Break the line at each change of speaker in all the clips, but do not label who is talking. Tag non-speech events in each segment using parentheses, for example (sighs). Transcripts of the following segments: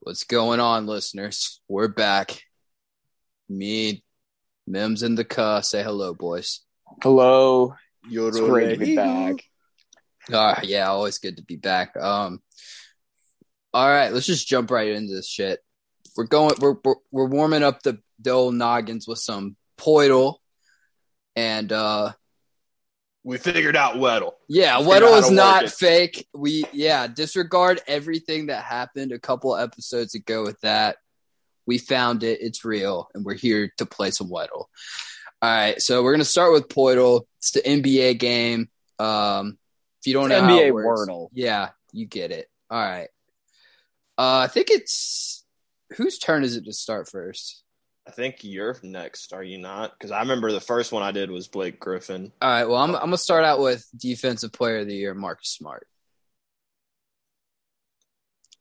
What's going on, listeners? We're back. Me, Mims, and the Cuh say hello, boys.
Hello.
You're
It's great to be back.
Ah, yeah, always good to be back. Um, all right, let's just jump right into this shit. We're going, we're we're, we're warming up the, the old noggins with some poidal, and uh,
We figured out Weddle.
yeah,
Figure out how
Weddle is
to work
not
it.
fake. We yeah, disregard everything that happened a couple episodes ago with that. We found it; it's real, and we're here to play some Weddle. All right, so we're gonna start with Poidal. It's the NBA game. Um, if you don't know,
It's
how it
NBA
works-
Wordle.
yeah, you get it. All right. Uh, I think it's whose turn is it to start first?
I think you're next, are you not? Because I remember the first one I did was Blake Griffin.
All right. Well, I'm I'm gonna start out with Defensive Player of the Year, Marcus Smart.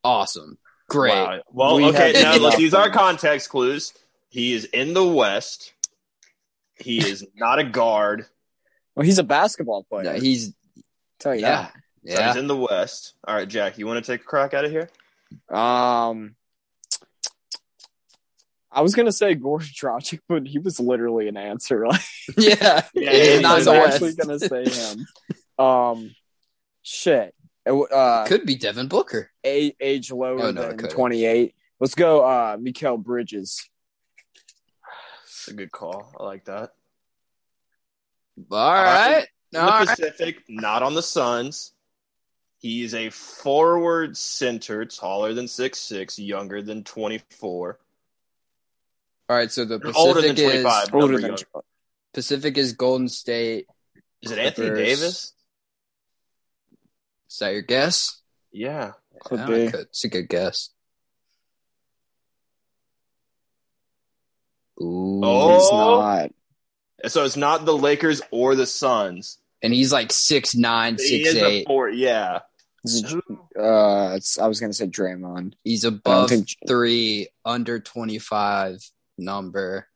Awesome, great.
Wow. Well,
We
okay,
have
now let's use our
nothing.
context clues. He is in the West. He is not a guard.
Well, he's a basketball player.
No, he's
tell you
yeah,
So he's
yeah.
in the West. All right, Jack, you want to take a crack out of here?
that. Um, I was gonna say Goran (laughs) Dragic, but he was literally an answer. (laughs) Like,
(laughs) yeah,
Yeah,
He's
I
he's
not
was
the West.
actually
(laughs)
gonna say him. um, shit. It w- Uh,
Could be Devin Booker.
a- age lower
Oh, no, it
than
couldn't.
28. Let's go, uh, Mikael Bridges.
It's a good call. I like that.
All right.
In
All
the
right.
Pacific, not on the Suns. He is a forward center, taller than six six, younger than 24,
All right. So the
and older than
Pacific is
25. number
Older than
younger.
Pacific is Golden State.
Is it Anthony
Clippers.
Davis?
Is that your guess?
Yeah.
could
Yeah,
be.
could- It's a good guess. Ooh.
Oh.
He's not.
So it's not the Lakers or the Suns.
And he's like six nine,
he
six
is
eight.
a four. Yeah.
This is- uh, it's, I was gonna say Draymond.
He's
I don't
above
think
three, under twenty five number.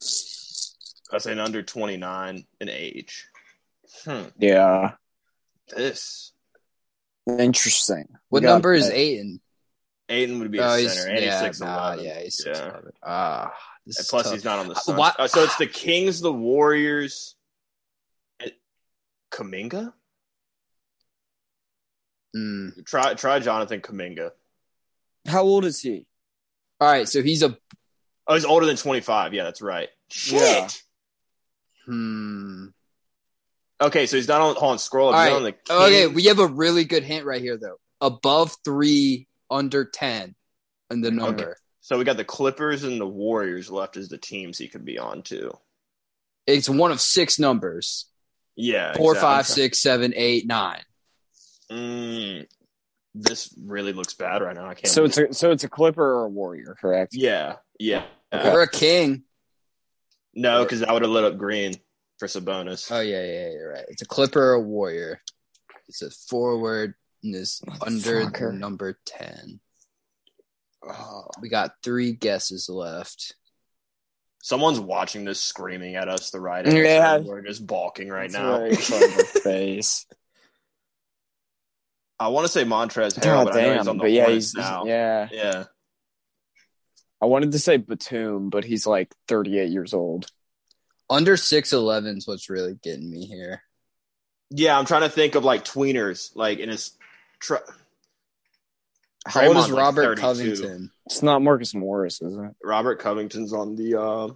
That's an under 29 in age. Hmm.
Yeah.
This.
Interesting.
What
Yeah,
number is
I-
Aiden?
Aiden would be
Oh,
a
he's-
center. And
yeah,
he's six
nah,
eleven.
yeah, he's
Yeah.
6'11". Ah, this
And
is
plus,
tough.
he's not on the
Uh,
Suns.
why-
Uh, so it's the Kings, the Warriors, and Kaminga.
Mm.
Try try Jonathan Kaminga.
How old is he?
All right, so he's a
Oh, he's older than twenty five. Yeah, that's right. Shit.
Yeah.
hmm.
Okay, so he's not on. Hold on, scroll up.
All
He's
right.
on the Kings.
Okay, we have a really good hint right here though. Above three, under ten, and the
Okay.
number.
so we got the Clippers and the Warriors left as the teams he could be on too.
It's one of six numbers.
Yeah,
Four,
exactly.
five, six, seven, eight, nine.
Mm, this really looks bad right now. I can't.
So it's a so it's a Clipper or a Warrior, correct?
yeah, yeah.
We're a king.
No, because I would have lit up green for Sabonis.
Oh yeah, yeah, yeah, you're right. It's a clipper or a warrior. It's a forward and is under the
Motherfucker.
number ten.
Oh.
We got three guesses left.
Someone's watching this screaming at us the right
Yeah.
answer. and We're just balking right
It's
now.
right in front of
(laughs)
her face.
I want to say Montrez
(laughs)
Harrell,
God
but I know
damn!
he's on the
but yeah,
Hornets
he's
now.
yeah.
yeah.
I wanted to say Batum, but he's like 38 years old.
Under six eleven is what's really getting me here.
Yeah, I'm trying to think of like tweeners, like in his. Tr-
How old
Draymond's
is
like
Robert
32.
Covington?
It's not Marcus Morris, is it?
Robert Covington's on the. Uh,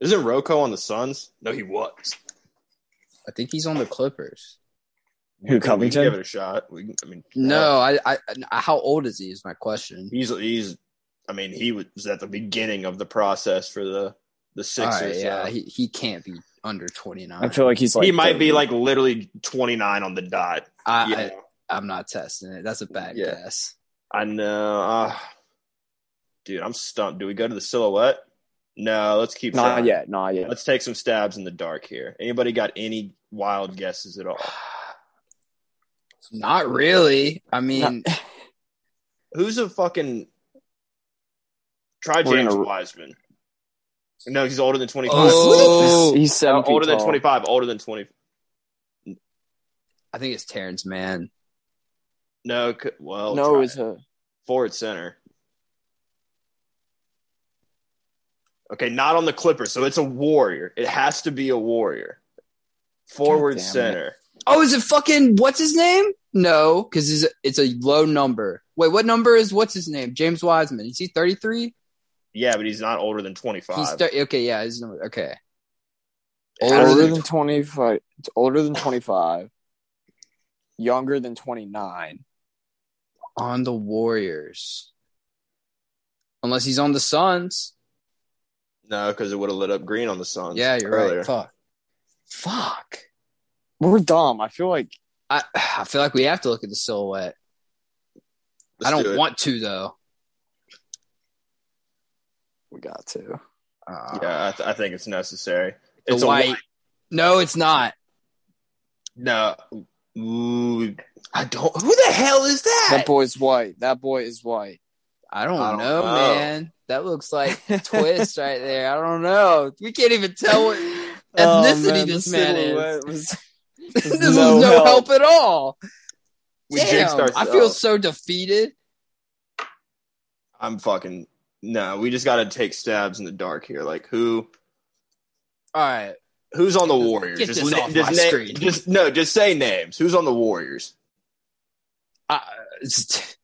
isn't Rocco on the Suns? No, he was.
I think he's on the Clippers.
Who
We can give
Covington?
it a shot. We can, I mean, uh,
No, I, I, I. How old is he? Is my question.
he's he's. I mean, he was at the beginning of the process for the the
All right,
Sixers.
yeah,
so.
he, he can't be under twenty nine.
I feel like he's like
he might be
30.
like literally 29 on the dot.
I,
yeah,
I, I'm not testing it. That's a bad
Yeah.
guess. (sighs)
I know. Uh, dude, I'm stumped. Do we go to the silhouette? No, let's keep.
not
trying.
yet, not yet.
Let's take some stabs in the dark here. Anybody got any wild guesses at all?
Not really. I mean,
Who's a fucking try
We're
James
gonna-
Wiseman? No, he's older than twenty five.
Oh.
he's, he's seven
No,
feet
older than
tall.
twenty five. Older than twenty.
I think it's Terrence Mann.
No, c- well,
No,
try
it's
it.
a
forward center. Okay, not on the Clippers. So it's a warrior. It has to be a warrior. Forward
damn it.
center.
Oh, is it fucking what's his name? No, because it's, it's a low number. Wait, what number is what's his name? James Wiseman. Is he thirty three?
Yeah, but he's not older than 25.
He's thir- okay. Yeah, his number. Okay.
It
Older
has
older
to
than-
be
than 25 it's older than 25 younger than 29
On the Warriors, unless he's on the Suns.
No, because it would have lit up green on the Suns.
Yeah, you're
earlier.
right. Fuck. Fuck.
we're dumb i feel like
I I feel like we have to look at the silhouette.
Let's
I
do
don't
it.
want to though.
we got to
Uh,
Yeah, I, th- I think it's necessary.
the
It's a
white.
white.
No, it's not.
No. Ooh, I don't. Who the hell is that?
that boy's white that boy is
(laughs)
white
I don't,
I don't
know,
know.
man. That looks like twist right there. I don't know. We can't even tell what (laughs)
Oh,
ethnicity this man is. this is
No
no
help.
help at all.
We jinxed
Damn, I
ourselves.
feel so defeated.
I'm fucking. No, we just got to take stabs in the dark here. Like who?
All right. (laughs)
Who's on the
Get
Warriors?
this off my
just na-
screen.
Just no. Just say names. Who's on the Warriors?
I, it's-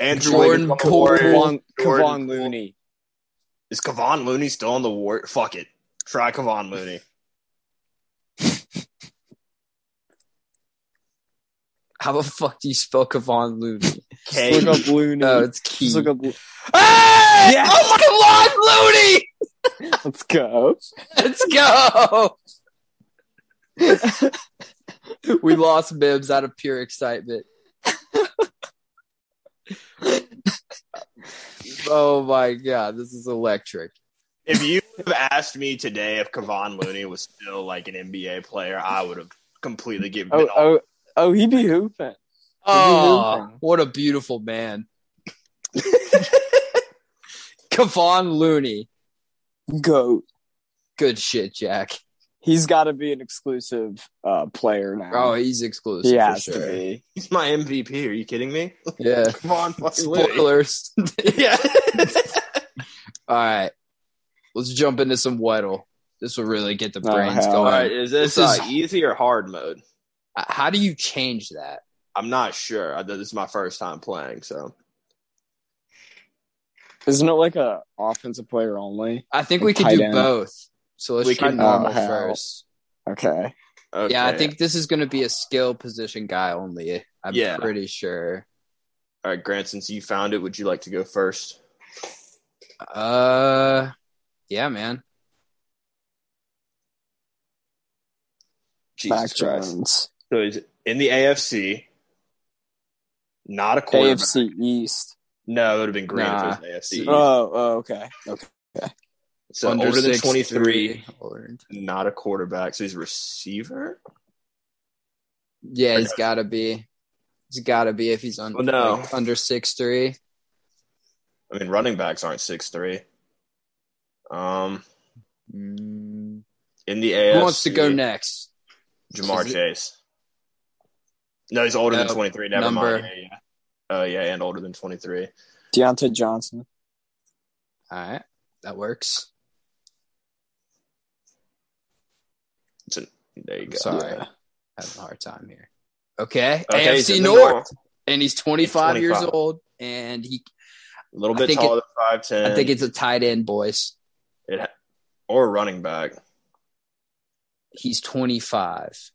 Andrew
Jordan
Wiggins on the
Poole.
Warriors.
(laughs) Kevon,
Jordan
Kevon
Poole.
Looney.
Is Kevon Looney still on the war? Fuck it. Try
(laughs)
Kevon Looney.
how the fuck do you spell Kevon
(laughs)
Looney?
K.
Look up
(laughs)
Looney.
No, it's Key.
Just look up Lo-
Hey!
Yes!
Oh my Kevon Looney!
Let's go.
(laughs) Let's go.
(laughs)
we lost Bibbs out of pure excitement. oh my god, this is electric.
if you would have asked me today if Kevon Looney was still like an NBA player, I would have completely given
Oh,
it all.
oh, oh, he be hooping.
Oh, what a beautiful
(laughs)
man. Kevon Looney.
Goat.
Good shit, Jack.
He's got to be an exclusive uh, player now.
Oh, he's exclusive
he
for
has to
sure.
be.
He's my MVP. Are you kidding me?
Yeah. (laughs)
Kevon fucking Looney.
Spoilers. (laughs)
(laughs) Yeah.
All right. Let's jump into some Weddle. This will really get the
Oh,
brains
hell
going.
All right, is this
What's
is
up?
easy or hard mode?
Uh, How do you change that?
I'm not sure. I, this is my first time playing, so
Isn't it like a offensive player only?
I think
Like
we could
tight
do
end.
both. So let's
We
try
can-
normal
Oh, hell.
first.
Okay.
okay.
Yeah, I think this is going to be a skill position guy only. I'm
Yeah.
pretty sure.
All right, Grant. Since you found it, would you like to go first?
Uh, yeah, man.
Jesus
Back
Christ!
Jones.
So he's in the AFC. Not a quarterback.
AFC East.
No, it would have been Green
Nah. Uh,
if it was an AFC.
Oh, oh, okay. Okay.
so older than
6'3".
23,
Older-
not a quarterback. So he's a receiver.
Yeah, he's got to be. He's got to be if he's un-
Well, no.
like, under six three.
I mean, running backs aren't six three. Um,
Mm.
in the
Who
AFC,
wants to go next?
Jamar
Is it-
Chase. No, he's older
No,
than 23. Never
number.
mind. Yeah, yeah. Oh, yeah, and older than 23.
Deontay Johnson.
All right, that works.
There you go.
Sorry,
Yeah.
having a hard time here. Okay,
Okay, he's
AFC
in the
North. and he's 25,
He's
years
25.
old and he
A little
I
bit
think it-
taller than 5'10.
i think it's a tight end boys
It, or running back.
he's 25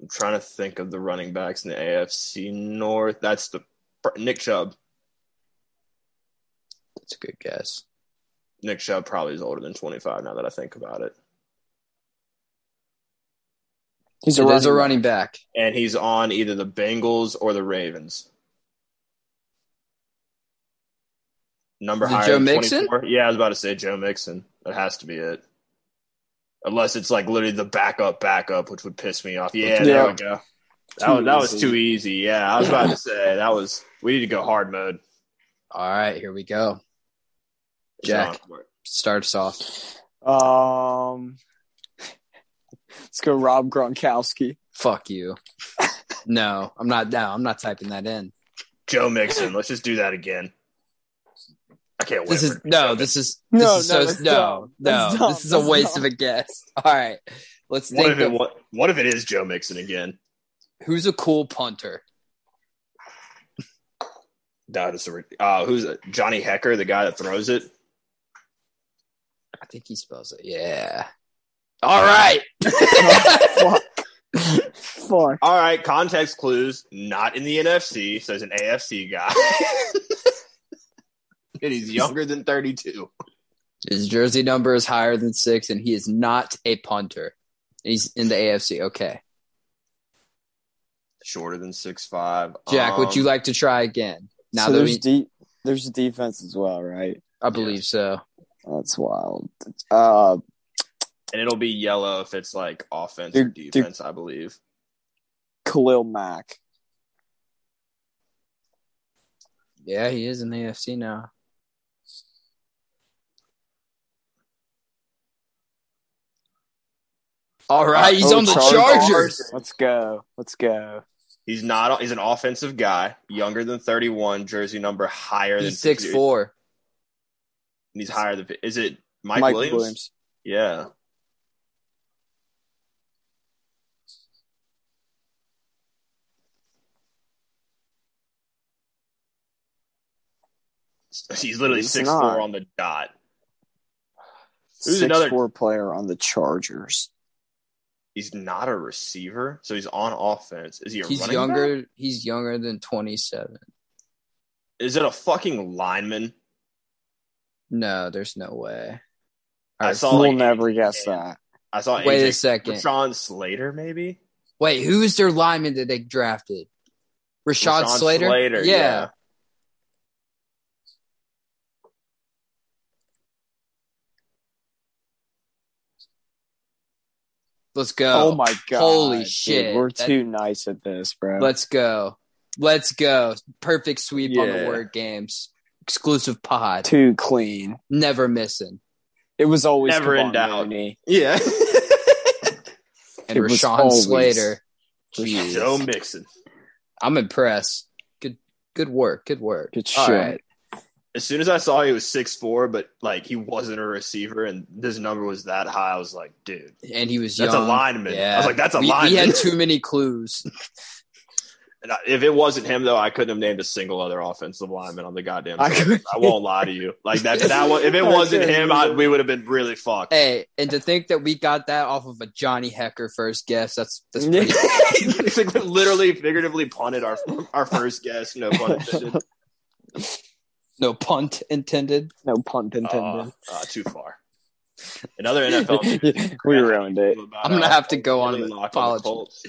I'm trying to think of the running backs in the AFC North. That's the Nick Chubb.
that's a good guess
Nick Chubb probably is older than 25 now that I think about it.
He's a
so there's
running,
a running back
And he's on either the Bengals or the Ravens. Number
Is it
higher
Joe
than
Mixon?
24? Yeah, I was about to say Joe Mixon. That has to be it. Unless it's like literally the backup, backup, which would piss me off. Yeah, there we
Yeah.
go. That,
Too
was, that was
easy.
too easy. Yeah, I was about to say that was. We need to go hard mode.
all right here we go
It's
Jack.
not work.
starts off
Um, (laughs) let's go, Rob Gronkowski.
fuck you no i'm not down i'm not typing that in
Joe Mixon. Let's just do that again. I can't wait.
This
for
is
it to be
no.
seven.
This is
No,
this is
no,
so
that's
no
dumb.
no.
That's dumb.
This is a
That's
waste
dumb.
of a guess. (laughs) All right, let's
what
think
if it
of
what, what if it is Joe Mixon again?
who's a cool punter.
That is a, re- uh, who's uh, Johnny Hecker, the guy that throws it.
I think he spells it. Yeah. All right. (laughs)
Fuck. Fuck.
All right, context clues. Not in the NFC, so he's an AFC guy. (laughs) and he's younger than 32.
His jersey number is higher than six, and he is not a punter. He's in the AFC. Okay,
Shorter than six five.
Jack, would
Um,
you like to try again? Now
so
that
there's
we,
deep. There's defense as well, right?
I believe so.
That's wild. Uh,
And it'll be yellow if it's like offense or
Dude, dude.
defense, I believe.
Khalil Mack.
Yeah, he is in the AFC now. All right, he's
Oh,
on the
Chargers.
Chargers.
Let's go. Let's go.
He's not. He's an offensive guy, younger than 31, jersey number higher than
He's six
60.
four.
And he's higher than. Is it Mike, Williams? Yeah. (laughs) He's literally
He's
six
not.
four on the dot. Who's
Six
another-
four player on the Chargers.
He's not a receiver, so he's on offense. Is he a
He's
running back?
younger. He's younger than twenty seven.
Is it a fucking lineman?
No, there's no way.
I
Alright,
saw
we'll
like,
never guess
yeah.
that.
I saw
Wait
AJ
a second.
Rashawn Slater, maybe
Wait, who is their lineman that they drafted? Rashad,
Rashawn
Slater.
yeah.
Let's go.
Oh my god!
Holy
dude,
shit.
we're
That-
too nice at this, bro.
Let's go. Let's go. Perfect sweep on the
Yeah.
word games. Exclusive pod.
too clean.
Never missing.
It was always
Never in
Kevon
doubt.
Looney.
Yeah,
And
It was
Rashawn
always-
Slater.
Jeez.
(laughs) Joe Mixon.
I'm impressed. Good good work. Good work.
Good
All
shit.
right.
As soon as I saw he was six four, but like he wasn't a receiver, and this number was that high, I was like, dude,
And he was
that's
young.
a lineman. I was like, that's a
we,
lineman.
we had too many clues.
And I- if it wasn't him, though, I couldn't have named a single other offensive lineman on the goddamn.
I
I,
could-
I won't lie to you. Like
(laughs)
that, that one, if it
I
wasn't
couldn't
him, I,
either.
we would have been really fucked.
Hey, and to think that we got that off of a Johnny Hecker first guess, that's that's pretty
(laughs)
(laughs)
(laughs)
Basically, literally, figuratively punted our our first guess. No
(laughs)
pun intended.
no punt intended.
No pun intended.
Uh,
Oh,
uh, too far. Another
(laughs)
NFL. team.
(laughs) we ruined it.
I'm gonna have to go on
Really
and
lock on the
apologize.
Colts.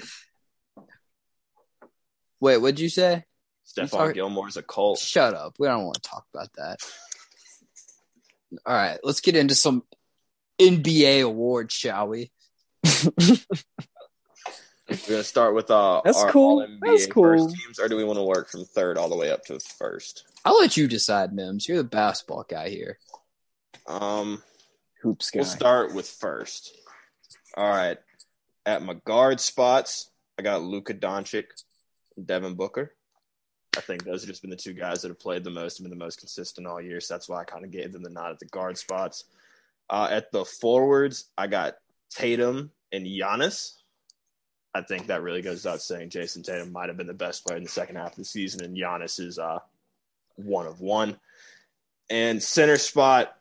Wait, what'd you say? Sorry.
Stephon Gilmore's a Colt.
Shut up. We don't want to talk about that. All right, let's get into some NBA awards, shall we?
We're gonna start with uh,
That's
our
cool.
all NBA
That's cool.
first teams, or do we want to work from third all the way up to first?
I'll let you decide, Mims. You're the basketball guy here.
Um,
Hoops guy.
we'll start with first. All right, at my guard spots, I got Luka Doncic, and Devin Booker. I think those have just been the two guys that have played the most and been the most consistent all year. So that's why I kind of gave them the nod at the guard spots. Uh, at the forwards, I got Tatum and Giannis. I think that really goes without saying. Jason Tatum might have been the best player in the second half of the season, and Giannis is uh, one of one. And center spot,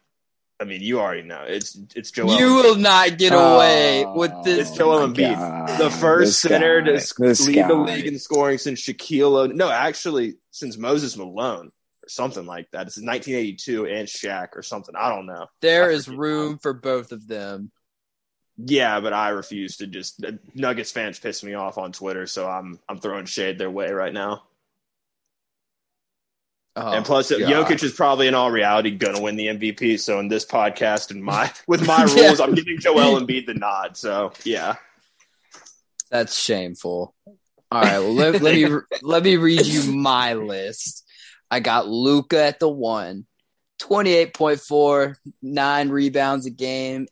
I mean, you already know it's it's Joel.
you will not get away with this.
It's Joel
Oh my
Embiid.
God.
the first
This
center
guy.
to sc-
This
lead the
guy.
league in scoring since Shaquille. O- no, actually, since Moses Malone or something like that. It's 1982 and Shaq or something. I don't know.
there is room for both of them.
Yeah, but I refuse to just. the Nuggets fans piss me off on Twitter, so I'm I'm throwing shade their way right now.
Oh,
and plus,
God.
Jokic is probably in all reality going to win the MVP. So in this podcast and my (laughs) with
(laughs)
my
Yeah.
rules, I'm giving Joel Embiid the nod. So yeah,
That's shameful. All right, well let, let
(laughs)
me let me read you my list. I got Luca at the one, 28.4, nine rebounds a game,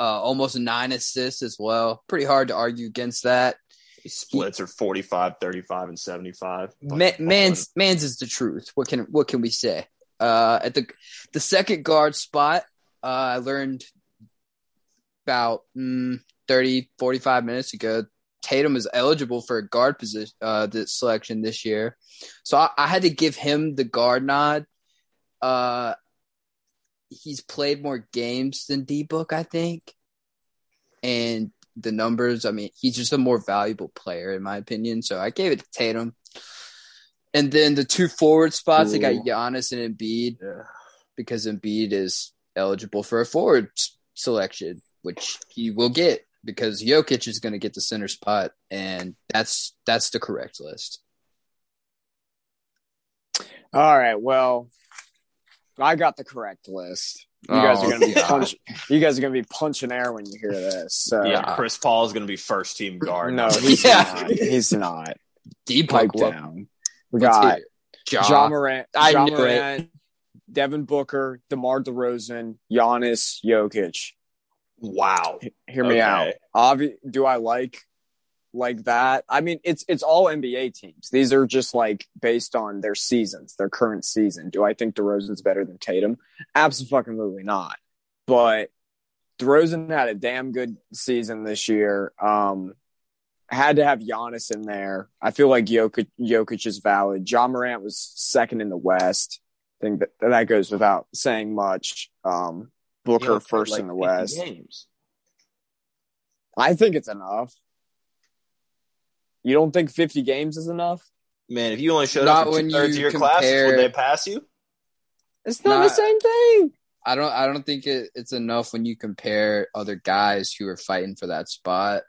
uh, almost nine assists as well. Pretty hard to argue against that.
splits are 45, 35, and 75.
Ma- man's man's is the truth. What can what can we say? Uh, at the the second guard spot, uh, I learned about mm, 30, 45 minutes ago. Tatum is eligible for a guard position uh, this selection this year, so I, I had to give him the guard nod. Uh, he's played more games than D Book, I think, and the numbers. I mean, he's just a more valuable player in my opinion. So I gave it to Tatum. And then the two forward spots, I
Ooh.
got Giannis and Embiid
Yeah.
because Embiid is eligible for a forward s- selection, which he will get because Jokic is going to get the center spot, and that's that's the correct list.
All right. Well, I got the correct list. You guys
Oh,
are gonna be
God.
punch- you guys are gonna be punching air when you hear this. So.
yeah, Chris Paul is going to be first team guard.
uh, No,
Now.
(laughs)
he's
Yeah.
not. He's not.
Deep
Pipe down. We got
Ja.
John Morant,
I
John
knew it.
Morant, Devin Booker, DeMar DeRozan, Giannis, Jokic.
Wow.
Hear me
Okay.
out. Obvi- do I like like that? I mean, it's it's all NBA teams. These are just like based on their seasons, their current season. Do I think DeRozan's better than Tatum? Absolutely not. But DeRozan had a damn good season this year. Um, had to have Giannis in there. I feel like Jokic, Jokic is valid. John Morant was second in the West. I think that that goes without saying much. Um, Booker
Yeah,
first
like
in the
50
West.
Games.
I think it's enough. You don't think 50 games is enough?
Man, if you only showed
Not
up for
when
two thirds of
you
your classes,
compare-
would they pass you?
It's not the
Not-
same thing.
I don't I don't think it, it's enough when you compare other guys who are fighting for that spot,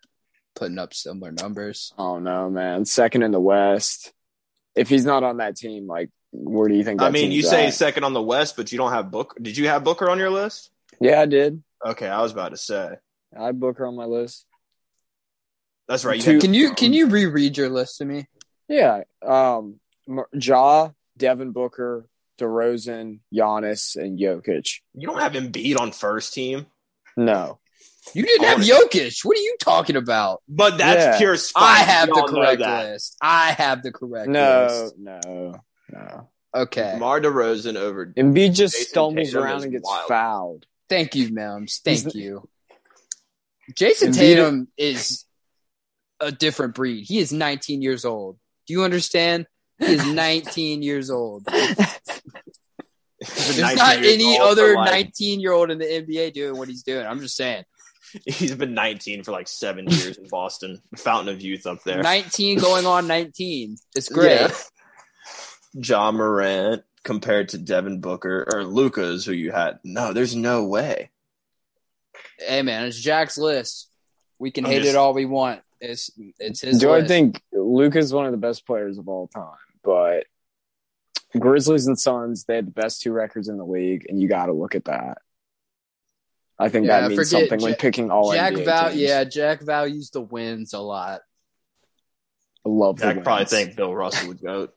putting up similar numbers.
Oh no, man. Second in the West. If he's not on that team, like where do you think that
I mean, you
team's
say
at?
second on the West, but you don't have Booker. Did you have Booker on your list?
Yeah, I did.
Okay, I was about to say.
I had Booker on my list.
That's right.
Two-
had-
Can you can you reread your list to me?
Yeah. Um M- Ja, Devin Booker, DeRozan, Giannis, and Jokic.
You don't have Embiid on first team,
No.
You didn't have Jokic. What are you talking about?
but that's
Yeah.
pure spot.
I have
We
the
all know
correct
that.
list. I have the correct
No,
list.
no, no.
Okay.
DeMar DeRozan over.
Embiid just
Jason
stumbles
Tatum
around
is
and gets
wild.
fouled.
Thank you, Melms. Thank
He's-
you. Jason
Embiid-
Tatum is a different breed. He is 19 years old. Do you understand? He is 19 years old. There's
(laughs) 19
not
years
any
old for
other
like-
19 year old in the NBA doing what he's doing. I'm just saying.
(laughs) He's been 19 for like seven years in Boston. Fountain of youth up there.
19 going on 19. It's great.
(laughs) Yeah. John Morant compared to Devin Booker or Lucas, who you had. No, there's no way.
Hey, man, it's Jack's list. We can
I'm
hate
just-
it all we want. It's it's his
Do I
list.
think Luca's one of the best players of all time? But Grizzlies and Suns, they had the best two records in the league, and you got to look at that. I think
Yeah,
that means
forget
something when
Ja-
picking all
Jack
NBA
val-
teams.
yeah, Jack values the wins a
(laughs)
lot. (laughs)
I love the
I could probably
wins.
think Bill Russell would go.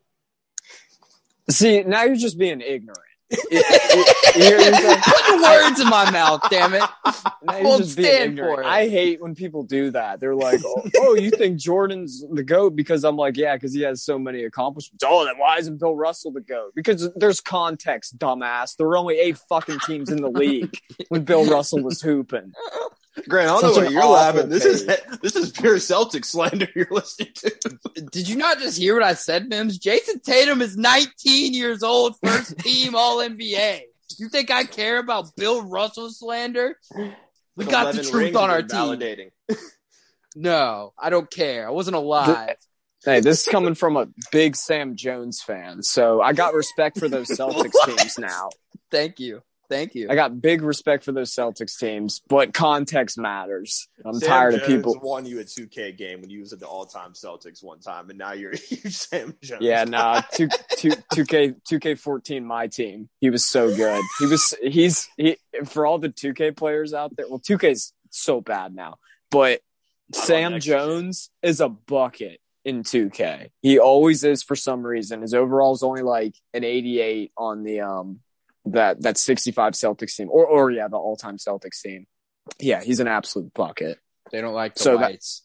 See, now you're just being ignorant.
(laughs)
(laughs) You hear what I'm saying?
Put the words in my mouth, damn it.
Now you're
Well,
just being
stand
ignorant.
for it.
I hate when people do that. They're like, "Oh, (laughs) oh, you think Jordan's the goat?" Because I'm like, "Yeah, because he has so many accomplishments." Oh, then why isn't Bill Russell the goat? Because there's context, dumbass. There were only eight fucking teams in the league when Bill Russell was hooping.
Grant, I don't
Such
know
an
what you're
awful
laughing. This is
take.
(laughs) this is pure Celtic slander you're listening to.
Did you not just hear what I said, Mims? Jason Tatum is 19 years old,
(laughs)
first team All NBA. You think I care about Bill Russell slander? We got the
11
truth
rings
on
have
our
been
team.
Validating.
No, I don't care. I wasn't alive.
Hey, this is coming from a big Sam Jones fan, so I got respect for those Celtics
What?
teams now.
Thank you. Thank you.
I got big respect for those Celtics teams, but context matters. I'm
Sam
tired of
Jones
people.
Won you a 2K game when you was at the all-time Celtics one time, and now you're (laughs) a huge Sam Jones.
Yeah, nah, two two two K two K fourteen. My team. He was so good. He was he's he for all the two K players out there. Well, two K's so bad now, but
don't
Sam
next
Jones is a bucket in two K. He always is for some reason. His overall is only like an eighty eight on the um that that sixty five Celtics team or or yeah the all time Celtics team. Yeah, he's an absolute bucket.
They don't like the
So that-
whites.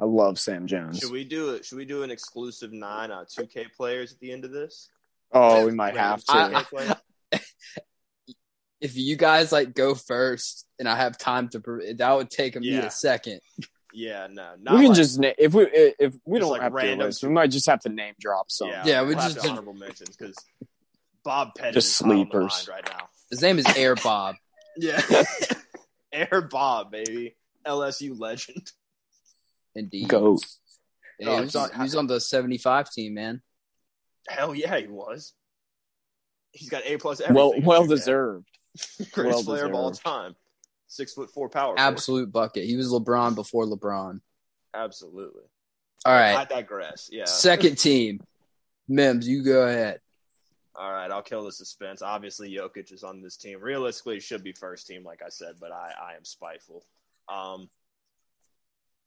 I love Sam Jones.
Should we do it? Should we do an exclusive nine on 2K players at the end of this?
oh, we might have to.
I-
players?
if you guys like go first and I have time to, pre- that would take me
Yeah.
a second.
Yeah, no, not
we can
like-
just na- if we if we
Just
don't
like
have to do a
random-
list, we might just have to name drop some.
yeah,
Yeah, we
we'll have
just-
to honorable mentions because Bob Pettit
Just
is hot on the
sleepers.
line right now. (laughs)
His name is Air Bob. (laughs)
(laughs)
Yeah, Air Bob, baby, LSU legend.
Indeed.
Goat.
He
Oh,
was-
it's on-
he was on the 75 team, man.
Hell yeah, he was. He's got A plus everything.
Well,
in
well
(laughs) 2K.
deserved.
Greatest
well
player of all
deserved.
time. Six foot four power. forward.
Absolute bucket. He was LeBron before LeBron.
absolutely.
All right.
I digress. Yeah.
Second team. Mims, you go ahead.
All right, I'll kill the suspense. Obviously, Jokic is on this team. Realistically, it should be first team, like I said, but I, I am spiteful. Um,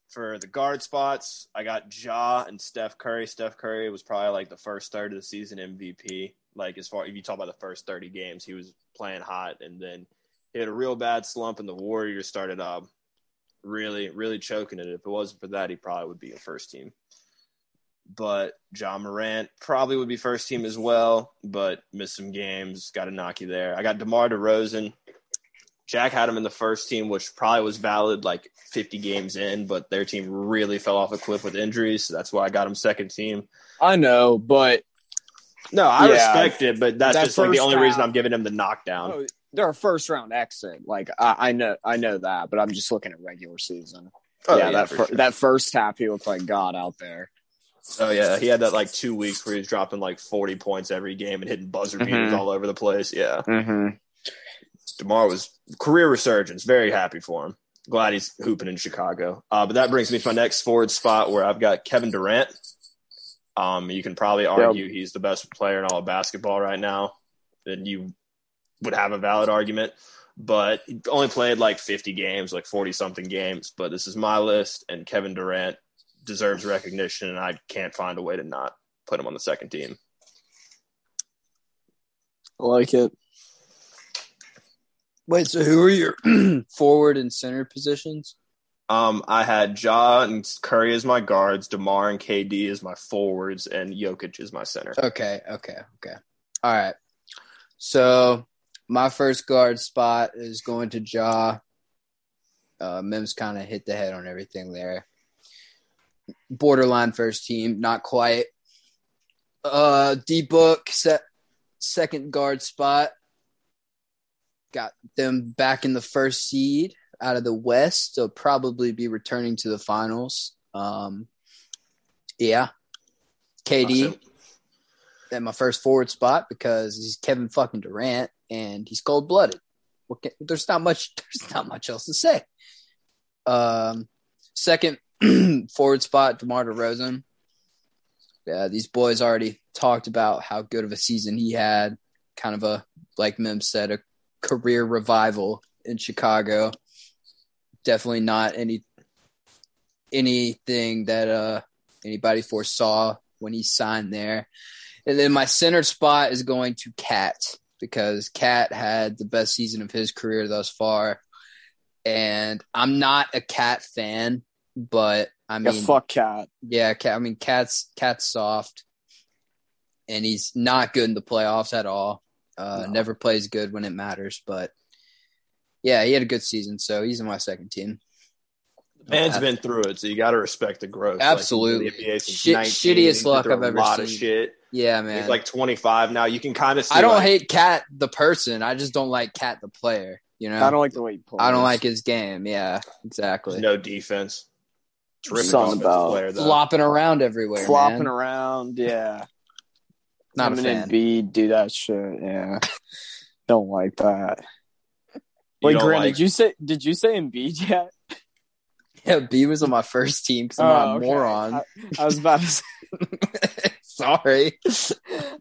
for the guard spots, I got Ja and Steph Curry. Steph Curry was probably like the first third of the season MVP. Like as far if you talk about the first thirty games, he was playing hot, and then he had a real bad slump, and the Warriors started um, really, really choking it. If it wasn't for that, he probably would be a first team but John Morant probably would be first team as well, but missed some games. Got a knocky there. I got DeMar DeRozan. Jack had him in the first team, which probably was valid like 50 games in, but their team really fell off a cliff with injuries. So that's why I got him second team.
I know, but
No, I
Yeah.
respect it, but that's
That
just like the
first
only reason
half-
I'm giving him the knockdown.
oh, they're a first round exit. Like I, I know, I know that, but I'm just looking at regular season.
Oh,
yeah, that
for
fir-
sure.
that first half, he looked like God out there.
Oh yeah, he had that like two weeks where he was dropping like 40 points every game and hitting buzzer beaters
Mhm.
all over the place. Yeah.
Mm-hmm.
Demar was career resurgence. Very happy for him. Glad he's hooping in Chicago. Uh, but that brings me to my next forward spot where I've got Kevin Durant. Um, you can probably argue he's the best player in all of basketball right now. Then you would have a valid argument, but he only played like 50 games, like 40 something games. But this is my list, and Kevin Durant deserves recognition, and I can't find a way to not put him on the second team.
Like it.
Wait, so who are your (clears throat) forward and center positions?
Um, I had Ja and Curry as my guards, Demar and KD as my forwards, and Jokic as my center.
Okay, okay, okay. All right. So my first guard spot is going to Jaw. Uh, Mims kind of hit the head on everything there. Borderline first team, not quite. Uh, D book set second guard spot. Got them back in the first seed out of the West. They'll probably be returning to the finals. Um, yeah. KD
So,
at my first forward spot because he's Kevin fucking Durant and he's cold blooded. There's not much. (laughs) There's not much else to say. Um, second (clears throat) forward spot, Demar Derozan. Yeah, Uh, these boys already talked about how good of a season he had. Kind of a, like Mem said, a career revival in Chicago. Definitely not any anything that uh anybody foresaw when he signed there. And then my center spot is going to Cat because Cat had the best season of his career thus far. And I'm not a Cat fan, but I
Yeah,
mean,
fuck cat.
yeah, Cat, I mean, Cat's Cat's soft, and he's not good in the playoffs at all. Uh,
No.
Never plays good when it matters, but yeah, he had a good season, so he's in my second team.
man's been through it, so you got to respect the growth.
Absolutely.
Like, he's been in the NBA since
Shit-
19.
shittiest
He's been
luck
through
I've
a
ever
lot Of
seen.
shit.
Yeah,
He's
man.
like 25 now. You can kind of see.
I don't
like,
hate Cat the person. I just don't like Cat the player. You know,
I don't like the way he plays.
I don't like his game. Yeah, exactly.
there's no defense. Terrific
Something
offensive
about
player though.
Flopping around everywhere,
flopping
man.
around. Yeah,
(laughs) Not a
Him
fan.
and Embiid do that shit. Yeah, don't like that.
You
Wait,
don't
Grant,
like-
did you say did you say Embiid yet?
(laughs) Yeah, B was on my first team because I'm
Oh,
not a
okay.
moron.
I, I was about to say.
(laughs) Sorry.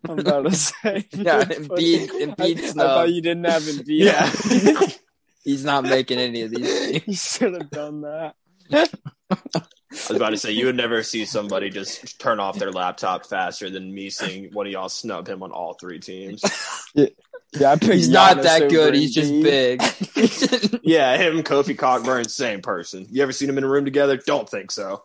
I'm about to say. (laughs)
Yeah, Embiid- Embiid
I, I
snub.
thought you didn't have Embiid.
Yeah. He's not making any of these. Teams.
(laughs) you should have done that.
I was about to say you would never see somebody just turn off their laptop faster than me seeing one of y'all snub him on all three teams.
Yeah, I picked
He's not
Giannis
that
over
good. He's just
Embiid.
big.
(laughs)
Yeah, him, Kofi Cockburn, same person. You ever seen them in a room together? Don't think so.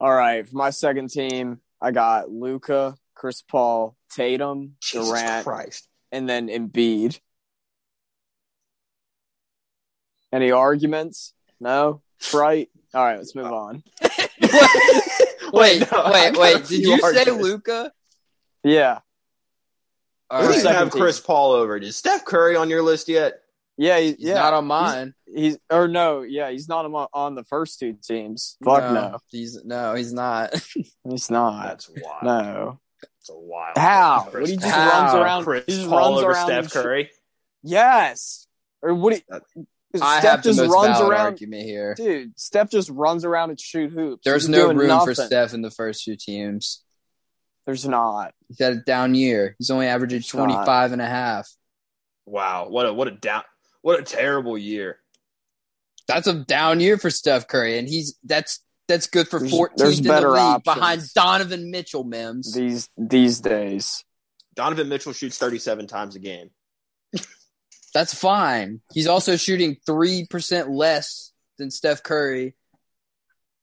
All right, for my second team, I got Luca, Chris Paul, Tatum,
Jesus
Durant,
Christ.
and then Embiid. Any arguments? No? Right? All right, let's move on.
wait,
no, I
wait,
got a
wait. Did
few
you say
arguments.
Luca?
Yeah.
All
we
right.
didn't
Second
have
team.
Chris Paul over. Is Steph Curry on your list yet?
Yeah, he-
He's
yeah.
not on mine.
he's or no, yeah, he's not on, on the first two teams. Fuck no.
He's no, he's not.
He's not.
That's wild.
(laughs) No.
That's a wild.
How?
Chris
What he just
Paul.
runs
How?
around.
Chris
he just
Paul
runs
over
around. and
Steph
sh-
Curry.
Yes. Or what? He,
That-
I
Steph
have the
just
most
runs
valid
around.
argument here.
Dude, Steph just runs around and shoot hoops.
There's
He's
no
doing
room for
nothing.
Steph in the first two teams.
There's not.
He's had a down year. He's only averaging
not.
25 and a half.
Wow. What a what a down. What a terrible year.
That's a down year for Steph Curry, and he's that's that's good for
There's-
14th
there's
in
better
the league
options.
behind Donovan Mitchell. Mims,
These these days.
Donovan Mitchell shoots 37 times a game.
that's fine. He's also shooting three percent less than Steph Curry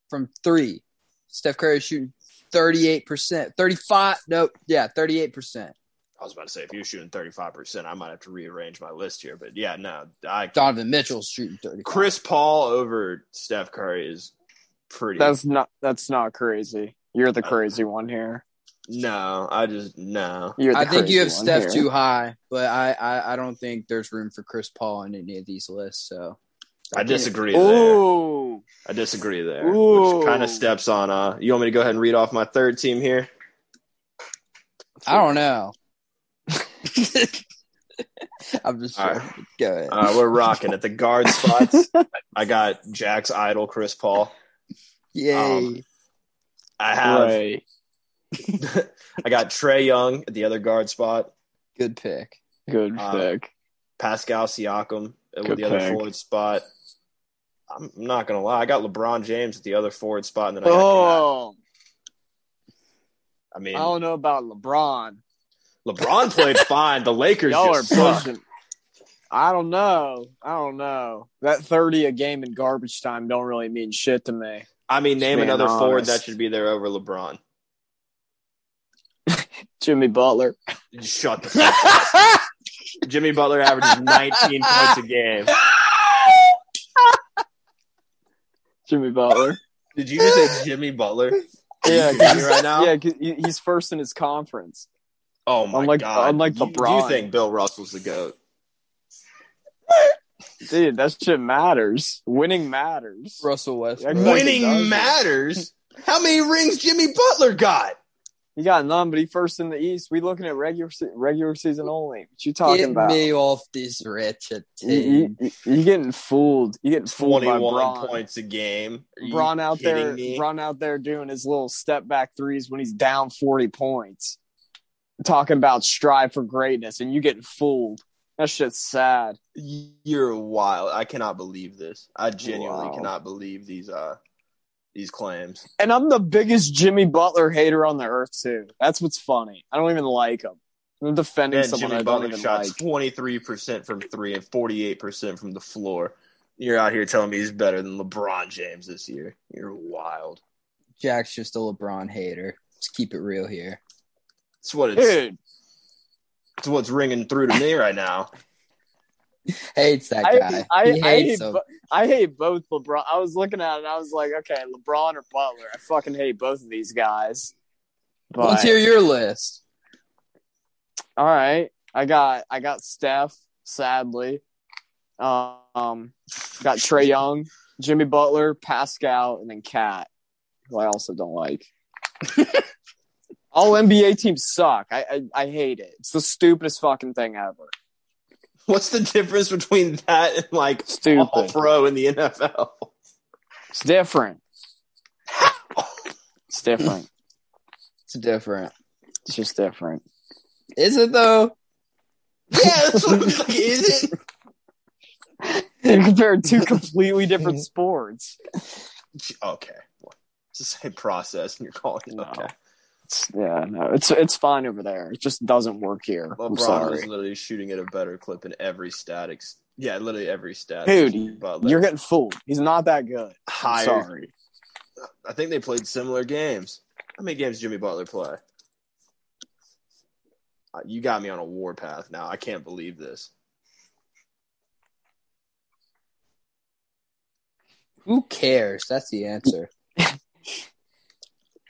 from three. Steph Curry is shooting 38 percent, 35. No, yeah, 38 percent.
I was about to say if you're shooting 35, percent I might have to rearrange my list here. But yeah, no. I
Donovan Mitchell's shooting 30.
Chris Paul over Steph Curry is pretty.
That's not that's not crazy. You're the
Uh,
crazy one here.
no. I just no.
You're the
I think you
crazy
have
one
Steph
here.
too high, but I, I I don't think there's room for Chris Paul in any of these lists. So
I disagree there.
Ooh.
I disagree there,
Ooh.
which kind of steps on. Uh, you want me to go ahead and read off my third team here?
I don't know. (laughs) I'm just
All
joking. go ahead.
Uh, we're rocking at
(laughs)
the guard spots. I got Jack's idol, Chris Paul.
Yay!
um, I have.
Right.
(laughs) I got Trey Young at the other guard spot.
Good
(laughs)
pick.
Good
Uh,
pick.
Pascal Siakam at the
Good
other
pick.
forward spot. I'm not gonna lie. I got LeBron James at the other forward spot, and then I got. Cat.
Oh,
I
I
mean,
uh,
don't know about LeBron. (laughs)
LeBron played fine. The Lakers
Y'all are
just suck.
pushing. I don't know. I don't know. That thirty a game in garbage time don't really mean shit to me.
I mean, name
Being
another forward
honest.
that should be there over LeBron.
Jimmy Butler.
Shut
(laughs)
the fuck up. Jimmy Butler averages 19 points a game.
Jimmy Butler.
(laughs) Did you just say Jimmy Butler? Are you
Yeah,
kidding me
'cause-
right now.
(laughs) yeah. 'cause he- He's first in his conference.
Oh my
Unlike-
god!
unlike
You-
LeBron.
you think Bill Russell's the goat?
Dude, that shit matters. Winning matters.
Russell Westbrook.
Winning
Winning
doesn't.
matters. How many rings Jimmy Butler got?
He got none, but he first in the East. We looking at regular se- regular season only. What you talking
Get
about? Mm-hmm.
me off this wretched
You,
team.
you- you getting fooled? You getting fooled by
Twenty-one
Bron.
points a game. Are you
Bron out
kidding
there,
me?
Bron out there doing his little step back threes when he's down forty points. Talking about strive for greatness, and you getting fooled. That shit's sad.
You're wild. I cannot believe this. I genuinely
Wow.
cannot believe these uh these claims.
And I'm the biggest Jimmy Butler hater on the earth too. That's what's funny. I don't even like him. I'm defending
Man,
someone
Jimmy
I don't
Butler
even
shot
like.
23% from three and 48% from the floor. You're out here telling me he's better than LeBron James this year. You're wild.
Jack's just a LeBron hater. Let's keep it real here.
It's what it's,
Dude,
it's what's ringing through to me right now. (laughs)
Hates that
I,
guy.
I,
he
I, hate
hates him.
bo- I hate both LeBron. I was looking at it and I was like, okay, LeBron or Butler. I fucking hate both of these guys. But,
Let's hear your list.
All right. I got I got Steph, sadly. Um got Trey Young, Jimmy Butler, Pascal, and then Cat, who I also don't
(laughs)
like. All NBA teams suck. I, I I hate it. It's the stupidest fucking thing ever.
What's the difference between that and like
Stupid.
all pro in
(laughs)
the NFL?
It's
(laughs)
different. It's different.
It's different.
It's just
(laughs)
different.
Is it though?
Yeah, that's what I'm like, is it?
They're comparing two completely
(laughs)
different sports.
Okay. It's the same process and you're calling it
No.
okay.
It's- yeah, no, it's it's fine over there. It just doesn't work here. I'm
LeBron
sorry,
was literally shooting at a better clip in every statics. Yeah, literally every stat.
dude.
Butler.
You're getting fooled. He's not that good. I'm
higher
sorry.
I think they played similar games. How many games did Jimmy Butler play? Uh, You got me on a warpath now. I can't believe this.
Who cares? That's the answer.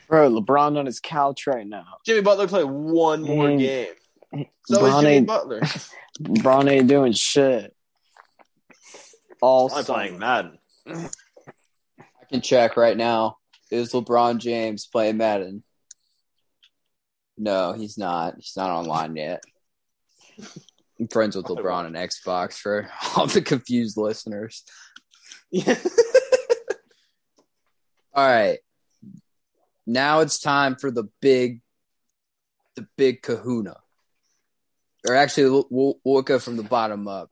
Bro, LeBron on his couch right now.
Jimmy Butler played one more
Mm.
game. So is
LeBron
Jimmy
ain't, (laughs)
Butler.
LeBron ain't doing shit. All
I'm
summer.
playing Madden.
I can check right now. Is LeBron James playing Madden? No, he's not. He's not online yet. I'm friends with LeBron and Xbox for (laughs) all the confused
(laughs)
listeners. All right. Now it's time for the big, the big kahuna. Or actually, we'll- we'll, we'll go from the bottom up.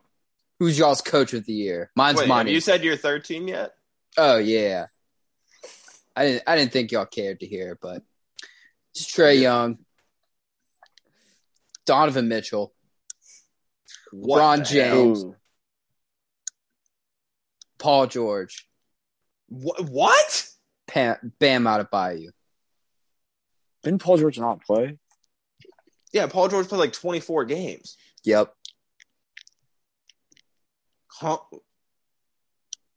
Who's y'all's coach of the year? Mine's
Wait, have
Monty.
you said you're 13 yet?
oh, yeah. I didn't, I didn't think y'all cared to hear, but it's Trey Young, Donovan Mitchell,
What
LeBron
the hell?
James.
Ooh.
Paul George,
Wha- What?
Pam, Bam out of Bayou.
Didn't Paul George not play?
Yeah, Paul George played like 24 games.
Yep.
Huh?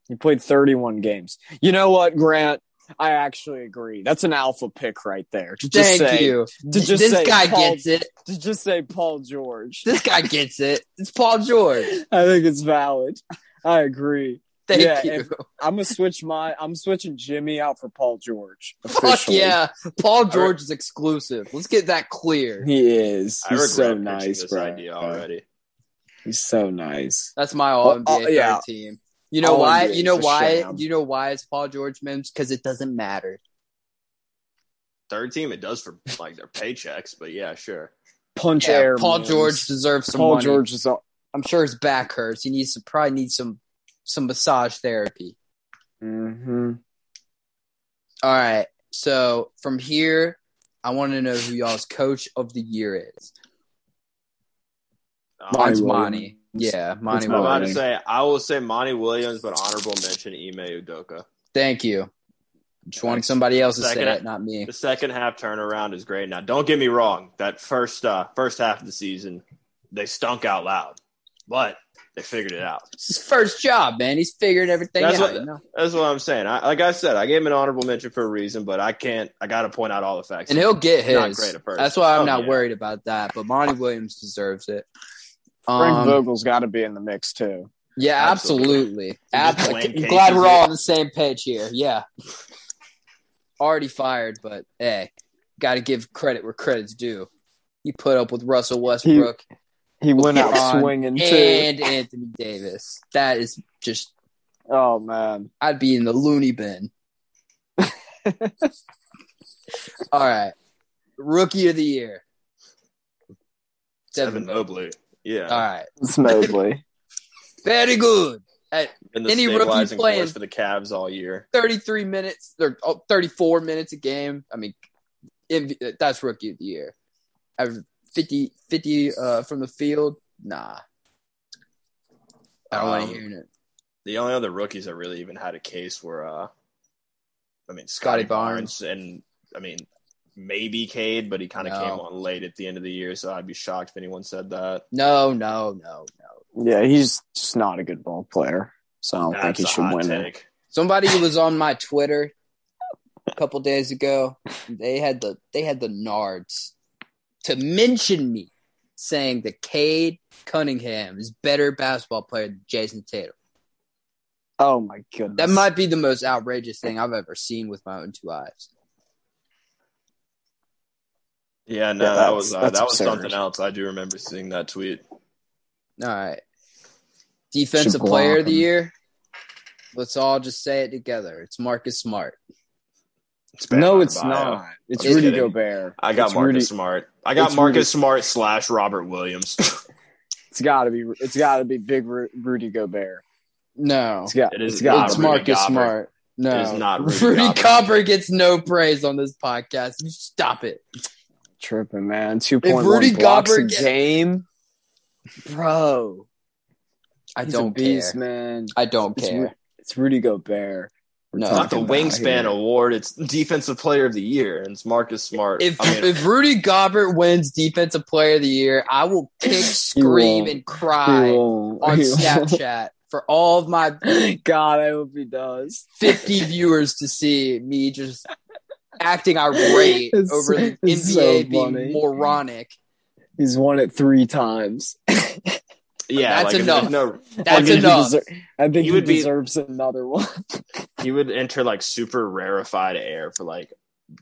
He played 31 games. You know what, Grant? I actually agree. That's an alpha pick right there. To just
Thank
say,
you.
to just
this
say
guy
Paul-
gets it.
To just say Paul George.
This guy gets it. It's Paul George.
I think it's valid. I agree.
Thank
Yeah,
you.
if- I'm gonna switch my. I'm switching Jimmy out for Paul George.
Fuck
Officially.
yeah. Paul George is exclusive. Let's get that clear.
he is.
I regret
He's so
pitching
nice,
this
bro.
idea already.
He's so nice.
That's my all NBA
Well, uh,
third
yeah.
team. You know
All
why?
NBA
You know
for
why?
sham.
You know why it's Paul George memes? Because it doesn't matter.
Third team, it does for like their paychecks, but yeah, sure.
Punch
Yeah,
air.
Paul
memes.
George deserves some
Paul
money.
George is. All,
I'm sure his back hurts. He needs to probably needs some some massage therapy.
hmm
All right. So from here, I want to know who y'all's coach of the year is.
Um,
Monty
Mine's
Williams.
Monty. Yeah, Monty
Monty.
I'm about
Williams.
to say I will say Monty Williams, but honorable mention Ime Udoka.
Thank you. Just wanted
Thanks.
somebody else to
Second-
say it, not me.
The second half turnaround is great. Now, don't get me wrong. That first uh, first half of the season, they stunk out loud, but they figured it out.
It's his first job, man. He's figuring everything
That's
out.
what-
you know?
That's what I'm saying. I, like I said, I gave him an honorable mention for a reason, but I can't. I got to point out all the facts.
And he'll get his.
Not great at first.
That's why I'm
Oh,
not
yeah.
worried about that. But Monty Williams deserves it.
Frank
Um,
Vogel's got to be in the mix too.
yeah, absolutely.
Absolutely.
Ab-
Just blame
I'm glad
Casey.
we're all on the same page here. Yeah. Already fired, but hey, got to give credit where credit's due. He put up with Russell Westbrook
He went out
LeBron
swinging
(laughs)
too.
and Anthony Davis. That is just
Oh man,
I'd be in the loony bin. All right. Rookie of the year.
Evan
Devin. All
Mobley. Yeah,
right.
it's Mobley.
Very good.
been the
Any rookie
stabilizing
playing-
force for the Cavs all year.
33 minutes or oh, 34 minutes a game. I mean, MV- that's rookie of the year. I've 50, 50 uh, from the field. Nah. I don't want
Um,
to hear it.
The only other rookies that really even had a case were, uh, I mean,
Scotty
Scotty Barnes, and I mean, maybe Cade, but he kind of
No.
came on late at the end of the year, so I'd be shocked if anyone said that.
No, no, no, no.
yeah, he's just not a good ball player. So I don't think
That's
he
a
should
hot
win it.
take.
Somebody was on my Twitter a couple days ago. They had the they had the nards to mention me saying that Cade Cunningham is better basketball player than Jason Tatum.
Oh my goodness.
That might be the most outrageous thing I've ever seen with my own two eyes.
Yeah, no,
Yeah,
that
that's-
was uh,
that's
that was
absurd.
something else. I do remember seeing that tweet.
All right. Defensive
Should block
player of the
him.
year. Let's all just say it together. It's Marcus Smart.
It's bad
No,
on
it's
bio.
not. It's
Just
Rudy
kidding.
Gobert.
I got
it's
Marcus
Rudy-
Smart. I got
it's
Marcus
Rudy-
Smart slash
(laughs)
Robert Williams.
It's got to be. It's got to be big Ru- Rudy Gobert.
No.
It's got.
It is
it's got.
not
it's
Rudy
Marcus
Gobert.
Smart. No.
It is not Rudy Gobert.
Copper gets no praise on this podcast. You stop it.
tripping, man. Two point one
Rudy
blocks
Gobert
a
get-
game, bro.
I
he's a
don't
beast,
care.
man.
I don't
It's,
care.
Ru- it's Rudy Gobert. we're
No.
not the
talking about
wingspan
here.
award. It's defensive player of the year, and it's Marcus Smart.
If
I mean,
if Rudy Gobert wins Defensive Player of the Year, I will
(laughs)
kick, scream,
won't.
and
He
cry
won't.
on
He won't.
Snapchat for all of my
(laughs) God, I hope he does.
(laughs) 50 viewers to see me just acting irate
It's-
over the NBA
it's so
being
funny.
moronic.
He's won it three times.
yeah,
that's
like, if-
enough.
if no,
I
That's
think he
enough.
deser- I think
He
he,
would be-
deserves another one.
he would enter like super rarefied air for like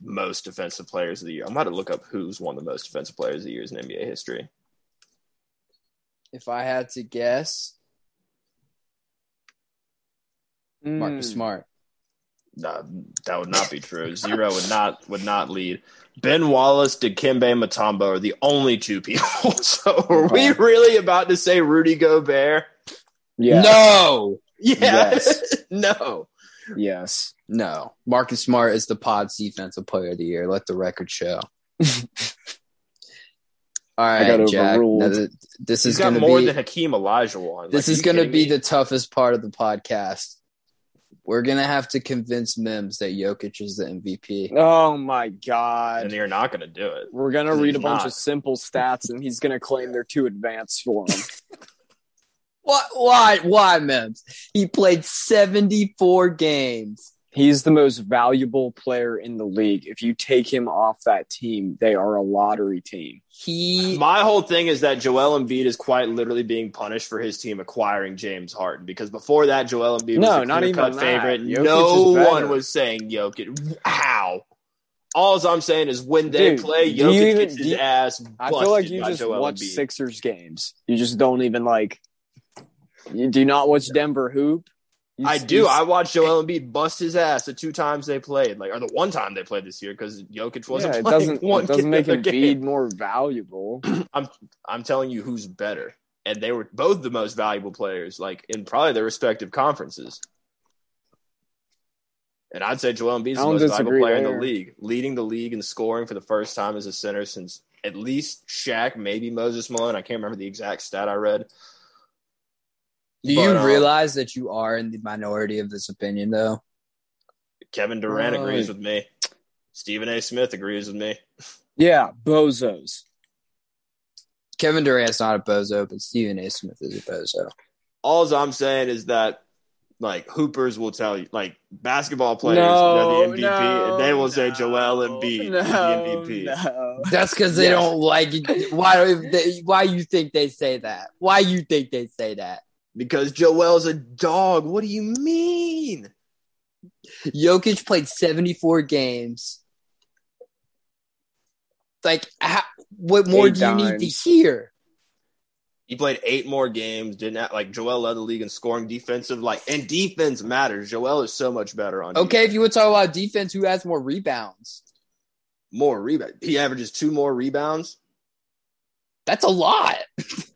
most defensive players of the year. I'm about to look up who's won the most defensive players of the years in NBA history.
If I had to guess,
Mm.
Marcus Smart.
Nah, that would not
(laughs)
be true. Zero would not would not lead. Ben Wallace, Dikembe Mutombo are the only two people. (laughs) so are we really about to say Rudy Gobert?
Yes.
No.
Yeah.
(laughs) Yes.
(laughs) no.
Yes.
No. Marcus Smart is the pod's defensive player of the year. Let the record show. (laughs) All right,
I got
Jack.
overruled.
Now th- this
He's
is
got
going to
more
be
than Hakeem Elijah won.
this
Like,
is
you
going to
kidding
be
me?
the toughest part of the podcast. We're going to have to convince Mims that Jokic is the MVP.
Oh my
and
god.
you're not going to do it.
We're gonna
He's
read a bunch
not.
of simple stats, and he's gonna claim they're too advanced for him.
Why? Why? Why, Mims? He played seventy-four games.
He's the most valuable player in the league. If you take him off that team, they are a lottery team.
He
My whole thing is that Joel Embiid is quite literally being punished for his team acquiring James Harden because before that, Joel Embiid
No,
was a
not
clear
even
cut
that.
favorite.
Jokic
no
is better.
one was saying Jokic. How? All I'm saying is when they
Dude,
play,
do you
Jokic
even-
gets
do
his
you-
ass
I
busted
feel like you
by
just
Joel
watch
Embiid.
Sixers games. You just don't even like. You do not watch Denver hoop. You,
I
s-
do.
you
I
s-
watched Joel Embiid bust his ass the two times they played, like or the one time they played this year because Jokic wasn't
yeah, it
playing.
doesn't.
one
It
(laughs)
doesn't make
other
him
game.
Embiid more valuable. (clears throat)
I'm telling you who's better. And they were both the most valuable players, like in probably their respective conferences. And I'd say Joel Embiid is
I
the
don't
most valuable
disagree
player in
there.
the league, leading the league in scoring for the first time as a center since at least Shaq, maybe Moses Malone. I can't remember the exact stat I read.
Do
But,
you
uh,
realize that you are in the minority of this opinion, though?
Kevin Durant
Right.
agrees with me. Stephen A. Smith agrees with me.
Yeah, bozos.
Kevin Durant's not a bozo, but Stephen A. Smith is a bozo.
All I'm saying is that like hoopers will tell you, like basketball players
no,
are the MVP,
no,
and they will say
no,
Joel Embiid
no,
is the MVP.
No.
That's because they
Yes.
don't like. Why? do They, why you think they say that? Why you think they say that?
Because Joel's a dog. What do you mean?
Jokic played 74 games. Like, how, what more
Eight
do you need to
dimes.
hear?
He played eight more games. Didn't act like Joel led the league in scoring, defensive like, and defense matters. Joel is so much better on.
Okay,
defense.
if you would talk about defense, who has more rebounds?
more rebound. He averages two more rebounds
That's a lot.
because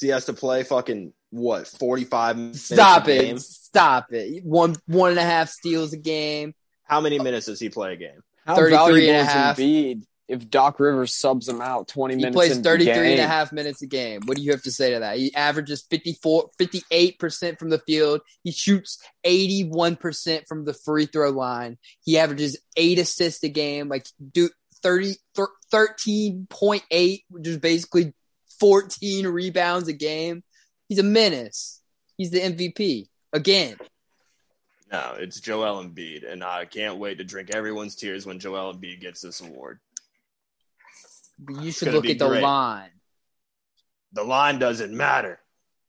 he has to play fucking what forty five.
Stop it. Stop it. One one and a half steals a game.
How many minutes does he play a game?
How
33
valuable
and a
is
half.
Embiid if Doc Rivers subs him out twenty
He
minutes?
plays
into
33
game?
and a half minutes a game. What do you have to say to that? He averages 54 58% from the field. He shoots 81% from the free throw line. He averages 8 assists a game, like do 30 thir- 13.8, which is basically 14 rebounds a game. He's a menace. He's the MVP again.
No, it's Joel Embiid, and I can't wait to drink everyone's tears when Joel Embiid gets this award.
You should
gonna
look
be
at the
great.
line.
The line doesn't matter.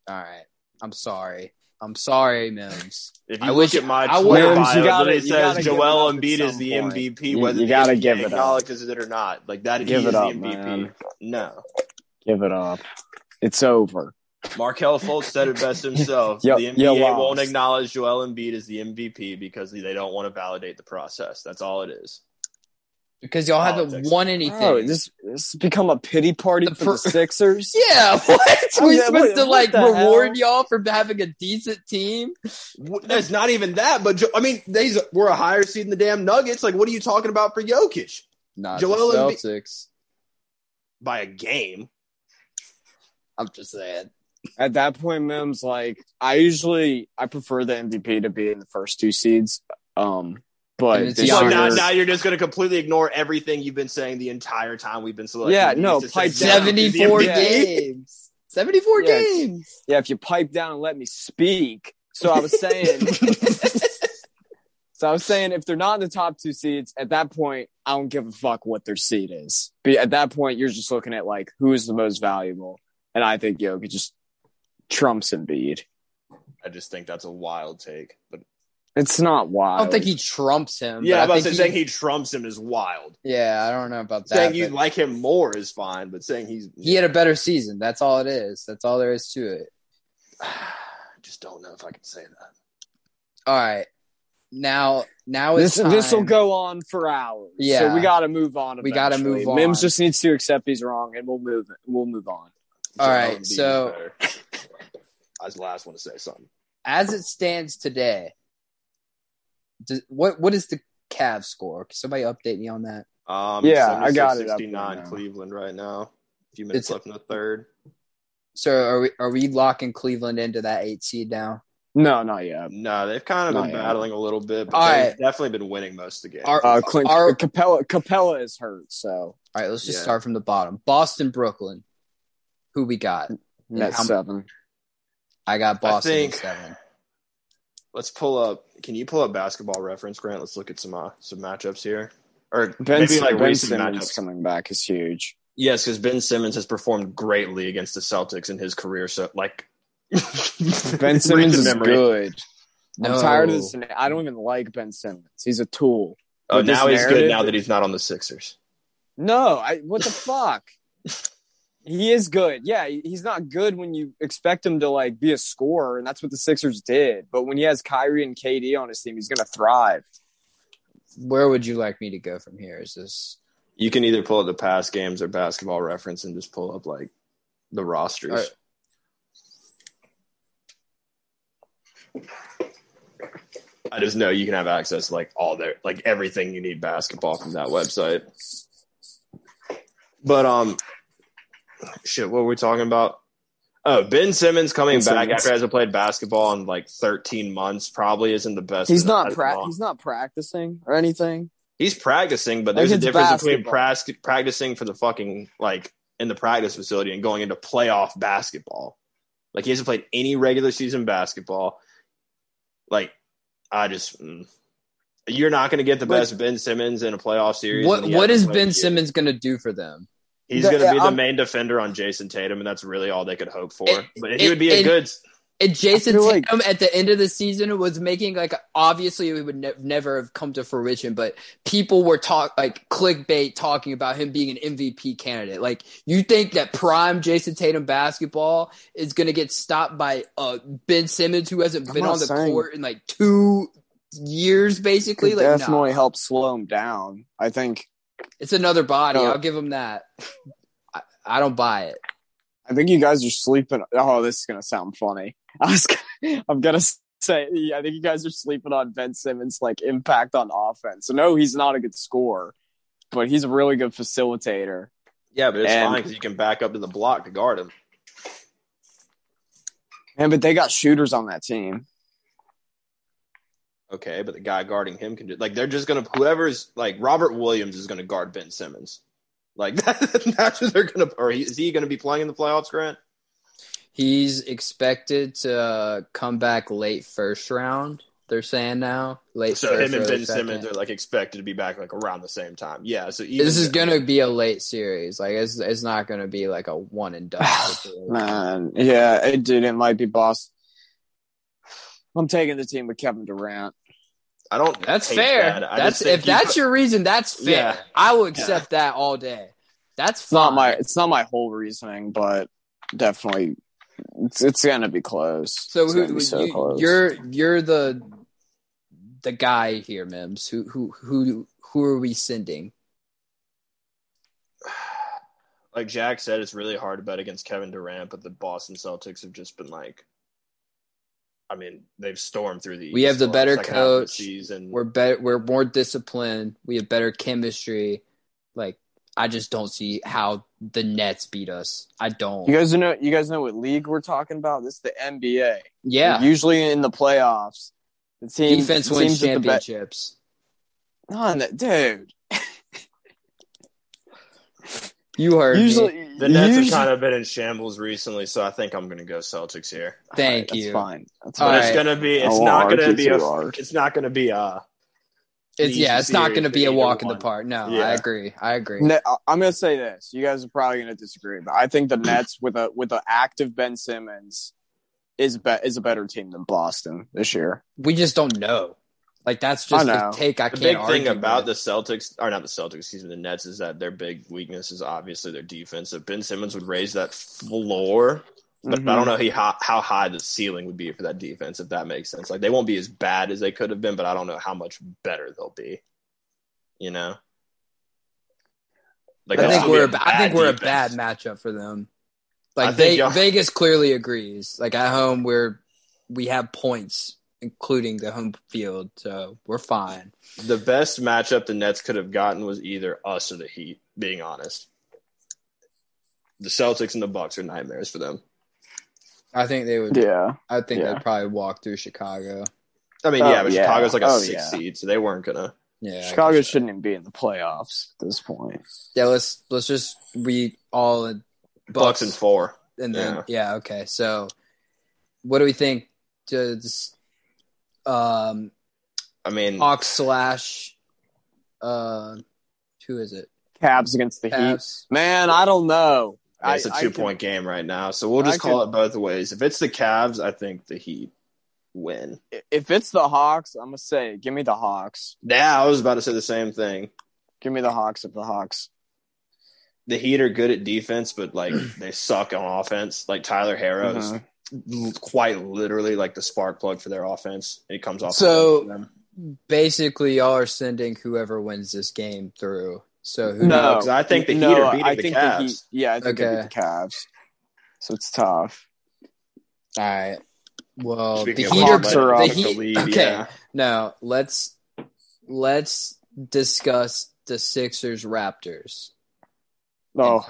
All right. I'm sorry. I'm sorry, Mims.
If you
I
look
wish-
at my
I
Twitter
wish-
bio,
You
it
gotta-
literally
you gotta
says
give it
Joel
up at
Embiid is
some
the
point.
MVP,
You-
whether
you
the
gotta
NBA
give it up.
acknowledges it or not. Like that,
Give
he
it
is
up,
the MVP.
man.
No,
Give it up. It's over.
Markel Fultz said it (laughs) best himself.
Yo-
the
you
NBA won't
lost.
acknowledge Joel Embiid as the MVP because they don't want to validate the process. That's all it is.
Because y'all haven't
Politics.
won anything.
Oh, this this has become a pity party
The
for
per- (laughs)
the Sixers. (laughs)
Yeah, what?
I
we
mean,
supposed
what-
to
what
like
the
reward
hell?
y'all for having a decent team?
W- It's not even that, but Jo- I mean, they were a higher seed in the damn Nuggets. Like, what are you talking about for Jokic
Not
the Joel Embi-
Celtics.
by a game?
I'm just saying.
At that point, Mims like I usually I prefer the MVP to be in the first two seeds. Um, but
And it's
this
Yeah,
Well,
Giannis.
now,
year-
now you're just going to completely ignore everything you've been saying the entire time we've been selecting.
Yeah,
you.
no,
It's just
pipe
sit down.
Seventy-four
Yeah.
games. Seventy-four
Yeah. (laughs)
games.
yeah, if you pipe down and let me speak. So I
(laughs)
was saying, so I was saying, if they're not in the top two seeds at that point, I don't give a fuck what their seed is. But at that point, you're just looking at like who is the most valuable, and I think Jokic just trumps Embiid.
I just think that's a wild take. But
It's not
I
wild.
don't think he trumps him.
yeah,
but
I'm about
I
to say,
think
saying
he,
he trumps him is wild.
Yeah, I don't know about that.
saying you
but
like him more is fine, but saying he's
he had a better season. That's all it is. That's all there is to it.
(sighs) I just don't know if I can say that.
All right. Now, now Oh, it's
this this will
time.
go on for hours.
Yeah.
so we got to move on.
We gotta
eventually.
move on.
Mims just needs to accept he's wrong, and we'll move. We'll move on.
All right,
Embiid is
so-
better. (laughs) I was the last one to say something.
as it stands today, does, what what is the Cavs score? Can somebody update me on that?
Um,
Yeah, I got it up there
69
now.
Cleveland right now. A few minutes
It's-
left in the third.
So are we are we locking Cleveland into that eight seed now?
No, not yet.
No, they've kind of
Not
been
yet.
battling a little bit, but
All
they've
right.
definitely been winning most of the games.
Are-
Uh, Clint
Our-
Capella Capella is hurt, so
All right, let's just
Yeah.
start from the bottom. Boston, Brooklyn. Who we got?
net
how-
seven.
I got Boston
I
in
think.
seven.
Let's pull up. Can you pull up basketball reference, Grant? Let's look at some uh, some matchups here, or
Ben,
maybe like
ben
recent
Simmons
matchups.
coming back is
(laughs)
huge.
Yes, because Ben Simmons has performed greatly against the Celtics in his career. So, like, (laughs)
Ben Simmons is good.
No.
I'm tired of this. I don't even like Ben Simmons. He's a tool.
Oh,
With
now
this
he's good.
narrative-
Now that he's not on the Sixers.
No, I what the fuck? He is good. Yeah, he- he's not good when you expect him to like be a scorer, and that's what the Sixers did. But when he has Kyrie and KD on his team, he's gonna thrive.
Where would you like me to go from here? Is this
You can either pull up the past games or basketball reference and just pull up like the rosters.
All right.
I just know you can have access to, like all their like everything you need basketball from that website. But um, shit, what were we talking about? Oh, Ben Simmons coming
Ben
back
Simmons.
after hasn't played basketball in like 13 months probably isn't the best.
He's
that
not
has
pra-
gone.
he's not practicing or anything.
He's practicing, but
Like,
there's a
it's
difference between
basketball.
prac- practicing for the fucking like in the practice facility and going into playoff basketball. Like he hasn't played any regular season basketball. Like I just, mm. you're not going to get the
But-
best Ben Simmons in a playoff series.
what
and he
what
hasn't
is
played
Ben
yet.
Simmons going to do for them?
He's
The-
going to be the
I'm-
main defender on Jason Tatum, and that's really all they could hope for.
It-
but
it-
he would be a
it-
good.
And Jason
I feel like-
Tatum at the end of the season was making like obviously it would ne- never have come to fruition, but people were talk like clickbait talking about him being an MVP candidate. Like you think that prime Jason Tatum basketball is going to get stopped by uh, Ben Simmons who hasn't
I'm
been
not
on the
saying-
court in like two years
Could
basically? Like
definitely
no,
help slow him down. I think
it's another body.
No.
I'll give him that. I, I don't buy it.
I think you guys are sleeping. Oh, this is gonna sound funny. (laughs) I was, gonna- I'm gonna say, yeah, I think you guys are sleeping on Ben Simmons' like impact on offense. So no, he's not a good scorer, but he's a really good facilitator.
Yeah, but it's fine
And-
'cause fine because you can back up to the block to guard him.
And but they got shooters on that team.
Okay, but the guy guarding him can do like they're just gonna whoever's like Robert Williams is gonna guard Ben Simmons. Like (laughs) that, that's what they're gonna or he, is he gonna be playing in the playoffs, Grant?
He's expected to uh, come back late first round. They're saying now late.
So
first,
him and
early
Ben
second.
Simmons are like expected to be back like around the same time. Yeah, so even
This is gonna be a late series. Like it's it's not gonna be like a one and
(sighs)
done. situation.
Man, yeah, it, dude, it might be boss. I'm taking the team with Kevin Durant.
I don't
That's
hate
fair.
that. I
That's
just think
if
you
that's
put-
your reason. That's fair.
Yeah.
I will accept that all day. That's
It's not
fine.
my it's not my whole reasoning, but definitely it's, it's gonna be close.
So
It's
who
gonna be so
you,
close.
you're you're the the guy here, Mims. Who who who who are we sending?
like Jack said, it's really hard to bet against Kevin Durant, but the Boston Celtics have just been like I mean, they've stormed through the
We
East
have the
like
better
second half of the
coach.
season.
We're better. We're more disciplined. We have better chemistry. Like I just don't see how the Nets beat us. I don't.
You guys know you guys know what league we're talking about? This is the NBA.
yeah.
Usually in the playoffs, The team
Defense
it
wins
seems that the be-
championships.
No, no, dude.
you heard me.
Usually,
The Nets
usually,
have kind of been in shambles recently, so I think I'm going to go Celtics here.
Thank
that's
you.
fine. That's
All
fine.
But
right.
it's going to be. It's
Oh,
not
well,
going to be a.
RG2R.
It's not going to be uh, a.
It's yeah,
easy
it's not
series
going to
to
be a
either
walk in the
one.
park. No, I
Yeah.
agree. I agree.
Ne- I- I'm gonna say this. You guys are probably gonna disagree, but I think the Nets with a with an active Ben Simmons is be- is a better team than Boston this year.
We just don't know. Like that's
I
just the
know.
take I
The
can't
big
argue
thing about
with.
the Celtics, or not the Celtics, excuse me, the Nets is that their big weakness is obviously their defense. If Ben Simmons would raise that floor, but I don't know he, how, how high the ceiling would be for that defense, if that makes sense. Like they won't be as bad as they could have been, but I don't know how much better they'll be. You know, like
I
they'll
think
still
we're
be
a- I think we're a bad
defense.
matchup for them.
I
Like
think
they,
y'all-
Vegas clearly agrees. Like at home we're we have points including the home field, so we're fine.
The best matchup the Nets could have gotten was either us or the Heat. Being honest, the Celtics and the Bucks are nightmares for them.
I think they would
Yeah,
I think
Yeah.
they'd probably walk through Chicago.
I mean,
Oh,
yeah, but
yeah.
Chicago's like a
Oh,
six
yeah.
seed, so they weren't gonna.
Yeah. I
Chicago
guess so.
shouldn't even be in the playoffs at this point.
Yeah, let's let's just we all in
Bucks and four.
and then yeah. okay. So what do we think? Does um
I mean,
Uh,
Hawks slash uh who is it?
Cavs against the Heat.
Cavs.
Man, I don't know. I-
it's a
I
two
can-
point game right now, so we'll
I
just call it both ways. If it's the Cavs, I think the Heat win.
If it's the Hawks, I'm gonna say, give me the Hawks.
Yeah, I was about to say the same thing.
Give me the Hawks if the Hawks.
The Heat are good at defense, but
(clears throat)
like they suck on offense. Like Tyler Harrow is
Mhm.
l- quite literally like the spark plug for their offense. It comes off.
So-
of them.
Basically y'all are sending whoever wins this game through. So who
No.
knows?
'cause I think the Heat
No,
are beating
I
the
think
Cavs.
Heat, yeah, I think they
Okay.
beat the Cavs. So it's tough.
All right. Well
Speaking
the
of
Heat
Hawks,
are
are
up.
the
Took the
Heat,
lead,
okay.
yeah.
No, let's let's discuss the Sixers Raptors.
Oh,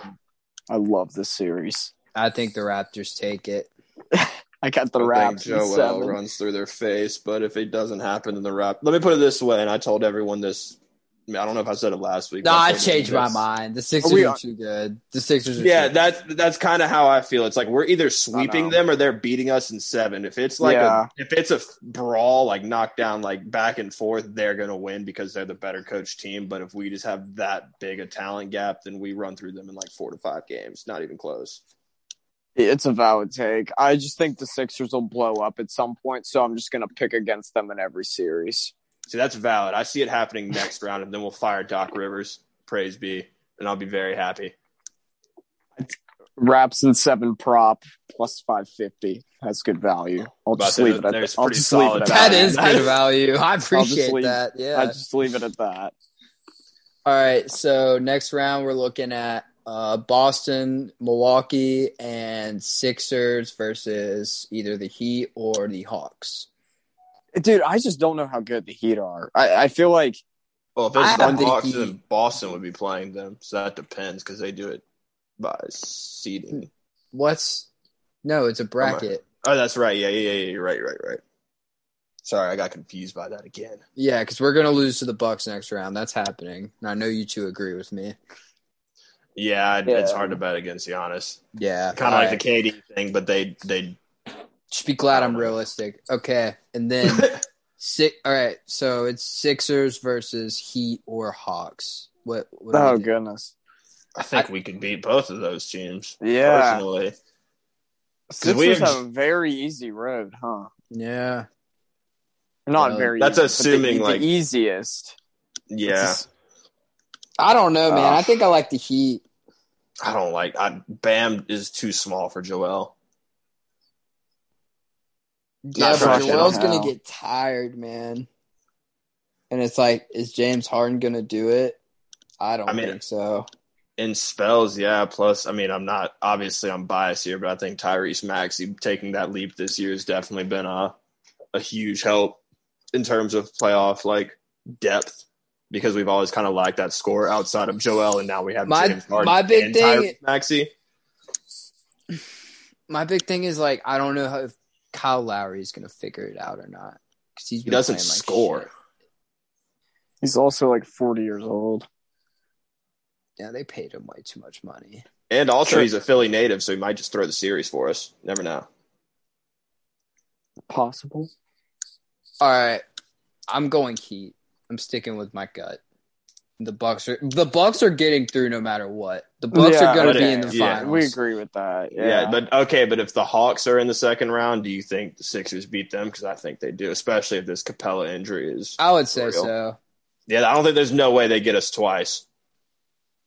I love this series.
I think the Raptors take it.
I got the
I think
Raps in
Joel
seven.
runs through their face, but if it doesn't happen in the rap, let me put it this way, and I told everyone this. I, mean, I don't know if I said it last week.
No,
but
I
told
changed
them
my
this.
mind. The Sixers
we
are,
on-
too good. The Sixers are
Yeah,
too
that's that's kind of how I feel. It's like we're either sweeping
know.
them or they're beating us in seven. If it's like
Yeah.
a if it's a f- brawl, like knockdown, like back and forth, they're gonna win because they're the better coach team. But if we just have that big a talent gap, then we run through them in like four to five games. Not even close.
It's a valid take. I just think the Sixers will blow up at some point, so I'm just going to pick against them in every series.
See, that's valid. I see it happening next round, and then we'll fire Doc Rivers. Praise be, and I'll be very happy.
Raps in seven prop plus 550. That's good value. I'll
But
just leave it at
there's
that. I'll
pretty
just leave it
solid
at
good. That
that.
is
(laughs)
good value. I
Obviously,
appreciate that. Yeah.
I'll just leave it at that.
All right. So next round, we're looking at uh, Boston, Milwaukee, and Sixers versus either the Heat or the Hawks.
Dude, I just don't know how good the Heat are. I, I feel like
Well, if it's
I
the
think
Hawks,
he-
then Boston would be playing them. So that depends because they do it by seeding.
What's no? It's a bracket.
Oh, that's right. Yeah, yeah, yeah. You're right. You're right. You're right. Sorry, I got confused by that again.
Yeah, because we're gonna lose to the Bucks next round. That's happening, and I know you two agree with me.
Yeah, it- it's
Yeah.
hard to bet against Giannis.
Yeah,
Kind of
all
like
right.
the KD thing, but they they
Just be glad
I
I'm
don't know.
realistic. Okay, and then
(laughs)
six. All right, so it's Sixers versus Heat or Hawks. What? what do we
Oh
do?
goodness.
I think we could beat both of those teams.
Yeah.
Personally,
Sixers
we've-
have a very easy road, huh?
Yeah,
Not
Uh,
very
that's
easy, but the-
assuming,
the,
like-
easiest. It's
yeah.
just-
I don't know, man.
Uh,
I think I like the Heat.
I don't like. I Bam is too small for Joel.
Yeah,
sure I
but
can
Joel's
tell.
gonna get tired, man. And it's like, is James Harden gonna do it? I don't
I mean-
think so.
In spells, yeah. Plus, I mean, I'm not obviously I'm biased here, but I think Tyrese Maxey taking that leap this year has definitely been a a huge help in terms of playoff like depth because we've always kind of liked that score outside of Joel, and now we have
My-
James Harden
my big
and
thing-
Tyrese Maxey.
My big thing is like, I don't know how, if Kyle Lowry is gonna figure it out or not. because he's
He
been
doesn't
playing like
score.
shit.
He's also like 40 years old.
Yeah, they paid him way too much money.
And also,
Sure.
he's a Philly native, so he might just throw the series for us. Never know.
Possible.
All right, I'm going Heat. I'm sticking with my gut. The Bucks are the Bucks are getting through no matter what. The Bucks
Yeah,
are going to be
okay.
in the
Yeah,
finals.
We agree with that. Yeah.
Yeah. but okay, but if the Hawks are in the second round, do you think the Sixers beat them? Because I think they do, especially if this Capella injury is.
I would say
Real.
so.
Yeah, I don't think there's no way they get us twice.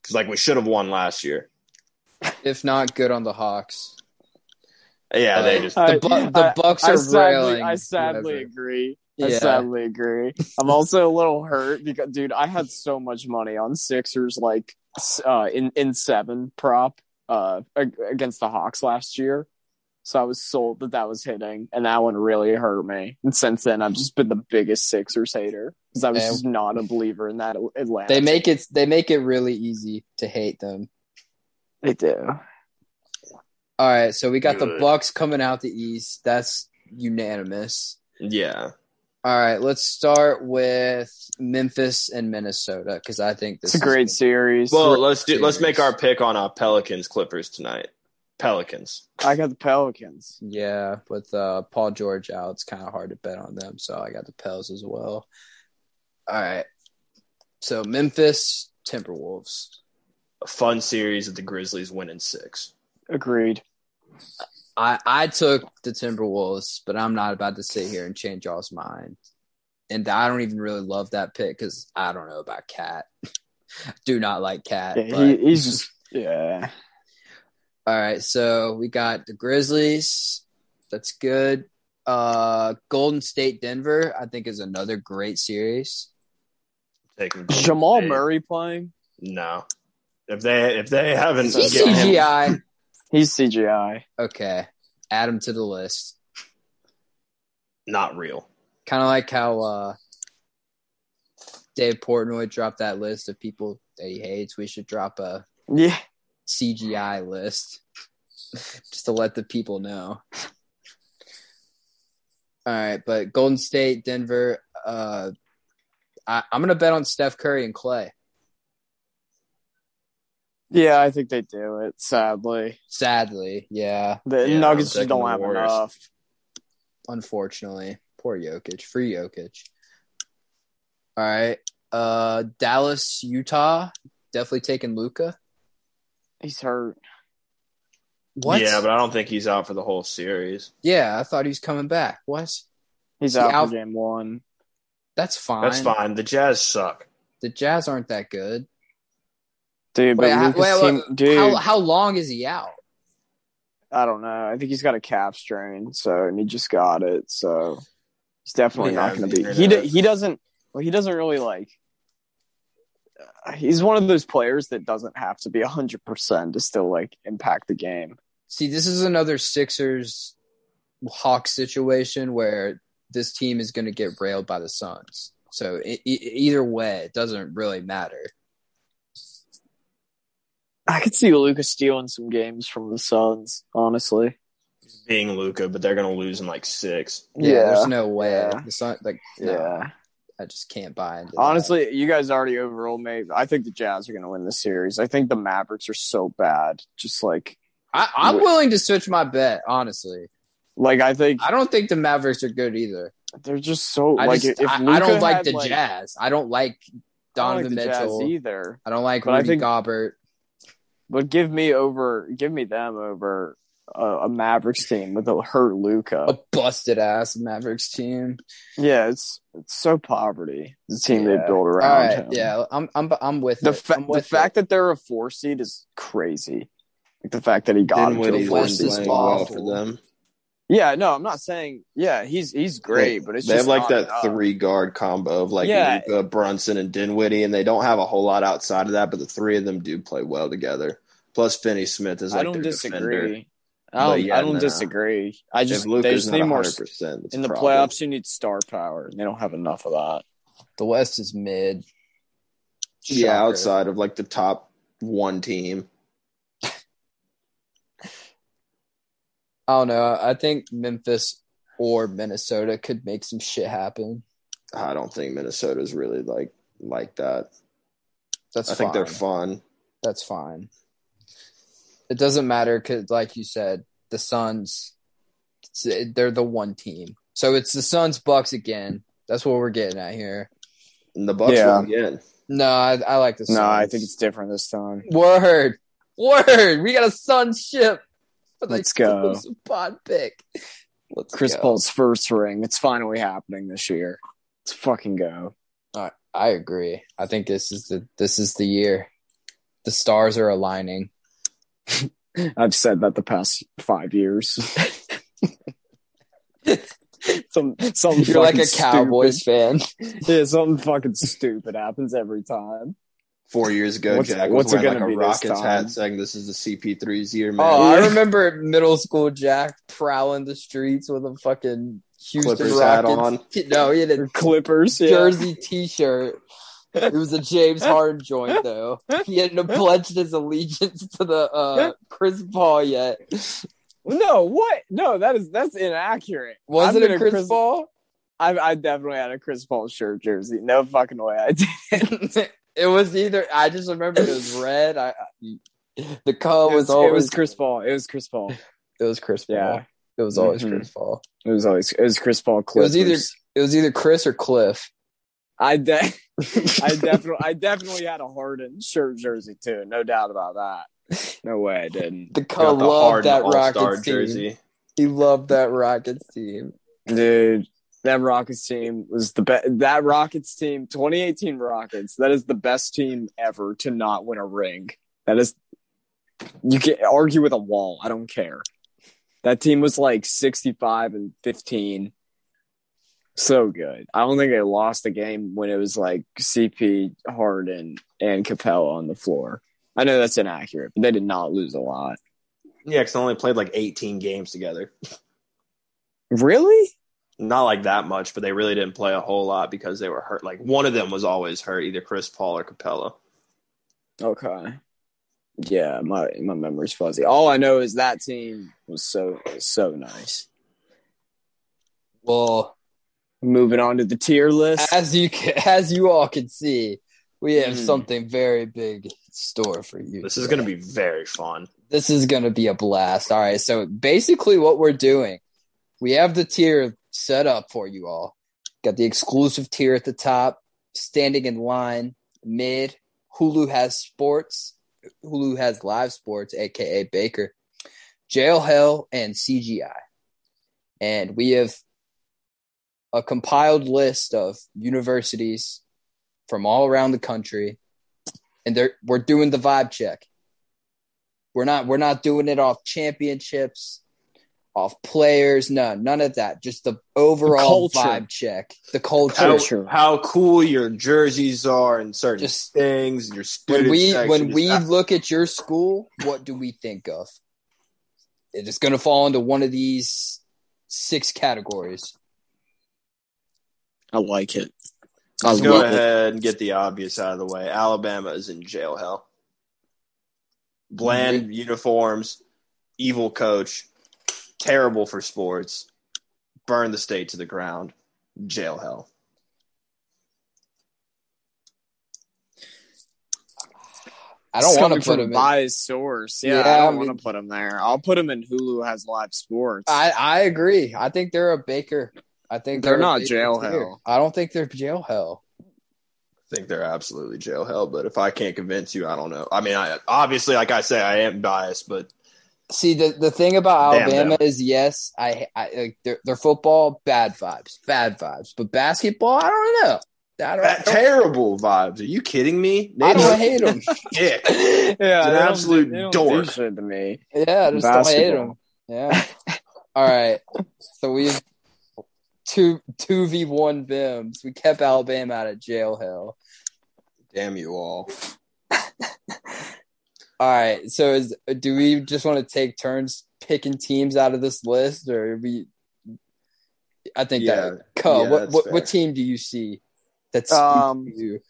Because like we should have won last year.
If not, good on the Hawks.
Yeah, they
Uh,
just.
The, Bu- the
I-
Bucks
I
are
sadly,
railing.
I sadly
whoever.
agree. I
Yeah.
sadly agree. I'm also a little hurt because, dude, I had so much money on Sixers like s- uh, in in seven prop uh, ag- against the Hawks last year, so I was sold that that was hitting, and that one really hurt me. And since then, I've just been the biggest Sixers hater because I was
Yeah.
just not a believer in that Atlanta.
They
team.
make it. They make it really easy to hate them.
they do.
All right, so we got the
Good.
Bucks coming out the East. That's unanimous.
Yeah.
All right, let's start with Memphis and Minnesota because I think this
It's a great
is
series.
Well, let's do. Let's
series.
make our pick on uh, Pelicans Clippers tonight. Pelicans.
I got the Pelicans.
yeah. With uh, Paul George out, it's kind of hard to bet on them, so I got the Pels as well. All right, so Memphis Timberwolves.
A fun series that the Grizzlies win in six.
Agreed.
I I took the Timberwolves, but I'm not about to sit here and change y'all's mind. And I don't even really love that pick because I don't know about Cat. (laughs) Do not like Cat.
Yeah, he, he's just yeah.
(laughs) All right, so we got the Grizzlies. That's good. Uh, Golden State, Denver. I think is another great series.
Taking
Jamal
Hey,
Murray playing?
No. If they if they haven't
He's
given him-
CGI.
He's CGI.
Okay, add him to the list.
not real.
Kind of like how uh, Dave Portnoy dropped that list of people that he hates. We should drop a
Yeah.
CGI list (laughs) just to let the people know. All right, but Golden State, Denver, uh I, I'm gonna bet on Steph Curry and Clay.
Yeah, I think they do it, sadly.
Sadly, yeah,
The
Yeah,
Nuggets
I'm
just don't
taking the
have
Warriors.
enough.
unfortunately. Poor Jokic. Free Jokic. All right. Uh Dallas, Utah. Definitely taking Luca.
He's hurt.
What?
Yeah, but I don't think he's out for the whole series.
Yeah, I thought he was coming back. What?
He's
He
out
out-
for game one.
That's fine.
That's fine. The Jazz suck.
The Jazz aren't that good.
Dude,
Wait,
but
how-
Lucas
wait,
team,
wait,
dude,
How how long is he out?
I don't know. I think he's got a calf strain, so and he just got it, so he's definitely
We
not
have
going
the
to be. He
internet.
d- he doesn't. Well, he doesn't really like. He's one of those players that doesn't have to be hundred percent to still like impact the game.
See, this is another Sixers Hawks situation where this team is going to get railed by the Suns. So e- e- either way, it doesn't really matter.
I could see Lucas stealing some games from the Suns, honestly.
Being Luca, but they're gonna lose in like six.
Yeah, there's no way
yeah.
the Sun. Like, no,
Yeah.
I just can't buy into. that.
Honestly, you guys already overruled me. I think the Jazz are going to win this series. I think the Mavericks are so bad. Just like,
I, I'm willing to switch my bet. Honestly,
like I think
I don't think the Mavericks are good either.
they're just so
I
like.
just,
if
I, I
Luka
don't like
had,
the Jazz. I don't like
I don't like
Donovan
the Jazz
Mitchell.
either.
I don't like
But I
Rudy
think-
Gobert.
But give me over, give me them over a, a Mavericks team with a hurt
A
Luca.
busted ass Mavericks team.
Yeah, it's it's so poverty. The team
Yeah.
they built
All
around
right,
him.
yeah, I'm I'm I'm with
The,
it.
fa-
I'm
the
with it.
fact that they're a four seed is crazy. Like the fact that he got him to a
Dinwiddie's
four
been
West
seed.
is
playing well
awful.
for them.
Yeah, no, I'm not saying. Yeah, he's he's great, but it's
they
just
have like
not
that
enough.
three guard combo of like
Yeah.
Luca, Brunson, and Dinwiddie, and they don't have a whole lot outside of that, but the three of them do play well together. Plus, Finney Smith is like
I don't
their
disagree.
defender.
I don't,
But yeah,
I don't
no.
disagree. I
If
just they
Luca's
just
not
need
one
more.
hundred percent,
In the playoffs, you need star power. and They don't have enough of that.
The West is mid.
yeah,
Shocker.
outside of like the top one team.
I don't know. I think Memphis or Minnesota could make some shit happen.
I don't think Minnesota's really like like that.
That's
I
fine.
think they're fun.
That's fine. It doesn't matter because, like you said, the Suns, they're the one team. So it's the Suns Bucks again. That's what we're getting at here.
And the Bucks
Yeah.
won again.
No, I, I like the Suns.
No, I think it's different this time.
word, word. We got a Suns ship. for the
Let's go.
exclusive Pod pick. Let's
Chris
go.
Paul's first ring. It's finally happening this year. Let's fucking go.
I agree. I think this is the this is the year. The stars are aligning.
I've said that the past
(laughs)
five years. some some
You're like
fucking
a Cowboys
(laughs)
fan.
stupid- Yeah, something fucking stupid happens every time.
Four years ago,
What's-
Jack
what's
was
it
wearing
gonna
like
be
a
this
Rockets
time?
hat saying this is the CP3's year, man.
Oh, I remember middle school Jack prowling the streets with a fucking Houston
Clippers hat
Rockets.
on.
t- (laughs) no, he had a
Clippers, yeah.
jersey T-shirt. It was a
(laughs)
James Harden joint, though. He hadn't pledged his allegiance to the uh, Chris Paul yet.
No, what? No, that is that's inaccurate.
Was
I've
it
been
a Chris, Paul?
I, I definitely had a Chris Paul shirt jersey. No fucking way. I did.
(laughs) it was either. I just remember it
(laughs)
was red. I, I- the color
it was,
was,
it
always
was Chris Paul. It was
(laughs)
Chris Paul.
It was Chris Paul.
Yeah.
It was always
Mm-hmm.
Mhm.
Chris Paul.
It was always it was Chris Paul.
was
Clippers.
either- It was either Chris or Cliff.
I de- (laughs) I definitely I definitely had a Harden shirt jersey too. No doubt about that. No way I didn't.
The
Got
Cub
the
loved
hard
that
All-Star
Rockets team.
jersey.
He loved that Rockets team.
Dude, that Rockets team was the best. That Rockets team, 2018 Rockets, that is the best team ever to not win a ring. That is, you can argue with a wall. I don't care. That team was like 65 and 15. So good. I don't think they lost a game when it was like CP, Harden, and Capella on the floor. I know that's inaccurate, but they did not lose a lot.
Yeah, because they only played like 18 games together.
Really?
Not like that much, but they really didn't play a whole lot because they were hurt. Like one of them was always hurt, either Chris Paul or Capella.
Okay. Yeah, my my memory's fuzzy. All I know is that team was so so nice.
Well,
Moving on to the tier list.
as you ca- as you all can see, we have
Mm.
something very big in store for you.
Hmm. This is
today.
going to be very fun.
this is going to be a blast. All right, so basically what we're doing, we have the tier set up for you all. Got the exclusive tier at the top, standing in line, mid, Hulu has sports, Hulu has live sports aka Baker, Jail Hell and CGI. And we have a compiled list of universities from all around the country and they're, we're doing the vibe check. We're not we're not doing it off championships, off players, no, none of that. Just the overall
culture.
vibe check, the culture.
How,
Culture.
how cool your jerseys are and certain
Just-
things. Your student
when we
section,
when
just-
we
I-
look at your school, what do we think of? It is going to fall into one of these six categories.
I like it. I
Let's go
love it.
ahead and get the obvious out of the way. Alabama is in jail hell.
Mm-hmm.
Bland uniforms, evil coach, terrible for sports, burn the state to the ground, jail hell.
I don't
It's
want
coming
to put
from a
them. In. I
biased source. Yeah,
Yeah,
I
I
don't
mean-
want to put them there. I'll put them in Hulu has live sports.
I agree. I think they're a Baker. I think
They're
a
not
Baker
jail
tier.
hell.
I don't think they're jail hell.
I think they're absolutely jail hell, but if I can't convince you, I don't know. I mean, I obviously, like I say, I am biased, but
See the the thing about
Damn
Alabama is yes, I, I like their their football bad vibes, bad vibes, but basketball I don't know. I don't, I
that
don't,
terrible vibes. Are you kidding me? (laughs)
I
Nate's a
don't hate them.
dick.
(laughs) yeah, uh, they don't do-
absolute
they don't
dork.
do shit to me.
Yeah, I just don't hate
Basketball.
them. Yeah. All right. So we have two two v one bims. We kept Alabama out of jail hell.
Damn you all.
All right. So is do we just want to take turns picking teams out of this list, or we? I think
Yeah,
that. Co,
yeah,
what
that's
what, what
fair.
team do you see? That's
Um,
you.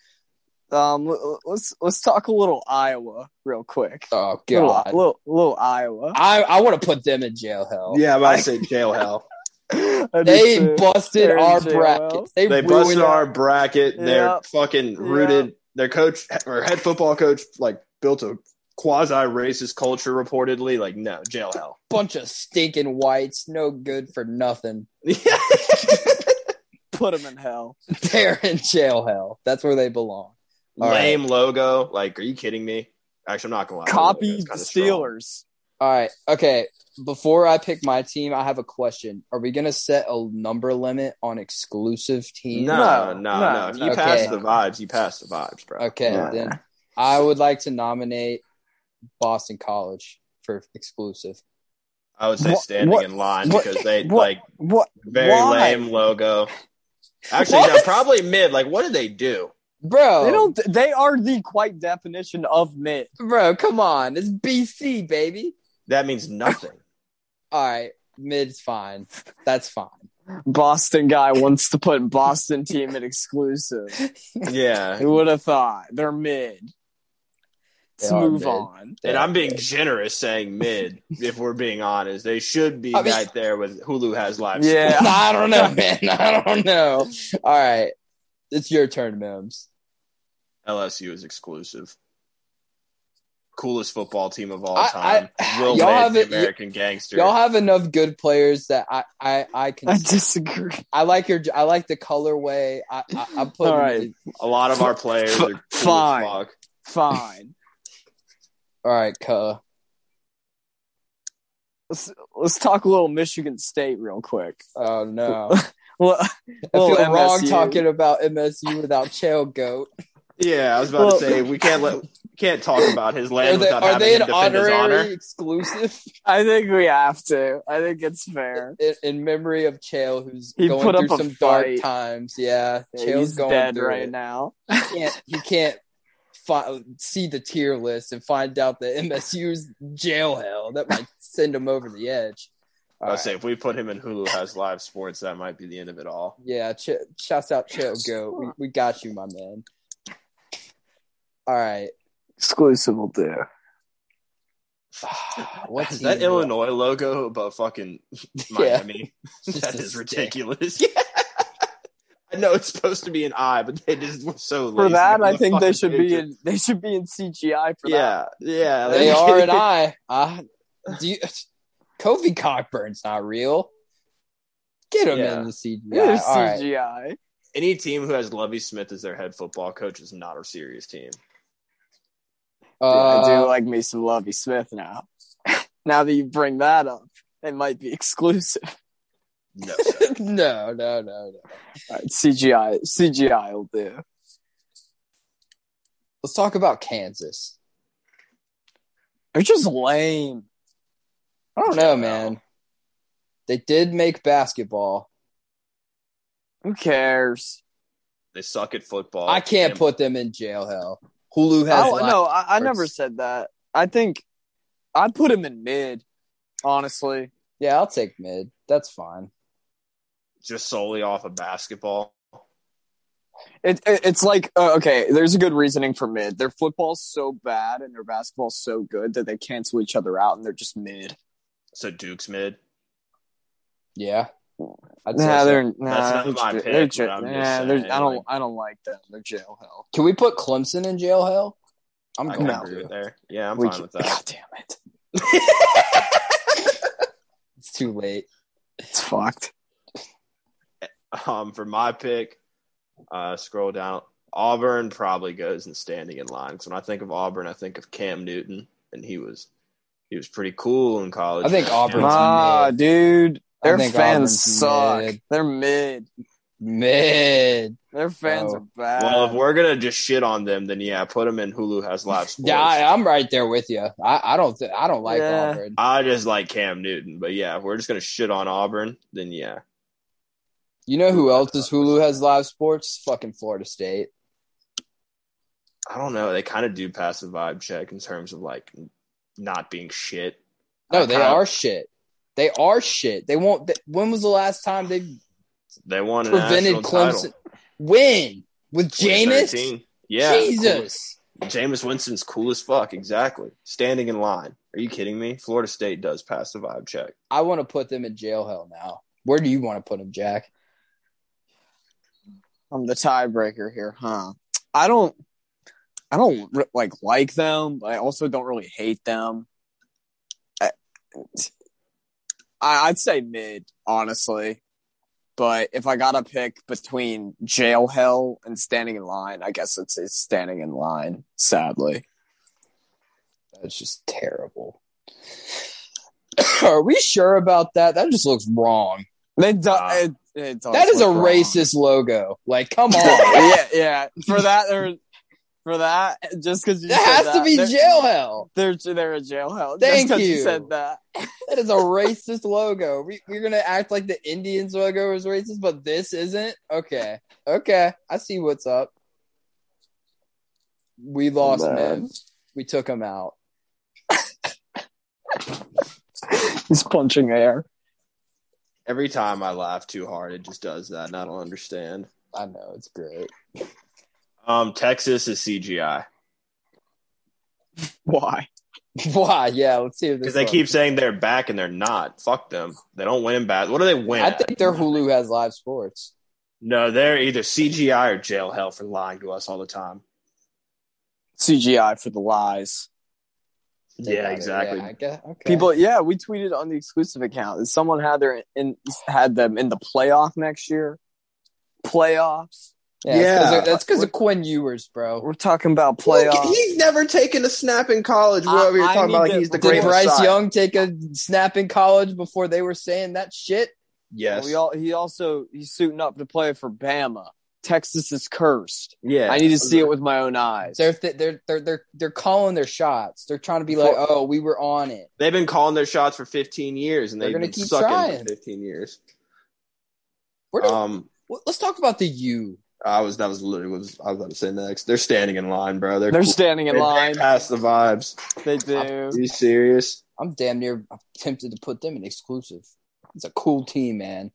Um, l- let's let's talk a little Iowa real quick.
Oh
Little,
god.
little little Iowa.
I I want to put them in jail hell.
(laughs) Yeah, I'm about to say jail hell.
They
too.
busted
They're in
our
jail.
brackets. They,
They
ruined
busted
our.
our bracket. They're
Yep.
fucking rooted. Their coach or head football coach like built a quasi racist culture reportedly. Like no jail hell. (laughs)
bunch of stinking whites, no good for nothing.
Put him in hell.
(laughs) They're in jail hell. That's where they belong. All right.
Lame logo. Like are you kidding me? Actually, I'm not gonna lie.
Copy
logo's
the
kinda strong.
Steelers.
All right. Okay. Before I pick my team, I have a question. Are we going to set a number limit on exclusive teams?
No,
No, no, no.
no,
If you
no.
pass
Okay.
the vibes, you pass the vibes, bro.
Okay.
No.
Then I would like to nominate Boston College for exclusive.
I would say
What-
standing
what-
in line
what-
because they
what-
like
What?
very
Why?
lame logo. Actually, no,
What?
probably mid. Like, what did they do?
Bro.
They don't. They are the quite definition of mid.
Bro, come on. It's BC, baby.
That
(laughs)
means nothing.
All right. Mid's fine. That's fine.
Boston guy wants to put Boston team in exclusive.
yeah.
Who would have thought? They're mid.
They
Let's
are
move
mid.
on.
And I'm being generous saying mid, if we're being honest. They should be
I mean-
right there with Hulu has live.
Yeah.
(laughs) I don't
(laughs)
know, man. I don't know. All right. It's your turn, Mims.
LSU is exclusive. Coolest football team of all
I-
time.
I-
Will
y'all
Wade,
have
the
it- y-
American gangster.
Y'all have enough good players that I I I can
I disagree.
I like your I like the colorway. I I, I put
All right.
a lot of our players
F-
are cool as
fine.
fuck.
Fine.
all right, Cuh.
Let's let's talk a little Michigan State real quick.
Oh no, I
Well, (laughs)
feel
Little
wrong
MSU.
talking about MSU without Chael Goat.
Yeah, I was about
Well-
to say we can't let can't talk about his land
are they,
without
are
having
they
him
an
defend his
honorary
honor.
(laughs)
exclusive
I think we have to. I think it's fair.
in, in memory of Chael, who's
He
going
put up
through
a
some dark
fight.
times? Yeah, Chael's
He's
going
dead
through
right
it.
now.
You can't you can't fi- see the tier list and find out that (laughs) MSU's jail hell. That might send him over the edge.
I
All
would say if we put him in Hulu has live sports, that might be the end of it all.
Yeah, ch- shouts out Chill Goat. We, we got you, my man. All
(sighs)
right.
Exclusive will do.
What
is that
team? (laughs)
Illinois logo above (laughs) fucking
Yeah.
Miami?
Just
(laughs) that
a
is
stick.
(laughs) ridiculous. I know it's supposed to be an eye, but they just were so lazy.
For that,
with
I
the
think they
fucking
should be
picture.
in. They should be in CGI for that.
Yeah, yeah,
They
like- (laughs)
are an eye. Uh, do you, (laughs) Kofi Cockburn's not real. Get him
Yeah.
in the CGI.
They're
All right.
CGI.
Any team who has Lovey Smith as their head football coach is not a serious team.
Dude, I do
Uh,
like me some Lovey Smith now. (laughs) now that you bring that up, it might be (laughs) exclusive.
(laughs) No,
(laughs) no, no, no, no.
All right, CGI, CGI will do.
Let's talk about Kansas.
They're just lame.
I don't know, man. They did make basketball.
Who cares?
they suck at football.
I can't
Oh, Damn.
put them in jail hell. Hulu has
Oh
li-
no, I, I never
sports.
said that. I think I put him in mid. Honestly,
Yeah, I'll take mid. That's fine.
just solely off of basketball.
it, it it's like uh, okay. There's a good reasoning for mid. Their football's so bad and their basketball's so good that they cancel each other out, and they're just mid.
So Duke's mid.
Yeah. I'd say
Nah,
so.
they're nah,
not
they're
my
j-
pick,
they're
but
j-
I'm just
nah, they're-
saying,
I don't
like-
I don't like them. They're jail hell.
Can we put Clemson in jail hell? I'm
I
going
can
No.
agree
to.
with there. Yeah, I'm
We
fine
can-
with that.
God damn it,
It's too late.
it's fucked.
Um, for my pick, uh, scroll down. Auburn probably goes in standing in line because when I think of Auburn, I think of Cam Newton, and he was he was pretty cool in college.
I think Auburn's
Nah,
mid.
dude,
I
their
think
fans
Auburn's
suck.
mid.
They're mid.
Mid.
Their fans
Oh.
are bad.
Well, if we're gonna just shit on them, then yeah, put them in Hulu
(laughs)
has live sports.
Yeah, I, I'm right there with you. I, I don't. Th- I don't like
Yeah.
Auburn.
I just like Cam Newton, but yeah, if we're just gonna shit on Auburn, then yeah,
You know who else is Hulu has live sports? Fucking Florida State.
I don't know. They kind of do pass the vibe check in terms of like not being shit.
No,
I
they
kinda-
are shit. They are shit. They won't. They, when was the last time they
They won a
prevented
national title.
Clemson win with Jameis?
2013. Yeah.
Jesus.
Cool. Jameis Winston's cool as fuck. Exactly. Standing in line. Are you kidding me? Florida State does pass the vibe check.
I want to put them in jail hell now. Where do you want to put him, Jack?
I'm the tiebreaker here, huh? I don't, I don't re- like like them, but I also don't really hate them. I, I- I'd say mid, honestly. But if I gotta pick between jail hell and standing in line, I guess it's, it's standing in line. Sadly,
That's just terrible. Are we sure about that? That just looks wrong.
they do-
Wow.
it, it does
that is a
look wrong.
racist logo. Like, come on.
(laughs) yeah, yeah. For that, or for that, just because you
that
said
has to
that,
be
they're-
jail hell.
They're they're a jail hell.
Thank
just 'cause
you.
said that. (laughs)
That is a racist logo. We, we're gonna act like the Indians logo is racist, but this isn't. Okay, okay, I see what's up. We lost
Man.
Miv. We took him out.
He's punching air.
Every time I laugh too hard, it just does that, and I don't understand.
I know it's great. (laughs)
Um, Texas is CGI
Why?
Why? Yeah, let's see if this
because they
works.
keep saying they're back and they're not. Fuck them. They don't win in bat. What do they win?
I
at?
think their Hulu has live sports.
No, they're either CGI or jail hell for lying to us all the time.
CGI for the lies.
They
Yeah,
got it.
exactly.
I guess, okay.
People, yeah, we tweeted on the exclusive account that someone had their in had them in the playoff next year. Playoffs.
yeah,
Yeah.
that's because of Quinn Ewers, bro.
We're talking about playoffs.
He's never taken a snap in college.
I-
We're over here
I
talking
need
about like
to-
he's the
Did
great
Did Bryce
Messiah.
Young take a snap in college before they were saying that shit?
Yes.
We all. He also he's suiting up to play for Bama. Texas is cursed.
yeah.
I need to see it with my own eyes.
They're th- they're they're they're they're calling their shots. They're trying to be like, oh, we were on it.
They've been calling their shots for 15 years, and
They're
they've
gonna
been
keep
sucking
trying.
for 15 years.
Where
Uh,
do,
Um,
well, let's talk about the U.
I was that was literally what I was about to say next. They're standing in line, bro. They're,
They're
cool.
standing in
They- they
line.
Pass the vibes.
They do.
Are you serious?
I'm damn near tempted to put them in exclusive. It's a cool team, man.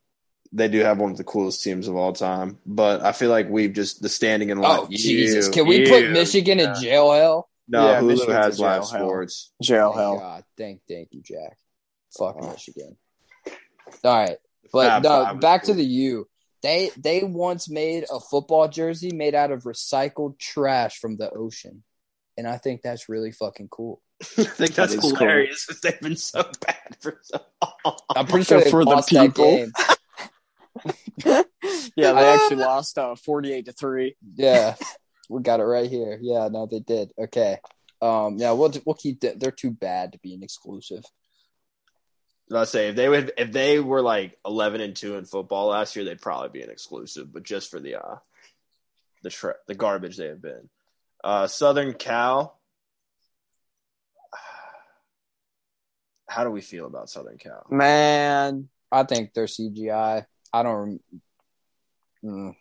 They do have one of the coolest teams of all time, but I feel like we've just the standing in line.
Oh Jesus!
Ew,
Can we put
ew.
Michigan in jail hell?
No,
Yeah,
Hulu
Michigan's
has
a jail
live
hell.
sports.
Jail
Thank
hell.
God. Thank thank you, Jack. Fuck Michigan. All right. But
Fab
no,
Five is
back to
cool.
the U. They they once made a football jersey made out of recycled trash from the ocean, and I think that's really fucking cool.
(laughs) I think
That
that's
is cool.
hilarious because they've been so (laughs) bad for so long.
I'm pretty sure they
For the
lost that
people.
game.
Yeah, they actually lost uh, forty-eight to three.
Yeah, we got it right here. Yeah, no, they did. Okay. Um. Yeah, we'll we'll keep that. They're too bad to be an exclusive.
I say if they would if they were like eleven and two in football last year, they'd probably be an exclusive, but just for the uh the shre- the garbage they have been. Uh Southern Cal. (sighs) How do we feel about Southern Cal?
Man,
I think they're CGI. I don't. Rem- mm.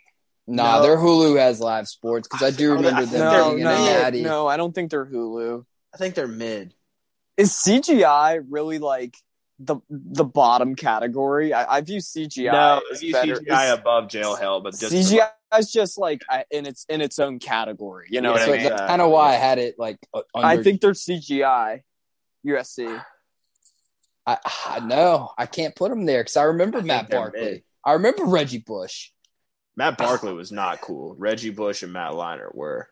Nah,
No.
their Hulu has live sports because I do
I think-
remember them
I
no,
think
being in
they're
a
no,
natty.
no, I don't think they're Hulu.
I think they're mid.
Is CGI really like the the bottom category? I, I view CGI
no,
as
if you
better.
CGI
is-
above jail hell, but just
CGI is just like I- in its in its own category. You know
Yeah,
what
so
I mean?
that's kind of why I had it like. u- Under,
I think they're CGI. USC.
I, I know I can't put him there because I remember
I think
Matt
they're
Barkley.
mid.
I remember Reggie Bush.
Matt Barkley was not cool. Reggie Bush and Matt Leinart were.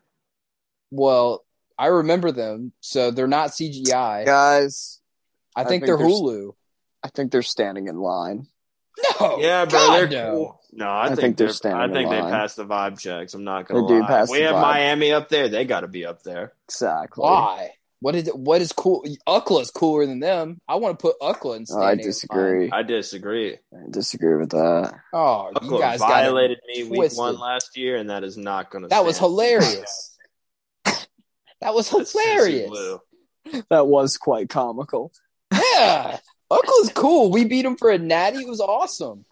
Well, I remember them, so they're not CGI.
Guys,
I, think
think
they're
they're-
Hulu.
I think they're standing in line.
No,
Yeah, bro,
Oh, God,
they're
no.
cool. No, I,
I
think,
think they're
they're.
standing
I think they
in line.
passed the vibe checks. I'm not gonna
They do
lie.
pass
we
the
have
vibe.
Miami up there. They got to be up there.
Exactly. Oh,
Why? What is what is cool? Ukla's cooler than them. I want to put Ukla in.
Oh, I
Standing
disagree.
I disagree.
I disagree with that.
Oh, you
Buckle
guys got it.
violated me week
twisted.
one last year, and that is not gonna.
That was
stand. (laughs)
hilarious. that was
That's Sissy
hilarious.
Blue.
That was quite comical.
Yeah, Ukla's cool. We beat him for a natty. It was awesome.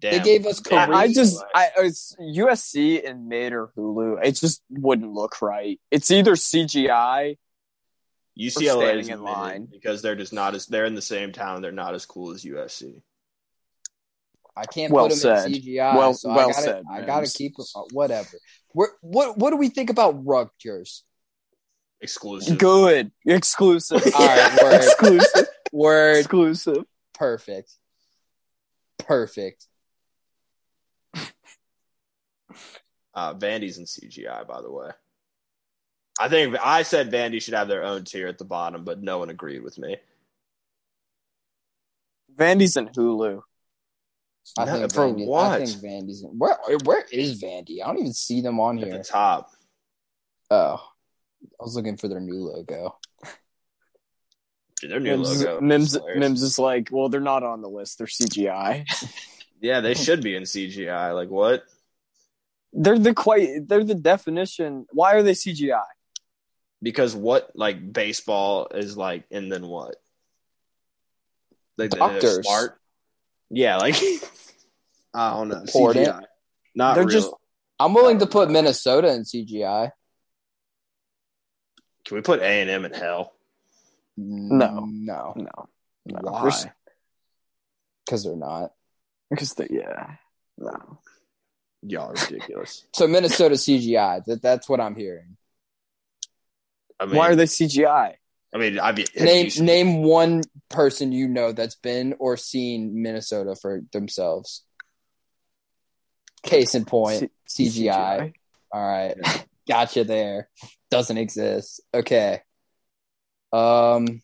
Damn.
They gave us
Damn.
I, I
Kareem.
just, I it's USC and mid or Hulu. It just wouldn't look right. It's either CGI.
UCLA
standing
is
in
in
line.
line because they're just not as. They're in the same town. They're not as cool as USC.
I can't
Well
put him
said.
in CGI.
Well-
so I
well
gotta,
said,
I
man.
gotta keep him. uh, Whatever. We're, what what do we think about
(laughs)
Rutgers?
Exclusive.
Good,
(laughs)
exclusive,
All right, word,
exclusive,
word,
exclusive.
perfect. perfect.
Uh, Vandy's in CGI, by the way. I think I said Vandy should have their own tier at the bottom, but no one agreed with me.
Vandy's in Hulu.
I
No,
think
for
Vandy,
what?
I think Vandy's where where is Vandy? I don't even see them on
At
here.
(laughs) the top.
Oh. I was looking for their new logo.
Dude, their new
Mims,
logo. is
Mims,
hilarious.
Mims is like, well, they're not on the list. They're CGI.
Yeah, they should be in CGI. Like what?
they're the quite. They're the definition. Why are they CGI?
Because what like baseball is like and then what? Like they're
Doctors.
smart. Yeah, like (laughs) I don't know.
Report it.
CGI. Not
They're
real.
just-
I'm willing to put Minnesota in CGI.
Can we put A and M in hell?
No.
No.
No, no.
Why?
They're s-
Because they're not.
Because they, yeah, no.
Y'all are ridiculous.
So Minnesota CGI. That that's what I'm hearing.
I mean,
Why are they CGI?
I mean, I've have
Name
you-
name one person you know that's been or seen Minnesota for themselves. Case in point, CGI. All right. (laughs) Gotcha there. Doesn't exist. Okay. Um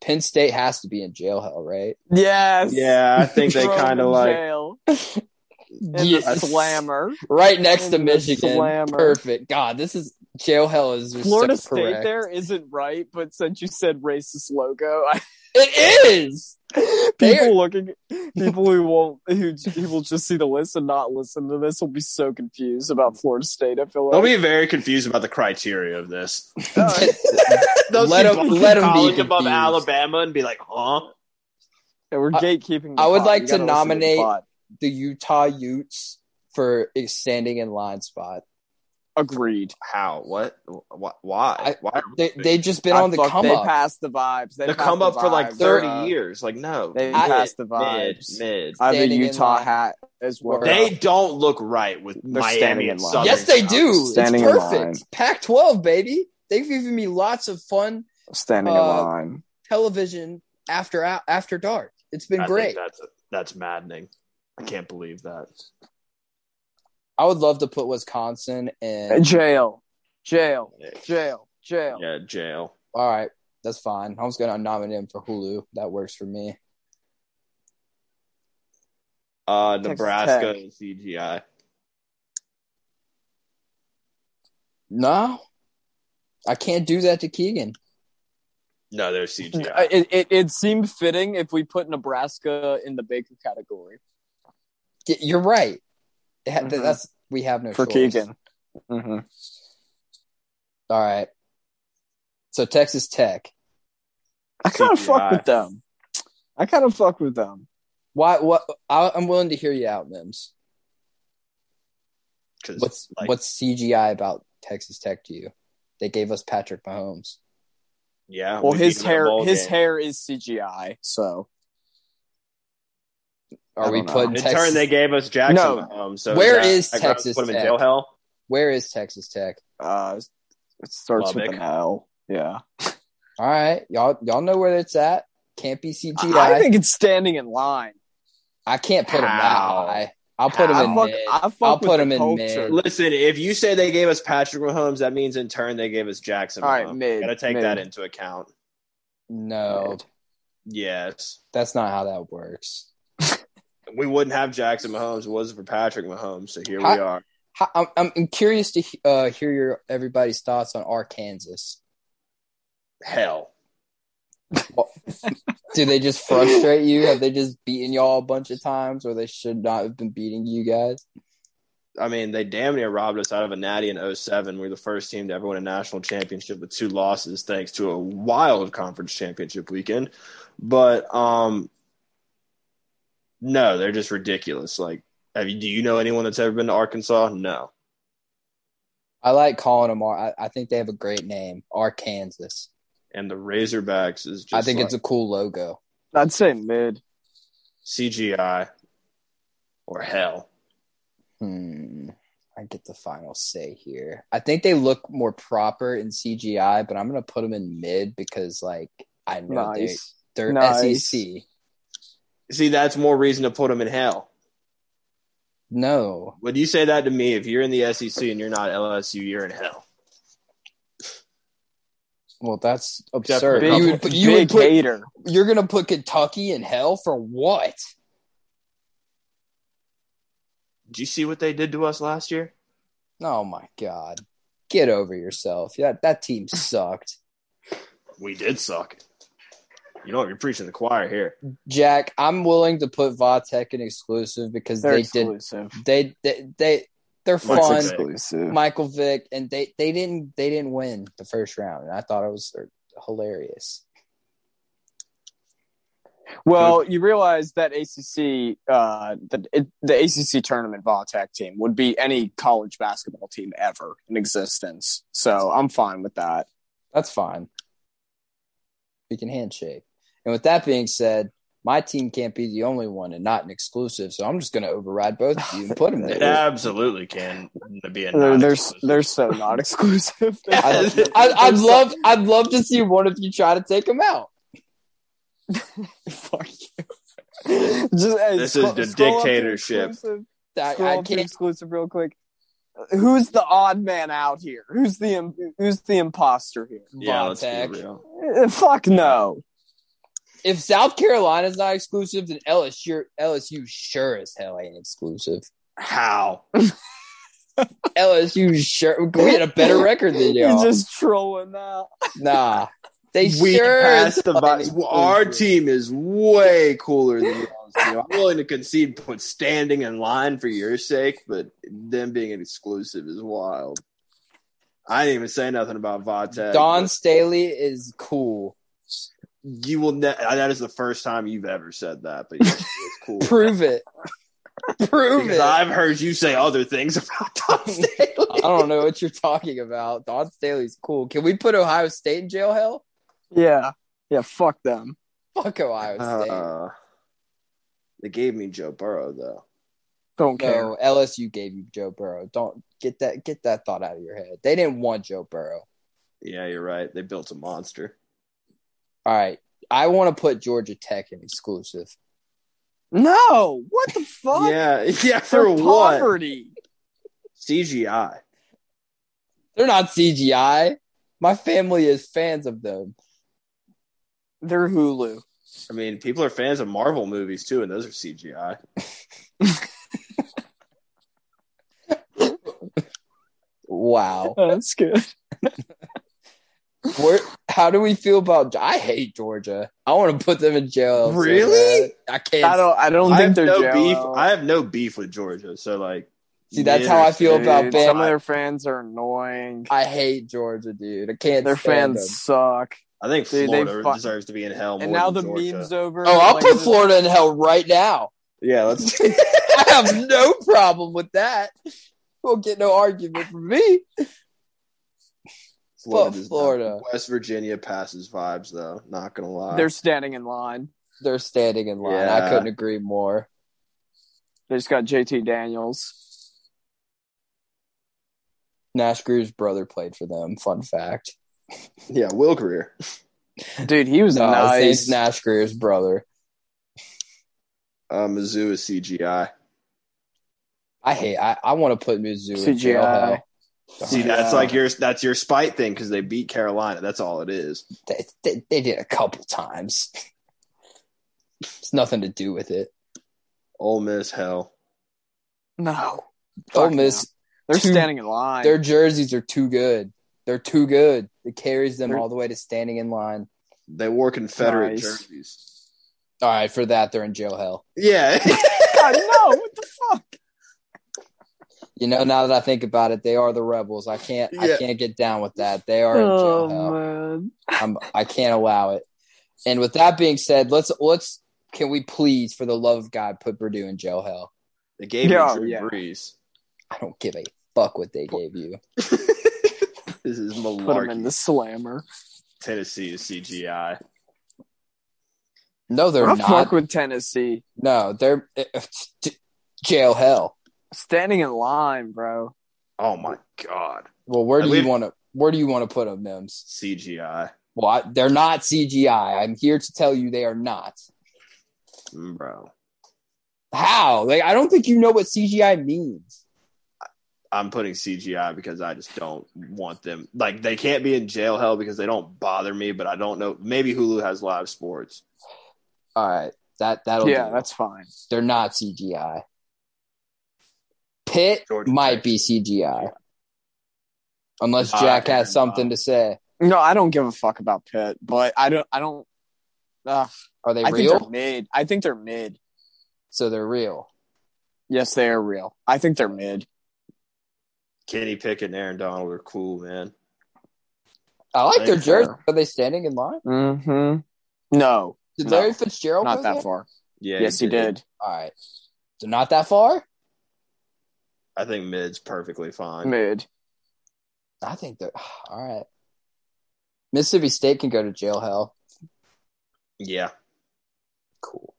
Penn State has to be in jail hell, right?
Yes.
Yeah, I think they
Throw them
kind of
in
like.
jail. in
Yes.
the slammer.
Right next to
in the
Michigan.
slammer.
Perfect. God, this is jail hell is just
Florida
so
State
correct.
there isn't right, but since you said racist logo, (laughs) I,
It
(laughs)
is. They
people
are-
looking, people who won't, who, who will just see the list and not listen to this will be so confused about Florida State. I feel
They'll
like
be very confused about the criteria of this. (laughs)
They'll see Let 'em- Boston let 'em be College above
above
confused.
Alabama and be like, huh?
Yeah, we're
I-
gatekeeping. the
I would
pod.
like
You
to
gotta listen the
nominate-
pod.
(laughs) the Utah Utes for standing in line spot.
Agreed.
How? What? Why? Why?
I-
Why?
They they've just been
I
on the
fuck-
come
they
up.
passed the vibes. They
the
passed
come up for like
vibes.
thirty
Uh,
years. Like no,
They
I-
passed the
mid,
vibes.
mid.
I have a
Standing in
Utah
line.
hat as well.
They don't look right with
They're standing
Miami
in
and
line.
Southern.
yes, they
Cal.
do.
Standing in
it's
line.
perfect. Pac 12, baby. They've given me lots of fun
standing
Uh,
in line.
television after after dark. It's been
I think
great.
That's that's maddening. I can't believe that.
I would love to put Wisconsin in.
Jail, jail,
Yeah.
jail, jail.
Yeah, jail.
All right, that's fine. I was going to nominate him for Hulu. That works for me.
Uh,
Texas
Nebraska
Tech.
and CGI.
No, I can't do that to Keegan.
No, they're CGI.
Uh, It, it it seemed fitting if we put Nebraska in the Baker category
Y- You're right. That-
Mhm.
That's we have no
for
choice.
Keegan. Mm-hmm.
All right. So Texas Tech.
I kind of
CGI.
fuck with them. I kind of fuck with them.
Why? What? I, I'm willing to hear you out, Mims.
'Cause,
What's
like,
what's CGI about Texas Tech to you? They gave us Patrick Mahomes.
yeah?
Well,
we
his
beat them in a
hair
bowl
his
game.
hair is CGI, so I
Are we
don't know.
putting
In
Texas?
turn, they gave us Jackson.
No.
Um, so
Where
that-
is
I grabbed-
Texas
Put him in
Tech?
jail hell.
Where is Texas Tech?
uh, it starts with
Lubbock.
an L. Yeah,
All right, y'all y'all know where it's at. Can't be CGI. I,
I think it's standing in line.
can't put him that
How?
high. I'll put him
I
in
fuck,
mid.
I fuck
I'll
with
put
the
him in
culture.
mid.
Listen, if you say they gave us Patrick Mahomes, that means in turn they gave us Jackson.
All right,
Mahomes.
mid,
Gotta take
mid.
that into account.
No,
Yes.
that's not how that works.
We wouldn't have Jackson Mahomes. if It wasn't for Patrick Mahomes. So here
Hi-
we are.
How- I'm- I'm I'm curious to he- uh, hear your everybody's thoughts on Arkansas.
Hell.
Do they just frustrate you? Have they just beaten y'all a bunch of times, or they should not have been beating you guys?
I mean, they damn near robbed us out of a natty in 07. We were the first team to ever win a national championship with two losses, thanks to a wild conference championship weekend. But um, no, they're just ridiculous. Like, have you, do you know anyone that's ever been to Arkansas? No.
I like calling them. Ar- I, I think they have a great name, Arkansas.
And the Razorbacks is just
I think
like
it's a cool logo.
I'd say mid.
CGI or hell.
Hmm. I get the final say here. I think they look more proper in CGI, but I'm gonna put them in mid because, like, I know
Nice.
E they're, they're
Nice.
SEC.
See, that's more reason to put him in hell.
No.
Would you say that to me if you're in the SEC and you're not LSU, you're in hell?
Well, that's
Jeff
absurd.
Big-
you would, put- you
big
would put,
hater.
you're going to put Kentucky in hell for what?
Did you see what they did to us last year?
Oh my god. Get over yourself. That that team sucked.
We did suck. You know, you're preaching to the choir here.
Jack, I'm willing to put Vatek in exclusive because
They're
they
exclusive.
did they they, they they're
Michael
fun.
Vick.
exclusive.
Michael Vick and they they didn't they didn't win the first round and I thought it was uh, hilarious.
Well, you realize that ACC, uh, the, it, the ACC tournament Voltech team would be any college basketball team ever in existence. So I'm fine with that.
That's fine. We can handshake. And with that being said, my team can't be the only one and not an exclusive, so I'm just going to override both of you and put them
(laughs) It
there.
absolutely can be a
They're,
non
they're, they're so not
(laughs)
exclusive.
I, I, I'd love, I'd love to see one of you try to take them out.
(laughs) Fuck you. Just, hey,
This
scroll-
is the
scroll up to
dictatorship.
exclusive.
I,
Scroll
I
up to
can't.
exclusive real quick. Who's the odd man out here? Who's the im- who's the imposter here?
(laughs) yeah, let's be
Vontae.
real.
Eh, Fuck no.
If South Carolina's not exclusive, then LSU, LSU sure as hell ain't exclusive.
How?
LSU sure we had a better record
(laughs)
than y'all.
You're just trolling now.
nah, they
we
sure as
passed the
hell ain't
vi- Our
exclusive.
team is way cooler than y'all's team. I'm willing to concede put standing in line for your sake, but them being an exclusive is wild. I didn't even say nothing about Vatek.
Don Staley is cool.
you will. Ne- uh, that is the first time you've ever said that, but yes, it's cool.
(laughs) Prove it. Prove
Because
it.
I've heard you say other things about
(laughs)
Don
I
Staley.
don't know what you're talking about. Don Staley's cool. Can we put Ohio State in jail hell?
Yeah. Yeah, fuck them.
Fuck Ohio State.
Uh, they gave me Joe Burrow though.
Don't care.
no, LSU gave you Joe Burrow. Don't get that get that thought out of your head. They didn't want Joe Burrow.
Yeah, you're right. They built a monster.
All right. I want to put Georgia Tech in exclusive.
No.
(laughs)
What the fuck?
Yeah, (laughs) yeah. For
They're
what?
poverty.
CGI.
They're not CGI. My family is fans of them.
They're Hulu.
I mean, people are fans of Marvel movies too, and those are CGI.
Wow.
That's good.
Where, how do we feel about I hate Georgia. I want to put them in jail. so
Really?
bad. I can't
I don't I don't
I
think
have
they're
no
jail.
beef. I have no beef with Georgia. So like,
See, that's how I feel
Dude,
about Bama.
some of their fans are annoying.
I hate Georgia, dude. I can't
Their
stand
fans
them.
suck.
I think
Dude, they
Florida
fu-
deserves to be in hell. More
and now the
than Georgia.
meme's over.
Oh, I'll
Like,
put Florida in hell right now. (laughs)
Yeah, let's.
I have no problem with that. We'll get no argument from me. Fuck
does not-
Florida.
West Virginia passes vibes though. Not gonna lie.
They're standing in line.
They're standing in line. I
Yeah.
couldn't agree more.
They just got JT
(laughs)
Daniels.
Nash Grew's brother played for them. Fun fact.
yeah, Will Career.
Dude, he was
No,
nice.
it's Uh, Nash Grew's brother.
Uh, Mizzou is CGI.
I hate. I, I want to put Mizzou in jail.
CGI.
hell.
See, that's
Oh, Yeah.
like your that's your spite thing because they beat Carolina. That's all it is.
They, they, they did a couple times. it's nothing to do with it.
Ole Miss hell.
No.
Ole
Fuck
Miss
no. They're
Two-
standing in line.
Their jerseys are too good. They're too good. It carries them
They're-
all the way to standing in line.
They wore Confederate
Nice.
jerseys.
All right, for that they're in jail hell.
Yeah,
(laughs)
(laughs)
God, no, what the fuck?
You know, now that I think about it, they are the rebels. I can't I
Yeah.
can't get down with that. They are in jail hell.
Oh, man.
I'm, I can't allow it. And with that being said, let's let's can we please, for the love of God, put Purdue in jail hell?
they gave
Yeah, oh,
me Drew
yeah.
Brees.
I don't give a fuck what they gave you.
This is
Put him in
malarkey.
the slammer.
Tennessee is CGI.
No, they're
I
not.
fuck with Tennessee.
no, they're jail hell.
Standing in line, bro.
Oh my god,
Well, where
I
do you
believe-
want to where do you want to put them, Mims?
CGI.
Well, I, they're not CGI. I'm here to tell you they are not.
bro.
How? Like, I don't think you know what CGI means.
I'm putting CGI because I just don't want them. Like they can't be in jail hell because they don't bother me. But I don't know. Maybe Hulu has live sports.
All right, that that'll
yeah,
do.
that's fine.
They're not CGI. Pitt
Georgia
might
Tech.
be CGI, unless
Nah,
Jack
I
has
think
something
not.
to say.
No, I don't give a fuck about Pitt, but I don't. I don't. Uh,
Are they
I think
real?
they're mid. I think they're mid.
so they're real.
Yes, they are real. I think they're mid.
Kenny Pickett and Aaron Donald are cool, man.
I like their
Think
jerseys.
so.
Are they standing in line?
Hmm. No,
Did
No,
Larry Fitzgerald
not
go
that
there?
far.
Yeah,
Yes, he did.
All right, so not that far.
I think mid's perfectly fine.
Mid.
I think they're (sighs) all right. Mississippi State can go to jail hell.
Yeah,
Cool.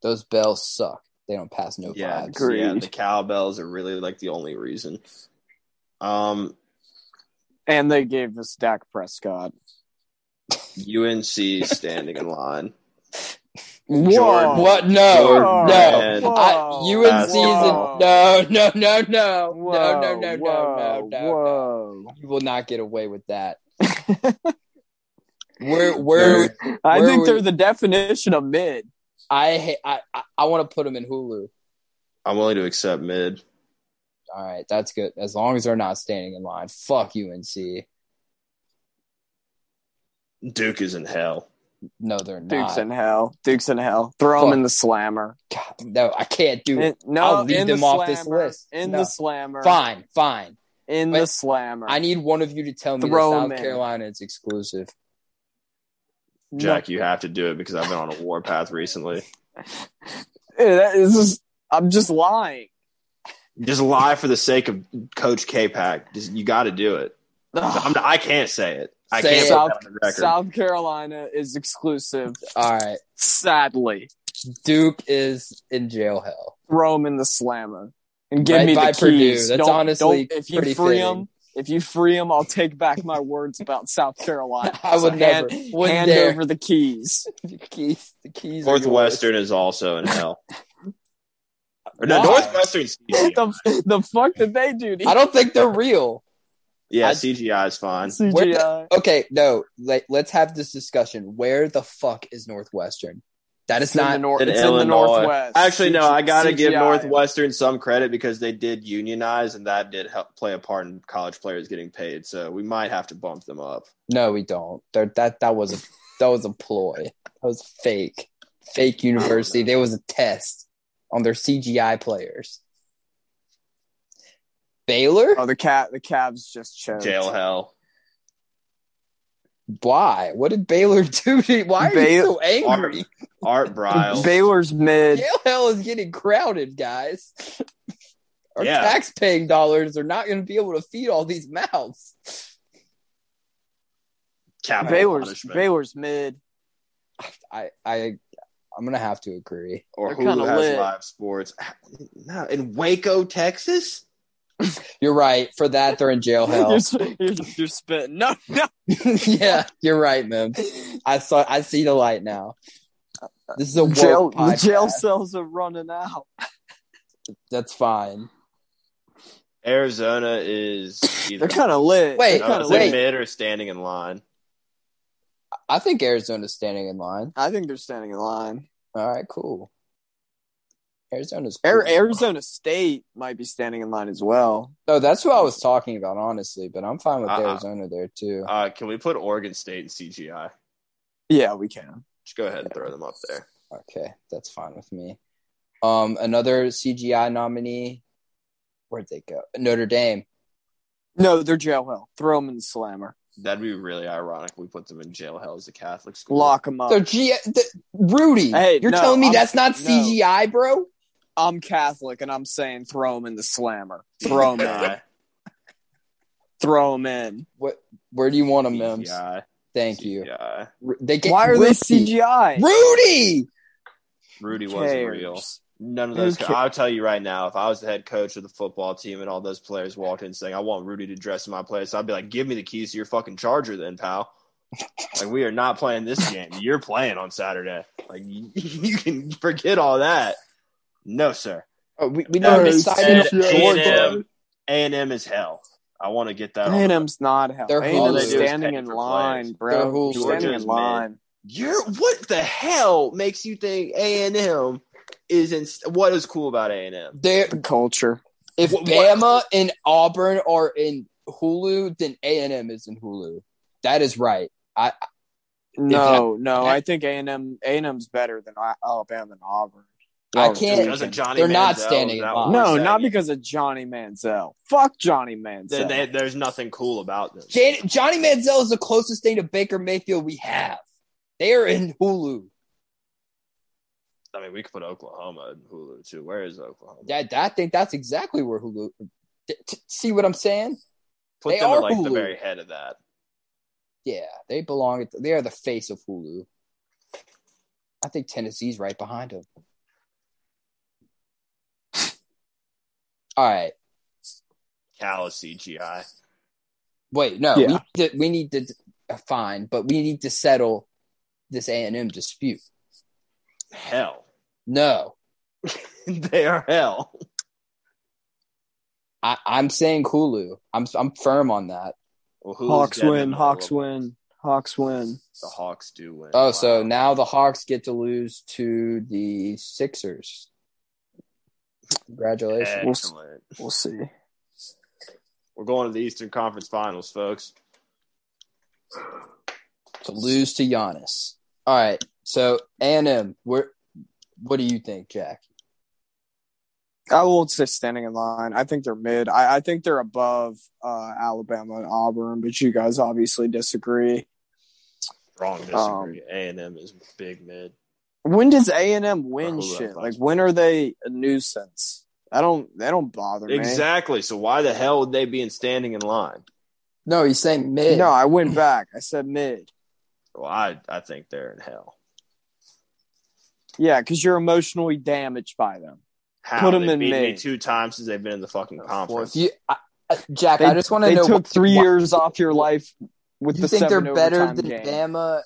Those bells suck. They don't pass no
yeah,
vibes.
Agreed.
yeah. The cowbells are really like the only reason. Um,
And they gave us Dak Prescott.
UNC standing in line.
Whoa.
Jordan.
What? No, no.
Jordan Brand.
I, UNC's
Basketball.
in, no, no, no, no,
Whoa,
no, no, no, no, no,
whoa,
no.
whoa. (laughs)
You will not get away with that. We're we're
I
Where
think
we-
they're the definition of mid.
I ha- I I, I want to put them in Hulu.
I'm willing to accept mid.
All right, that's good. As long as they're not standing in line. Fuck UNC.
Duke is in hell.
No, they're
Duke's
not.
in hell. Duke's in hell. Throw them
Fuck.
in the slammer.
God, no, I can't do it.
In- no,
I'll leave
in
them
the
off this
slammer.
list.
In
No.
the slammer.
Fine, fine.
In
Wait.
the slammer.
I need one of you to tell me that
Throw 'em
South
in.
Carolina is exclusive.
No.
Jack, you have to do it because I've been on a warpath recently.
Eh, that is just- I'm just lying.
Just lie for the sake of Coach K Pack. Just you got to do it. I'm, I can't say it. I
Say
can't
it.
put that on the record.
South Carolina is exclusive.
All right,
Sadly,
Duke is in jail hell. (laughs)
throw them in the slammer and give
Right
me the
by
keys.
Purdue. That's
Don't-
honestly
don't- if you
pretty
free
fitting.
them. If you free them, I'll take back my words about South Carolina.
(laughs) I would
So
never.
Hand,
Wouldn't
hand
dare.
over the keys.
The (laughs) keys, the keys. are yours.
Northwestern is also in hell. Or no,
Why?
Northwestern's CGI.
the, the fuck did they do? to
(laughs) I don't think they're real.
Yeah,
I-
CGI is fine.
CGI.
Where Okay, no. Let, let's have this discussion. Where the fuck is Northwestern? That is
It's in the
not.
nor-
in
it's in the
Illinois.
northwest.
Actually, no, I gotta give
CGI.
Northwestern some credit because they did unionize, and that did help play a part in college players getting paid. So we might have to bump them up.
No, we don't. They're, that that was a that was a ploy. That was fake. Fake university. There was a test on their CGI players. Baylor?
Oh, the cat. The Cavs just choked.
Jail hell.
Why? What did Baylor (laughs) do? To, why are you
Bay-
so
Art,
angry?
Art Briles.
Baylor's mid.
Jail hell is getting crowded, guys. Our
Yeah.
tax-paying dollars are not going to be able to feed all these mouths.
capital
Baylor's
punishment.
Baylor's mid.
I, I, I'm going to have to agree.
or
They're kinda
Hulu has
lit.
live sports. No, in Waco, Texas.
You're right. For that, they're in jail hell.
You're, sp- you're, you're spitting. No, no.
(laughs) yeah, you're right, man. I saw. I see the light now. This is a woke
Jail, the
podcast.
jail cells are running out.
That's fine.
Arizona is either
They're kind of lit.
Wait,
They're
no,
kinda
is
wait.
lit.
it mid or standing in line.
I think Arizona's standing in line.
I think they're standing in line.
All right, cool. Arizona's cool.
Air Arizona State might be standing in line as well.
No, that's who I
Mm.
was talking about, honestly. But I'm fine with
Uh-uh.
Arizona there too.
Uh, can we put Oregon State in CGI?
Yeah, we can.
Just go ahead and throw them up there.
Uh-uh.
Okay, that's fine with me. Um, another CGI nominee. Where'd they go? Notre Dame.
No, they're jail hell. Throw them in the slammer.
That'd be really ironic. if We put them in jail hell as a Catholic school.
Lock them up.
So G- th- Rudy,
Uh, Hey,
you're
no,
telling me
I'm-
that's not
no.
CGI, bro?
I'm Catholic, and I'm saying throw them in the slammer. Throw them (laughs) in.
Uh,
Throw them in.
What? Where do you want them, Mims?
CGI,
Thank you.
CGI.
Ru- They get
Why are
Rudy.
they CGI?
Rudy.
Rudy
Who
wasn't
cares?
real. None of
Who
those.
ca-
I'll tell you right now, if I was the head coach of the football team and all
(laughs)
those players walked in saying, "I want Rudy to dress in my place," I'd be like, "Give me the keys to your fucking Charger, then, pal." Like we are not playing this game. You're playing on Saturday. Like you, (laughs) you can forget all that. No, sir.
Oh, we, we
No,
never
it's
decided
Ed-
Georgia.
A&M. A and M is hell. I want to get that. on
A&M's not hell.
They're all
A&M's
they do is
standing
pay
in
for
line,
players.
They're
bro.
whole
Standing
Georgia's
in line.
You're what the hell makes you think A and M is in? What is cool about A and M?
They're,
the culture.
if
What- what-
Bama and Auburn are in Hulu, then A and M is in Hulu. That is right.
No, no,
that-
I think A&M A&M's better than I- Alabama and Auburn.
I
Oh,
can't-
Georgia.
Johnny
They're not
Manziel,
standing
is
in
that
line.
what we're
No, not
saying?
because of Johnny Manziel. Fuck Johnny
They-
Manziel.
they- there's nothing cool about them.
Jan- Johnny Manziel is the closest thing to Baker Mayfield we have. They are in Hulu.
I mean, we could put Oklahoma in Hulu too. Where is Oklahoma?
That, that- I think that's exactly where Hulu. t- t- see what I'm saying?
put
they
them
are
at like the
Hulu.
very head of that.
Yeah, they belong. At the, they are the face of Hulu. I think Tennessee's right behind them. All right.
Cal is CGI.
Wait, no,
Yeah.
we need to, we need to uh, fine, but we need to settle this A and M dispute.
Hell, (laughs)
No,
they are hell.
I, I'm saying Hulu. I'm I'm firm on that.
Well, Hulu's
Hawks
dead in the
win,
middle
Hawks
of-
win, Hawks win.
The Hawks do win.
Oh, so
Wow.
now the Hawks get to lose to the Sixers. Congratulations.
excellent.
We'll see.
We're going to the Eastern Conference Finals, folks.
to lose to Giannis. All right. So A&M, where, what do you think, Jack?
I won't say standing in line. I think they're mid. I, I think they're above uh, Alabama and Auburn, but you guys obviously disagree.
Wrong
Um,
disagree. A and M is big mid.
When does A and M win
Who
shit?
that
Like when are they a nuisance? I don't. They don't bother me.
Exactly. So why the hell would they be in standing in line?
No, he's saying mid.
No, I went back. I said mid.
Well, I I think they're in hell.
Yeah, because you're emotionally damaged by them.
How?
Put 'em
They
in
beat me
mid.
two times since they've been in the fucking
Well, if
conference.
you, I, I- Jack,
They-
I just want to
They
know.
took three
why-
years off your life with
you
the
think they're
seven
better
overtime
than
game.
Bama?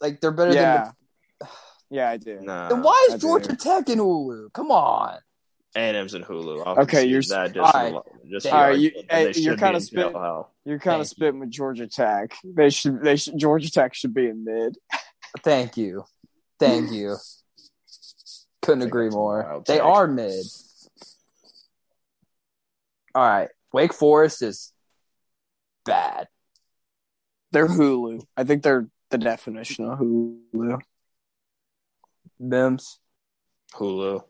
Like they're better than.
yeah, (sighs) yeah, I do.
Nah.
The, then why
I
is
do.
Georgia Tech in Hulu? Come on.
A&M's and Hulu. I'll
Okay,
concede
you're-
that just,
all right.
alone- just
All
the
right,
argument
you-
that
hey,
they should
you're
be
kinda
in
spit-
hell.
You're kind
Thank
of spitting with Georgia Tech. They should. They should. Georgia Tech should be in mid.
Thank you. Thank you. Couldn't
I think
agree
that's a
more.
wild
They
take.
are mid. All right. Wake Forest is bad.
They're Hulu. I think they're the definition of Hulu.
Mims,
Hulu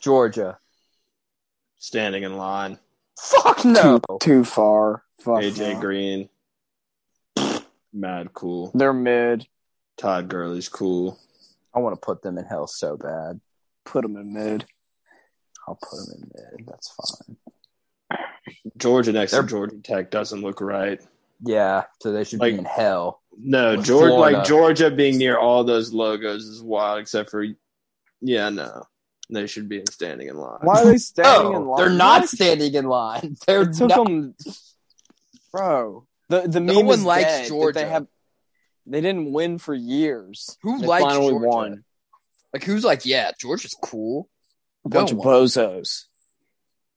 Georgia.
standing in line.
Fuck no.
Too, too far. Fuck
AJ
no.
Green, (laughs) mad cool.
They're mid.
Todd Gurley's cool.
I want to put them in hell so bad.
Put them in mid.
I'll put them in mid. That's fine.
Georgia next to
They're-
Georgia Tech doesn't look right.
Yeah, so they should
Like-
be in hell.
No,
With
Georgia
Florida.
like Georgia being near all those logos is wild. Except for, yeah, no, they should be standing in line.
Why are they standing in
No,
line?
they're not
Oh, What?
standing in line. (laughs) They're
It took
not.
them, bro. The the
No
meme
one
is
likes
dead, that
Georgia.
They have. They didn't win for years.
Who
They
likes
finally
Georgia?
won.
Like who's like, yeah, Georgia's cool.
A bunch
No
of bozos.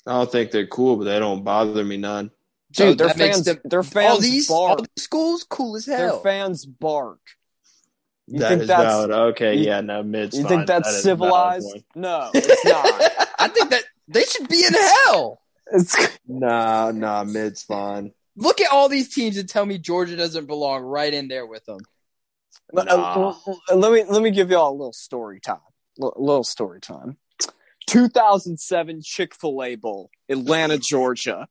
I don't think they're cool, but they don't bother me none.
So
Dude, their
that makes
fans.
them-
their fans
all these all
bark.
these schools cool as
their
hell.
fans bark. You
that
think
is
that's
valid. Okay,
you-
yeah, no, mid.
you think that's civilized? No,
(laughs)
it's not.
I think that they should be in hell.
it's
Nah, nah, mid's fine.
Look at all these teams and tell me Georgia doesn't belong right in there with them.
Let-
Nah.
uh, let me let me give y'all a little story time. L- little story time. 2007 Chick Fil A Bowl, Atlanta, Georgia.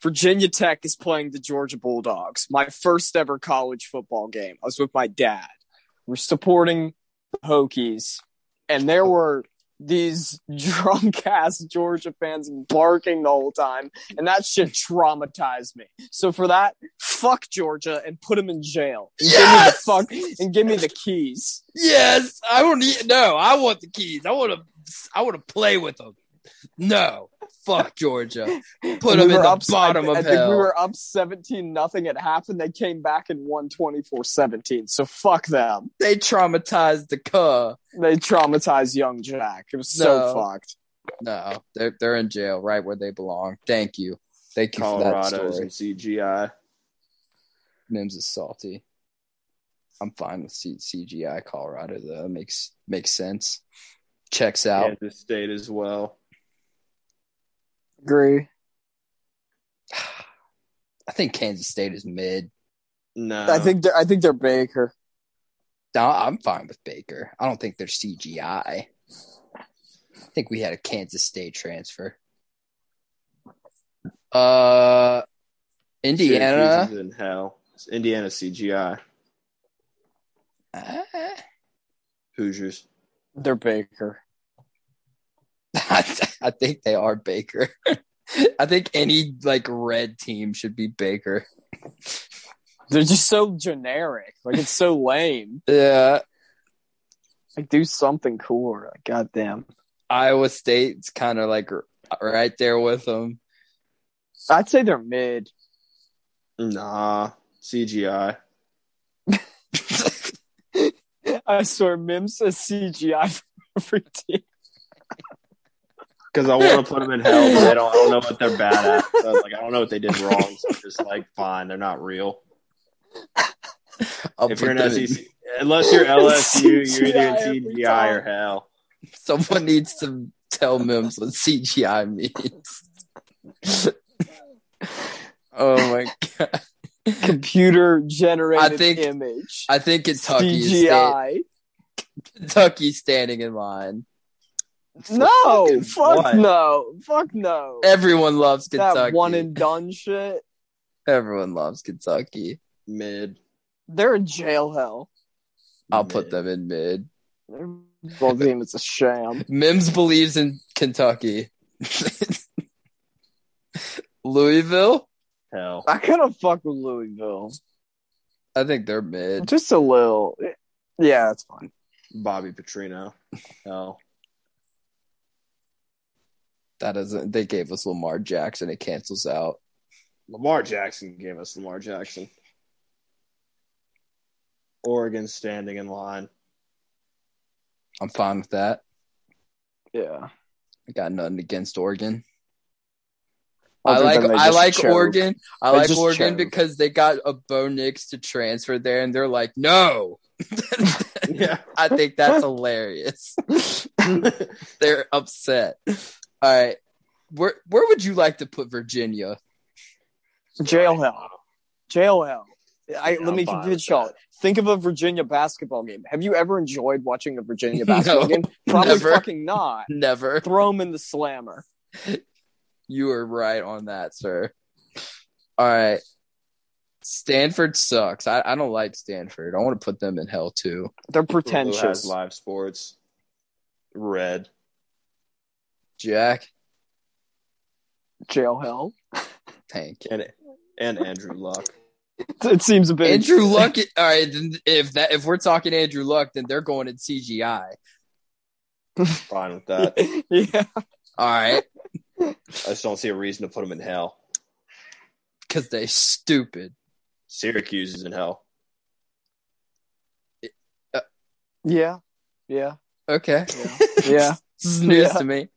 Virginia Tech is playing the Georgia Bulldogs. My first ever college football game. I was with my dad. We're supporting the Hokies, and there were these (laughs) drunk ass Georgia fans barking the whole time, and that shit traumatized me. So for that, fuck Georgia and put him in jail. And
Yes!
give me the fuck and give me the keys.
Yes, I don't need. No, I want the keys. I want to. I want to play with them. No, (laughs) Fuck Georgia. Put them
And we
in
were
the
up-
bottom
I, I
of
think
hell.
we were up 17 nothing at half, and they came back and won 24-17. So fuck them.
They traumatized the car.
They traumatized young Jack. It was so
No.
fucked.
No, they're they're in jail, right where they belong. Thank you, thank you for that
Colorado's
story.
and CGI.
Mims is salty. I'm fine with C- CGI Colorado though. It makes makes sense. Checks out.
Kansas State as well.
Agree.
(sighs) I think Kansas State is mid.
No,
I think they're, I think they're Baker.
No, I'm fine with Baker. I don't think they're CGI. I think we had a Kansas State transfer. Uh, Indiana.
Syracuse is in hell. It's Indiana CGI.
(laughs) Ah.
Hoosiers.
They're Baker.
I, th- I think they are Baker. (laughs) I think any like red team should be Baker.
They're just so generic. Like it's so lame.
Yeah,
Like do something cooler. Like goddamn.
Iowa State's kind of like r- right there with (laughs) them.
I'd say they're mid.
Nah, CGI.
I swear, Mims says CGI for every team.
Because I want to put them in hell, but I don't. I don't know what they're bad at. So, like I don't know what they did wrong. So I'm just like, fine, they're not real.
I'll
if you're
put
an
them
E
in-
SEC,
(laughs)
unless you're LSU, you're either in
CGI every
CGI or
time.
hell.
someone needs to tell Mims what CGI means. oh my god!
Computer generated
I think-
image.
I think Kentucky is sta-
CGI.
Kentucky's standing in line.
No, fuck
What?
no, fuck no.
Everyone loves
that
Kentucky.
one and done shit.
Everyone loves Kentucky.
Mid.
They're in jail hell.
I'll
Mid.
put them in mid.
Their football team is a sham.
Mims believes in Kentucky. (laughs) Louisville?
hell.
I kind of fuck with Louisville,
I think they're mid.
just a little. Yeah, that's fine.
Bobby Petrino. Hell.
That isn't they gave us Lamar Jackson, it cancels out.
Lamar Jackson gave us Lamar Jackson. Oregon standing
(laughs)
in line.
I'm fine with that.
Yeah,
I got nothing against Oregon. I
Other
like
than they
I
just
like
choke.
Oregon. I
They
like
just
Oregon
choke.
because they got a Bo Nix to transfer there and they're like, no.
Yeah.
I think
(laughs)
that's hilarious. (laughs) they're upset. All right. Where where would you like to put Virginia?
Jail hell. Jail hell. I,
Yeah,
let me
I'm fine
convince
with
y'all.
that.
Think of a Virginia basketball game. Have you ever enjoyed watching a Virginia
(laughs)
basketball
No,
game? Probably
never.
fucking not.
Never.
Throw them in the slammer.
You were right on that, sir. All right. Stanford sucks. I, I don't like Stanford. I want to put them in hell too.
They're
Who has
pretentious.
live sports. Red.
Jack,
Jail hell.
thank you.
And and Andrew Luck.
It seems a bit.
Andrew Luck. All right, then if that if we're talking Andrew Luck, then they're going in CGI.
Fine with that.
(laughs) yeah.
All right,
I just don't see a reason to put him in hell.
because they stupid.
Syracuse is in hell.
Yeah. Yeah.
Okay,
Yeah. (laughs) Yeah.
(laughs) this is news
Yeah.
to me.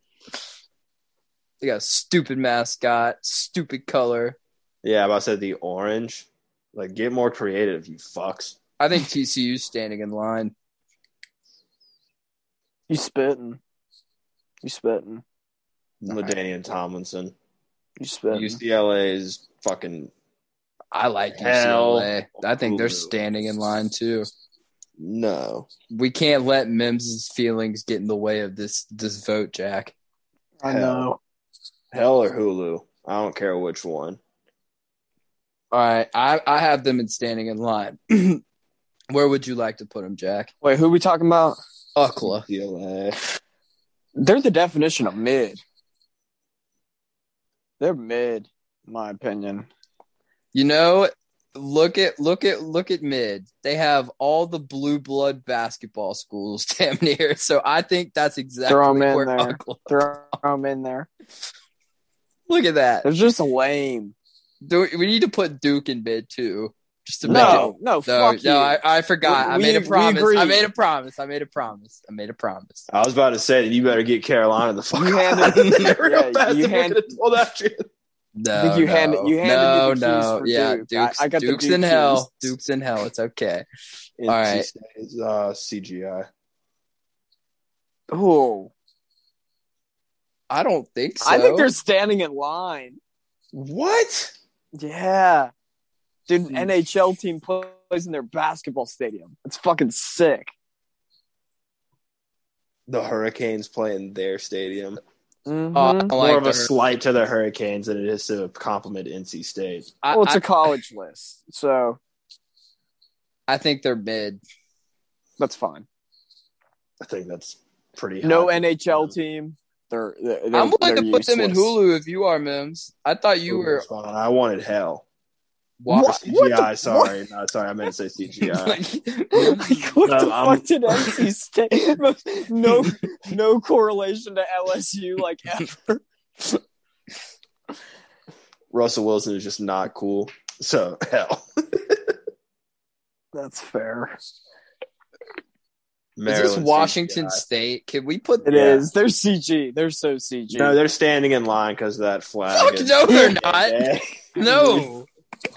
They got a stupid mascot, stupid color.
Yeah, but I said the orange. Like, get more creative, you fucks.
I think
(laughs)
TCU's standing in line.
You spitting. You spitting.
right.
Ladanian Tomlinson.
You spitting.
UCLA is fucking
I like
Hell.
UCLA. I think they're
Hulu.
standing in line too.
no.
we can't let Mims's feelings get in the way of this this vote, Jack.
I know.
Hell or Hulu. I don't care which one.
All right, I I have them in standing in line. (clears throat) Where would you like to put them, Jack?
Wait, who we talking about?
Ukla.
UCLA.
They're the definition of mid. They're mid, in my opinion.
You know, look at look at look at mid. They have all the blue blood basketball schools (laughs) damn near. So I think that's exactly
Throw 'em in
where
there.
Ukla.
Throw them in there.
(laughs) Look at that.
They're just lame.
Do, we need to put Duke in bid too, just to make it.
No, no,
No,
fuck
no,
you.
I, I forgot. I
We-
made a
we
promise. I
agree.
made a promise. I made a promise. I made a promise.
I was about to say you better get Carolina the fuck
You
out
handed-
of there
yeah,
(laughs) real fast.
you
if we're
hand-
gonna pull that shit.
No,
I think you
no,
handed- you handed me
no,
the keys
no,
for
yeah,
Duke. I-
Duke's,
I got the
Duke's
Duke
in hell.
keys.
Duke's in hell. It's okay.
And
All right.
she says, uh, CGI.
Oh,
I don't think so.
I think they're standing in line.
What?
Yeah. Dude,
Hmm.
an NHL team plays in their basketball stadium. It's fucking sick.
The Hurricanes play in their stadium.
Mm-hmm.
Oh, I
Uh,
don't like
More of
the
a
Hur-
slight to the Hurricanes than it is to compliment NC State.
I-
well, it's
I-
a college list, so
I think they're mid.
that's fine.
I think that's pretty.
No
high.
NHL team. They're, they're, they're
I'm willing to
they're
put them in
useless. (laughs)
Hulu if you are, Mims. I thought you were.
It's fine. I wanted hell.
Why-
What?
CGI.
the-
sorry, no, sorry. I meant to say (laughs)
(laughs)
CGI.
like,
like what
No,
the
I'm-
fuck did NC State? (laughs) No, (laughs) no correlation to LSU, like (laughs) ever.
Russell Wilson is just not cool. So hell.
That's fair.
is
Maryland,
this
CGI.
Washington State? Can we put?
It
Yeah.
is. They're CG. They're so CG.
No, they're standing in line because of that flag.
Fuck no,
(laughs)
they're not.
Yeah.
No,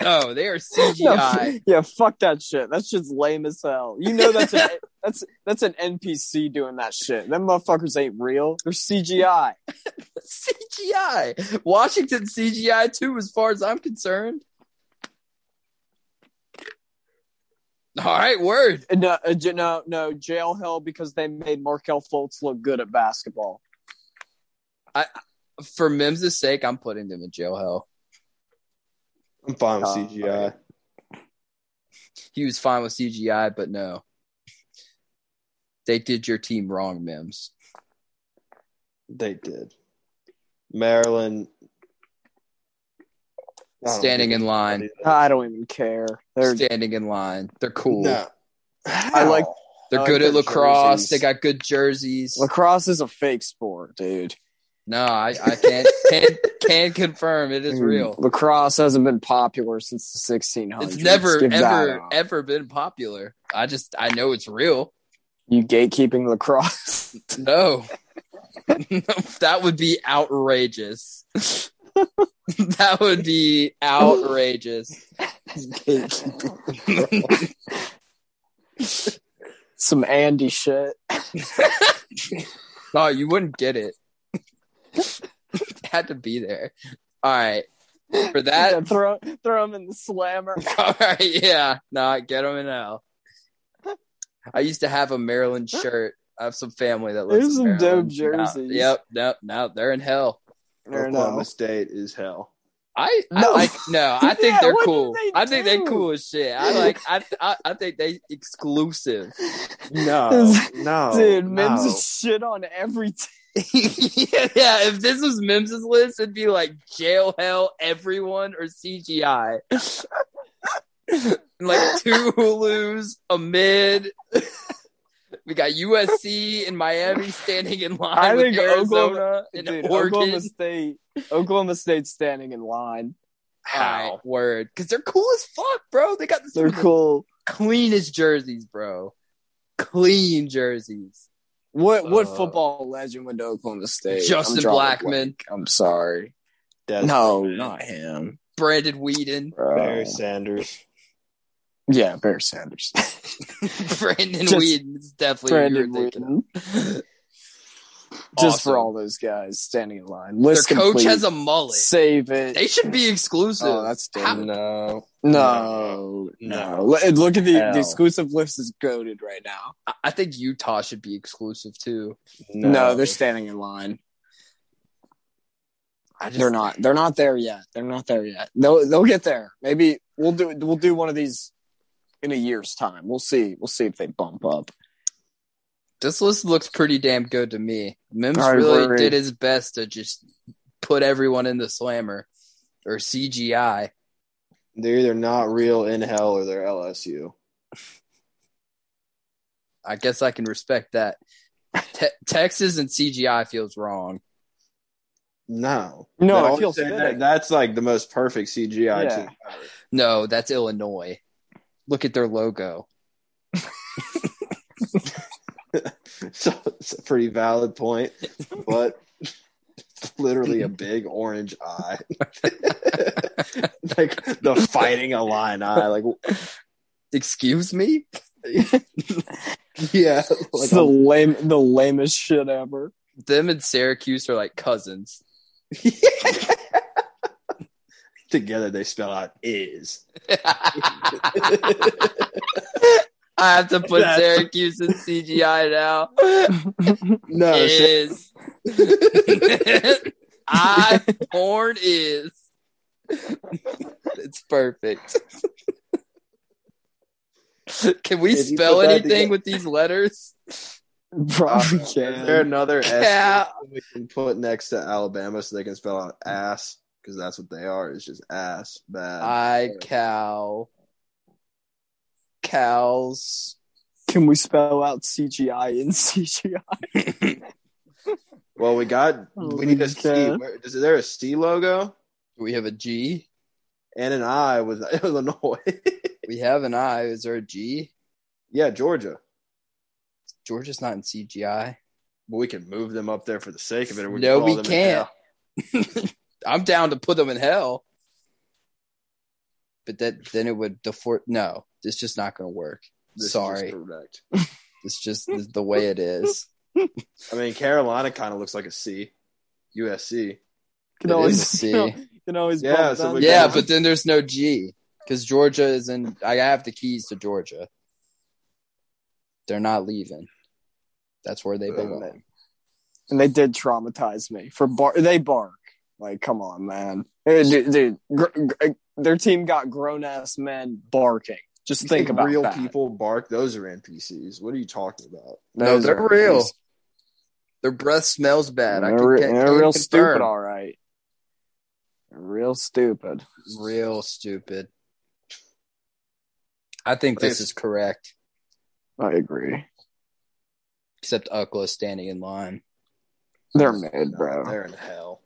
no, they are
(laughs) No,
CGI.
yeah, fuck that shit. That shit's lame as hell. You know that's
(laughs)
an, that's that's an NPC doing that shit. Them motherfuckers ain't real. They're CGI.
CGI. Washington CGI too, as far as I'm concerned. All right, word.
No, uh, j- no, no. Jail hell because they made Markel Fultz look good at basketball.
For Mims' sake, I'm putting them in jail hell.
I'm fine with
Uh,
CGI.
He was fine with CGI, but no. They did your team wrong, Mims.
They did. Maryland I don't
Standing
give
in
a-
line.
I don't even care. They're
Standing in line. They're cool.
No.
I like-
They're
I like
good at
their
lacrosse.
jerseys.
They got good jerseys.
lacrosse is a fake sport, dude.
no, I, I
(laughs)
can't can can confirm it is
Mm.
real.
Lacrosse hasn't been popular since the 1600s.
It's never
Give that
ever
up.
ever been popular. I just I know it's real.
You gatekeeping lacrosse. (laughs)
No. (laughs) that would be outrageous. (laughs) that would be outrageous.
Some Andy shit.
No, you wouldn't get it. (laughs) Had to be there. All right. For that,
Yeah, throw throw him in the
(laughs)
slammer.
(laughs) All right, yeah. Nah, get them in hell. I used to have a Maryland shirt. I have some family that lives
There's
in
some dope
Maryland. Now-
jerseys.
yep, nope, now they're in hell.
Or
Oklahoma
no.
State is hell.
I, I
No.
like no.
(laughs)
I think
Yeah,
they're
what did
cool.
they
I think they're
do?
cool as shit. I like. I, I I think
(laughs)
they exclusive.
No, no,
Dude,
Oh, no.
Mims is shit on every (laughs) team.
yeah, if this was Mims's list, it'd be like jail hell, everyone, or CGI. like two Hulus, a mid. We got USC and Miami standing in line
I
with
think
Arizona
Oklahoma-
and
Dude,
Oregon.
Oklahoma State. Oklahoma State's standing in line.
All right, word, because they're cool as fuck, bro. They got (laughs)
They're
the
cool.
cleanest jerseys, bro. Clean jerseys.
What what
Uh,
football legend went to Oklahoma State?
Justin
I'm drawing a
Blackman.
blank. I'm sorry.
That's
No,
bad.
not him.
Brandon Whedon, (laughs)
bro.
Barry Sanders.
Yeah, Bear Sanders.
Brandon
Just
Whedon is definitely who you're
Brandon
thinking. of.
Whedon. Just
Awesome.
for all those guys standing in line.
Their
List
coach
complete.
has a mullet.
Save it.
They should be exclusive.
Oh, that's dumb.
How-
No,
No,
No.
no. L- Look at the,
Hell.
the exclusive list is goaded right now.
I- I think Utah should be exclusive too.
No, they're standing in line.
I just,
They're not. They're not there yet. They're not there yet. They'll they'll get there. Maybe we'll do we'll do one of these in a year's time. We'll see. We'll see if they bump up.
This list looks pretty damn good to me. Mims
I
really
agree.
did his best to just put everyone in the slammer or CGI.
They're either not real in hell or they're LSU.
I guess I can respect that. Te- Texas and CGI feels wrong.
No,
No,
But
it
I'm
feels
saying
fitting.
that, that's like the most perfect CGI
Yeah.
team ever.
No, that's Illinois. Look at their logo.
(laughs) So it's a pretty valid point, but (laughs) it's literally a big orange eye, (laughs) like the fighting a line eye, like
Excuse me?
yeah, like
It's the lame, the lamest shit ever.
Them and Syracuse are like cousins. (laughs)
together they spell out is.
I have to put
That's-
Syracuse in CGI now.
No,
Oh,
shit.
is (laughs) I porn is. It's perfect. Can we
If you
spell
put that
anything
together-
with these letters?
Probably
Uh, Is there
can.
another S
Yeah.
that we can put next to Alabama so they can spell out ass because that's what they are. It's just ass bad.
I cow cows.
(laughs) Can we spell out CGI in CGI?
well, we got we need a C.
Okay.
Where, is there a C logo
Do we have a G?
and an I with (laughs) Illinois?
We have an I. Is there a G?
yeah, Georgia.
Georgia's not in CGI.
But we can move them up there for the sake of it. Or we
No,
can
we
call them an
can't.
L.
I'm down to put them in hell. But that then it would defort. No, it's just not going to work.
This is
Sorry,
just correct.
it's just the- the way it is.
I mean, Carolina kind of looks like a C. USC.
Can
It
always
is a C.
(laughs) Can, always
Yeah,
bump
so
them
we
yeah,
got-
but then there's no G because Georgia is in. I have the keys to Georgia. They're not leaving. That's where they
Uh,
belong.
and they did traumatize me for bar. They bark like, come on, man, Eh, dude. dude, gr- gr- their team got grown ass men barking. Just think about
real
that.
people bark. Those are NPCs. What are you talking about?
No,
Those
they're
are
real.
NPCs.
Their breath smells bad. I
They're,
can,
re-
can,
they're
can
real
confirm.
stupid, all right. They're real stupid.
Real stupid. I think
I think
this
it's-
is correct,
I agree.
except Ukla standing in line.
They're mid, bro.
They're in hell.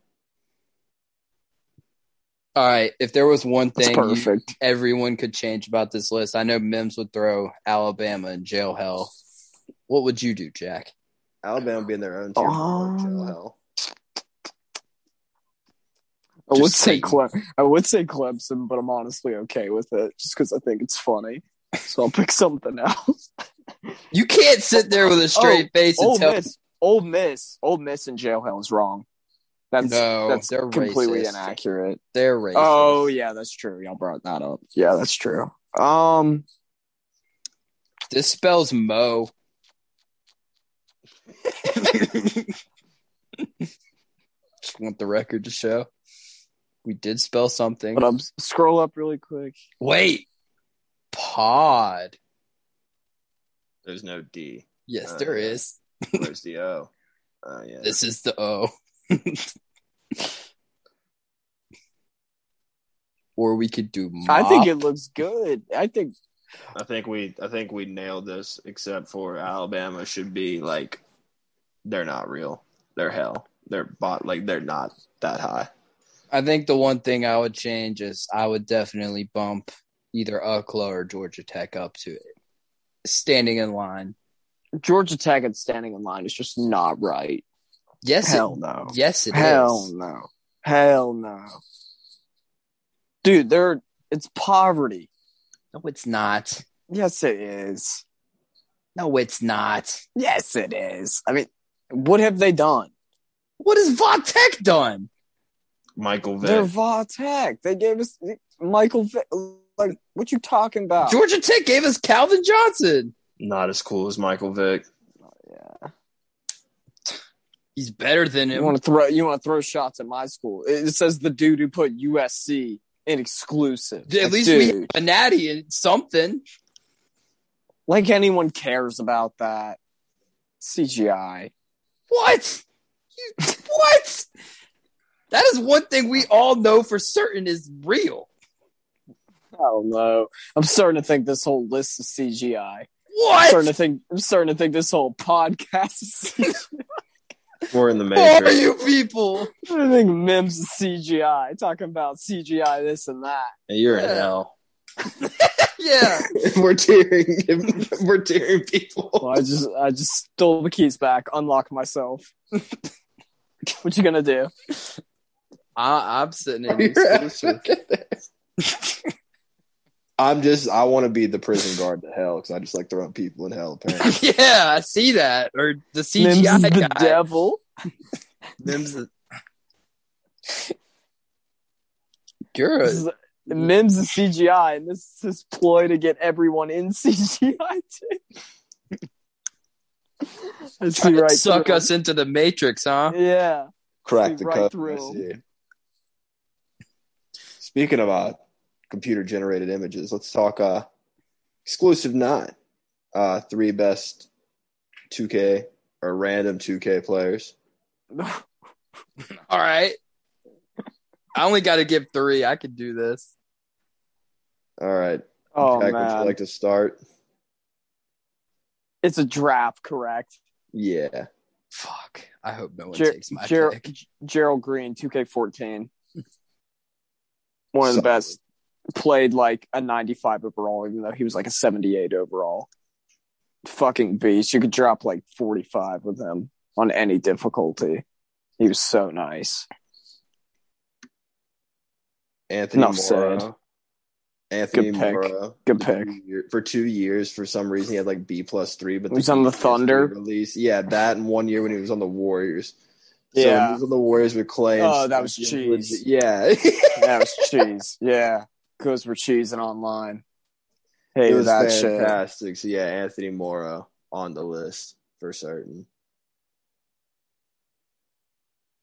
All right. If there was one
That's
thing you-
perfect.
everyone could change about this list, I know Mims would throw Alabama in jail hell. What would you do, Jack?
Alabama being their own tier.
Um,
jail hell.
I would
just
say
Clayton.
Cle- I would say Clemson, but I'm honestly okay with it just because I think it's funny. So I'll pick something else.
You can't sit there
Oh,
with a straight face and
Ole
tell
Miss, Ole Miss, Ole Miss, and jail hell is wrong. That's
No,
that's
they're
completely
racist.
inaccurate.
they're racist.
Oh yeah, that's true. Y'all brought that up. Yeah, that's true. Um,
This spells Mo. Just want the record to show. We did spell something.
but I'm scroll up really quick.
Wait. Pod.
There's no D.
Yes,
Uh,
there is.
Where's
(laughs)
the O? Oh yeah.
This is the O. or we could do mop.
I think it looks good. I think
I think we I think we nailed this except for Alabama should be like they're not real. They're hell. They're bot like they're not that high.
I think the one thing I would change is I would definitely bump either UCLA or Georgia Tech up to it. Standing in line.
Georgia Tech and standing in line is just not right.
Yes,
Hell no.
it, yes, it is.
Hell no. Hell no. Dude, they're it's poverty.
No, it's not.
Yes, it is.
No, it's not.
Yes, it is. I mean, what have they done?
What has Von Tech done?
Michael
They're
Vick.
Va Tech. They gave us Michael. Vi- like, what you talking about?
Georgia Tech gave us Calvin Johnson.
Not as cool as Michael (laughs) Vick.
He's better than
You
him.
want to throw? You want to throw shots at my school? It it says the dude who put USC in exclusive.
At
Like,
least we
dude,
have a natty and something.
like anyone cares about that CGI.
What? You- what? That is one thing we all know for certain is real.
I don't know. I'm starting to think this whole list is CGI. I'm starting to
What?
think I'm starting to think this whole podcast is (laughs)
We're in the
Who are
Matrix.
you people?
I think Mims is CGI. Talking about CGI this and that.
And you're
Yeah.
in hell.
(laughs)
Yeah.
(laughs) we're tearing. We're tearing (laughs) people.
Well, I just I just stole the keys back, unlocked myself. (laughs) what you gonna do?
I, I'm sitting in
You're
exclusive.
absolutely- (laughs) I'm just. I want to be the prison guard to hell because I just like throwing people in hell.
(laughs)
Apparently,
(laughs) yeah, I see that. Or the
Mims
CGI
is the
guy.
devil.
Mims
(laughs)
is- You're
This
a-
is- Mims is CGI, and this is his ploy to get everyone in (laughs) CGI too.
(laughs)
I see right
suck
through
us into the matrix, huh?
him. Yeah,
crack
See
the
right
code.
through
I
'em.
see. Speaking of uh, computer generated images, let's talk uh, exclusive nine. Uh, three best 2K or random 2K players.
All right. I only got to give three. I could do this.
All right,
oh
Jack, would
man,
you like to start?
it's a draft, correct?
Yeah,
Fuck. I hope no one
Jer-
takes my
Jer-
pick.
Gerald Green, 2K14. One of the
Solid.
best. Played like a 95 overall, even though he was like a 78 overall. Fucking beast. You could drop like 45 with him on any difficulty. He was so nice.
Anthony
Enough
Morrow.
said.
Anthony
Good pick.
Morrow.
Good pick.
year- for two years for some reason he had like B plus three, but
He was on
B
the
plus
Thunder.
three release. Yeah, that and one year when he was on the Warriors. So when he
Yeah.
was on the Warriors with Clay. and
Oh, that was
Steph,
cheese.
legit- Yeah, (laughs)
That was cheese. Yeah. Goes for cheese and online. Hey,
it was
that shit.
fantastic. So yeah, Anthony Morrow on the list for certain.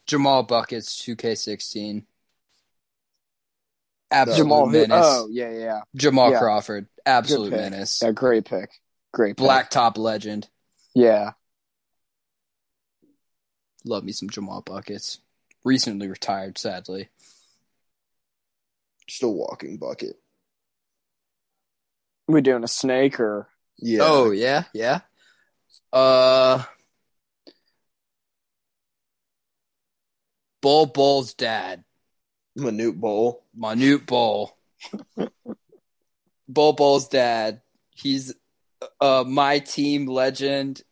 Jamal Buckets, 2K16. Absolute
Jamal who?
menace.
Oh, yeah, yeah.
Jamal
yeah.
Crawford, absolute
pick.
menace.
Yeah, great pick. Great pick.
Blacktop legend.
Yeah.
Love me some Jamal Buckets. Recently retired, sadly.
Still walking bucket.
We doing a snake or
Yeah.
Oh yeah, yeah. Uh, Bull Bull's dad,
Manute Bowl.
Manute Bull. Bull Bull's dad. He's uh my team legend,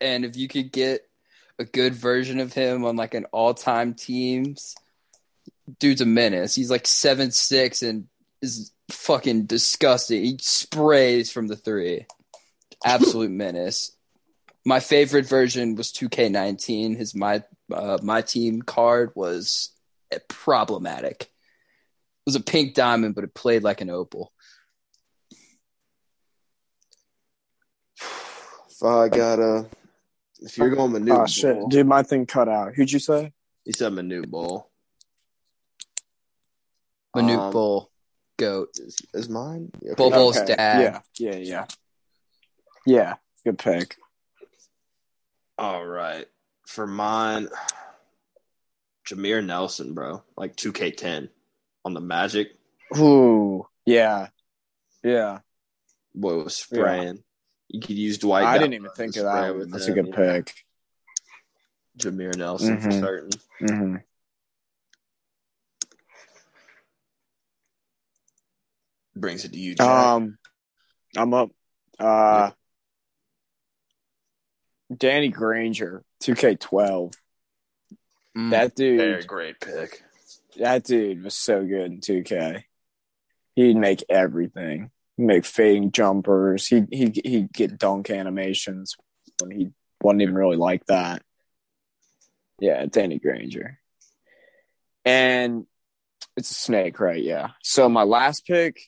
and if you could get a good version of him on like an all-time teams, dude's a menace. He's like seven six and is fucking disgusting. He sprays from the three. Absolute menace. My favorite version was 2K19. His my uh, my team card was problematic. It was a pink diamond, but it played like an opal.
If I gotta if you're going Manute
Oh
Bol-
shit, dude, my thing cut out. Who'd you say?
he said Manute Bowl.
Manute
Um,
Bull, goat.
Is, is mine? Okay.
Bol Bol's dad.
Yeah, yeah, yeah, yeah. Good pick.
All right. For mine, Jameer Nelson, bro. Like 2K10 on the Magic.
Ooh, yeah, yeah.
Boy was spraying. You could use Dwight.
I,
Dowd
didn't even
to
think of
spray
that.
with
One. That's
him,
a good
you know?
pick.
Jameer Nelson for
Mhm.
certain.
hmm
Brings it to you, Jack.
Um, I'm up. Uh, Danny Granger, 2K12.
Mm. (laughs)
That dude,
Very great pick.
that dude was so good in 2K. He'd make everything. He'd make fading jumpers. He he he'd get dunk animations when he wasn't even really like that. Yeah, Danny Granger. And it's a snake, right? Yeah. So my last pick,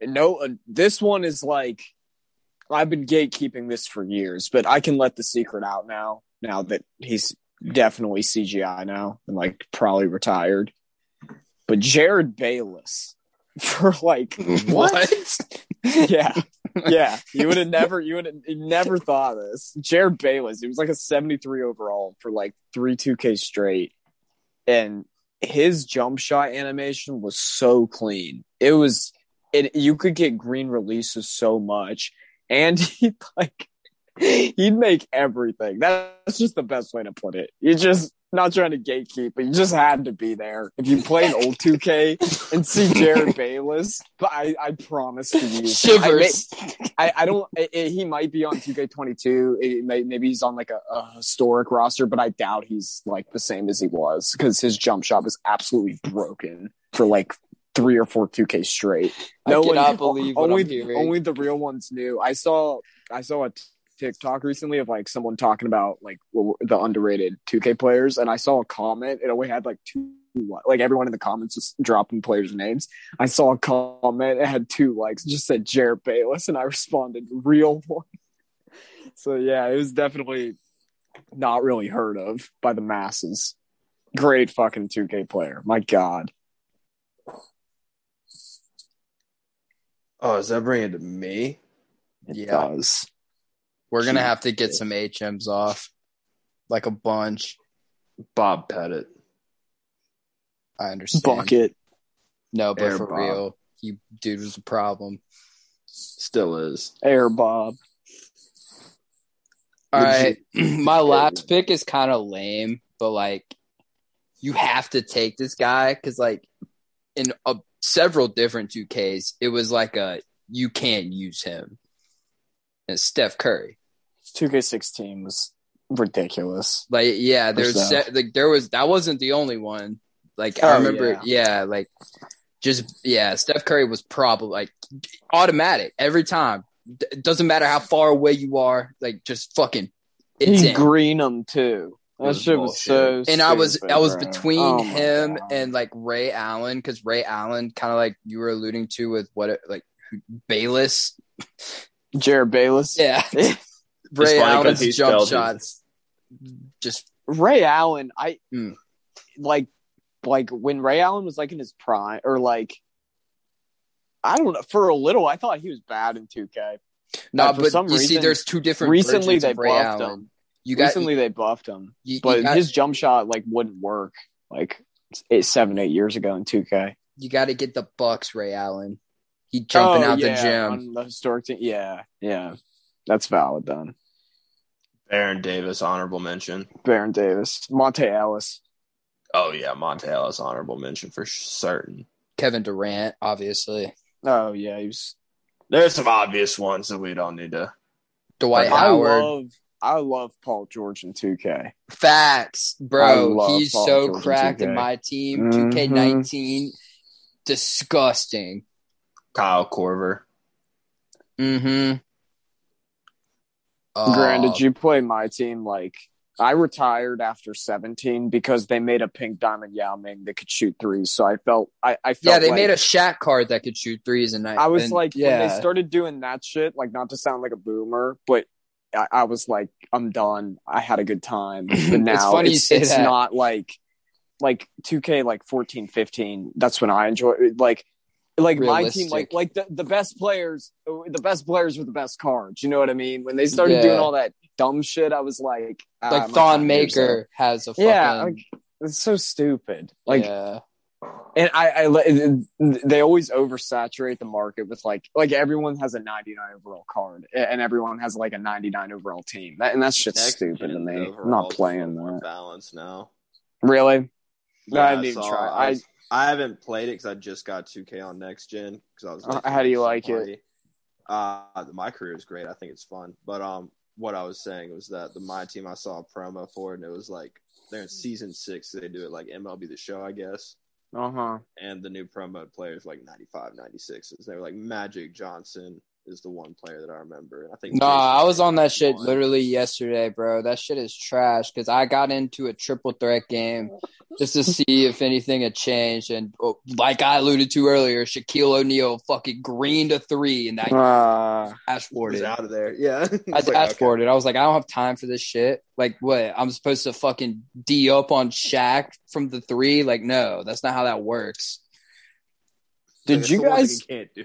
no, uh, this one is like I've been gatekeeping this for years, but I can let the secret out now. Now that he's definitely CGI now and like probably retired, but Jared Bayless (laughs) for like
(laughs)
(laughs) yeah. Yeah. You would have never you would have never thought of this. Jared Bayless, he was like a 73 overall for like three 2K straight. And his jump shot animation was so clean. It (laughs) was it you could get green releases so much. And he like He'd make everything. That's just the best way to put it. You're just not trying to gatekeep, but you just had to be there. If you played old 2K and see Jared Bayless, but I, I promise to you,
Shivers.
I, I don't. i i he might be on 2K22. It may, maybe he's on like a, a historic roster, but I doubt he's like the same as he was because his jump shot was absolutely broken for like three or four 2K straight.
I cannot believe what
only
I'm hearing.
only the real ones knew. I saw I saw a t- TikTok recently of like someone talking about like w- the underrated 2K players, and I saw a comment. It only had like two like everyone in the comments was dropping players' names. I saw a comment. It had two likes. It just said Jared Bayless, and I responded real one. So yeah, it was definitely not really heard of by the masses. Great fucking 2K player. My God.
Oh, is that bringing it to me?
It
Yeah.
does.
We're gonna have to get some HMs off, like a bunch.
Bob Pettit.
I understand.
Bucket.
No, but
Air
for
Bob.
real, you dude was a problem.
Still is.
Air Bob.
All right, (clears throat)
Legit.
my last pick is kind of lame, but like you have to take this guy because like in a, several different 2Ks, it was like a you can't use him. And it's Steph Curry,
2K16 was ridiculous.
like yeah, there's
Percent.
se- like there was that wasn't the only one. Like
Oh,
I remember, yeah. like just yeah, Steph Curry was probably like automatic every time. D- it doesn't matter how far away you are, like just fucking it's
he
in.
green him too.
It
That
was
shit was so.
and I was
stupid,
I was
bro.
between
Oh my
him
God.
and like Ray Allen because Ray Allen kind of like you were alluding to with what it, like Bayless,
Jared Bayless. (laughs)
yeah, Ray
funny 'cause
Allen's
he
jump
spelled his-
shots. Just
Ray Allen. I
Mm.
like like when Ray Allen was like in his prime, or like I don't know. For a little, I thought he was bad in 2K.
no,
Uh, for
but
some
you see,
reason-
there's two different
Recently,
versions
they
of Ray
buffed
Allen.
him.
You got
Recently, they buffed him,
you, you
but
got,
his jump shot like wouldn't work. Like eight, seven, eight years ago in 2K.
you got to get the Bucks Ray Allen. He jumping
Oh,
out
yeah,
the gym.
on the historic team. Yeah, yeah, that's valid. Then
Aaron Davis, honorable mention.
Baron Davis, Monte Ellis.
Oh yeah, Monte Ellis, honorable mention for certain.
Kevin Durant, obviously.
Oh yeah, he was.
There's some obvious ones that we don't need to.
Dwight
I
Howard.
love, I love Paul George in 2K.
Facts, bro.
love
He's
Paul
so
George in
cracked in
2K.
my team.
Mhm.
2K19. Disgusting.
Kyle Corver.
Mm-hmm. Uh, Oh,
Granted, you play my team like I retired after 17 because they made a pink diamond Yao Ming that could shoot threes. So I felt, I, I felt
yeah, they
like-
made a Shaq card that could shoot threes, and I,
I was
and-
like,
yeah,
when they started doing that shit, like not to sound like a boomer, but I, I was like, I'm done. I had a
(laughs)
good time. But now
It's
it's,
funny you
it's,
say that.
not like like 2K like 14, 15. That's when I enjoy like like my team
Realistic.
like like the, the best players the best players were the best cards. You know what I mean? When they started
Yeah.
doing all that dumb shit, I was like, ah,
like
my
Thon
time here's up.
Maker has a fucking
Yeah,
yeah,
like it's so stupid. Like
yeah.
and I, I le- they always oversaturate the market with like like everyone has a 99 overall card a- and everyone has like a 99 overall team That- and that's shit's stupid to me. I'm not playing
more
that.
Balance now.
Really? No, I didn't
Yeah,
even
so
try.
I,
I
was- I haven't played it because I just got 2K on next gen. Because I was
Uh,
like,
how do you like it?
Uh, my career is great. I think it's fun. But um, what I was saying was that the my team I saw a promo for it, and it was like they're in season six. They do it like MLB the Show, I guess.
uh huh.
And the new promo players like 95, 96. They were like Magic Johnson is the one player that I remember. And I think
Nah,
Jason
I was on that
Tatum's
shit
one.
literally yesterday, bro. That shit is trash because I got into a triple threat game just to
(laughs)
see if anything had changed. And oh, like I alluded to earlier, Shaquille O'Neal fucking greened a three and
(laughs)
I
Uh,
It
dashboarded.
was out of there. (laughs) Yeah,
I
It's like, okay.
dashboarded. I was like, I don't have time for this shit. Like, what? I'm supposed to fucking D up on Shaq from the three? Like, no, that's not how that works.
Did
That's
you
the one thing
guys-
you can't do?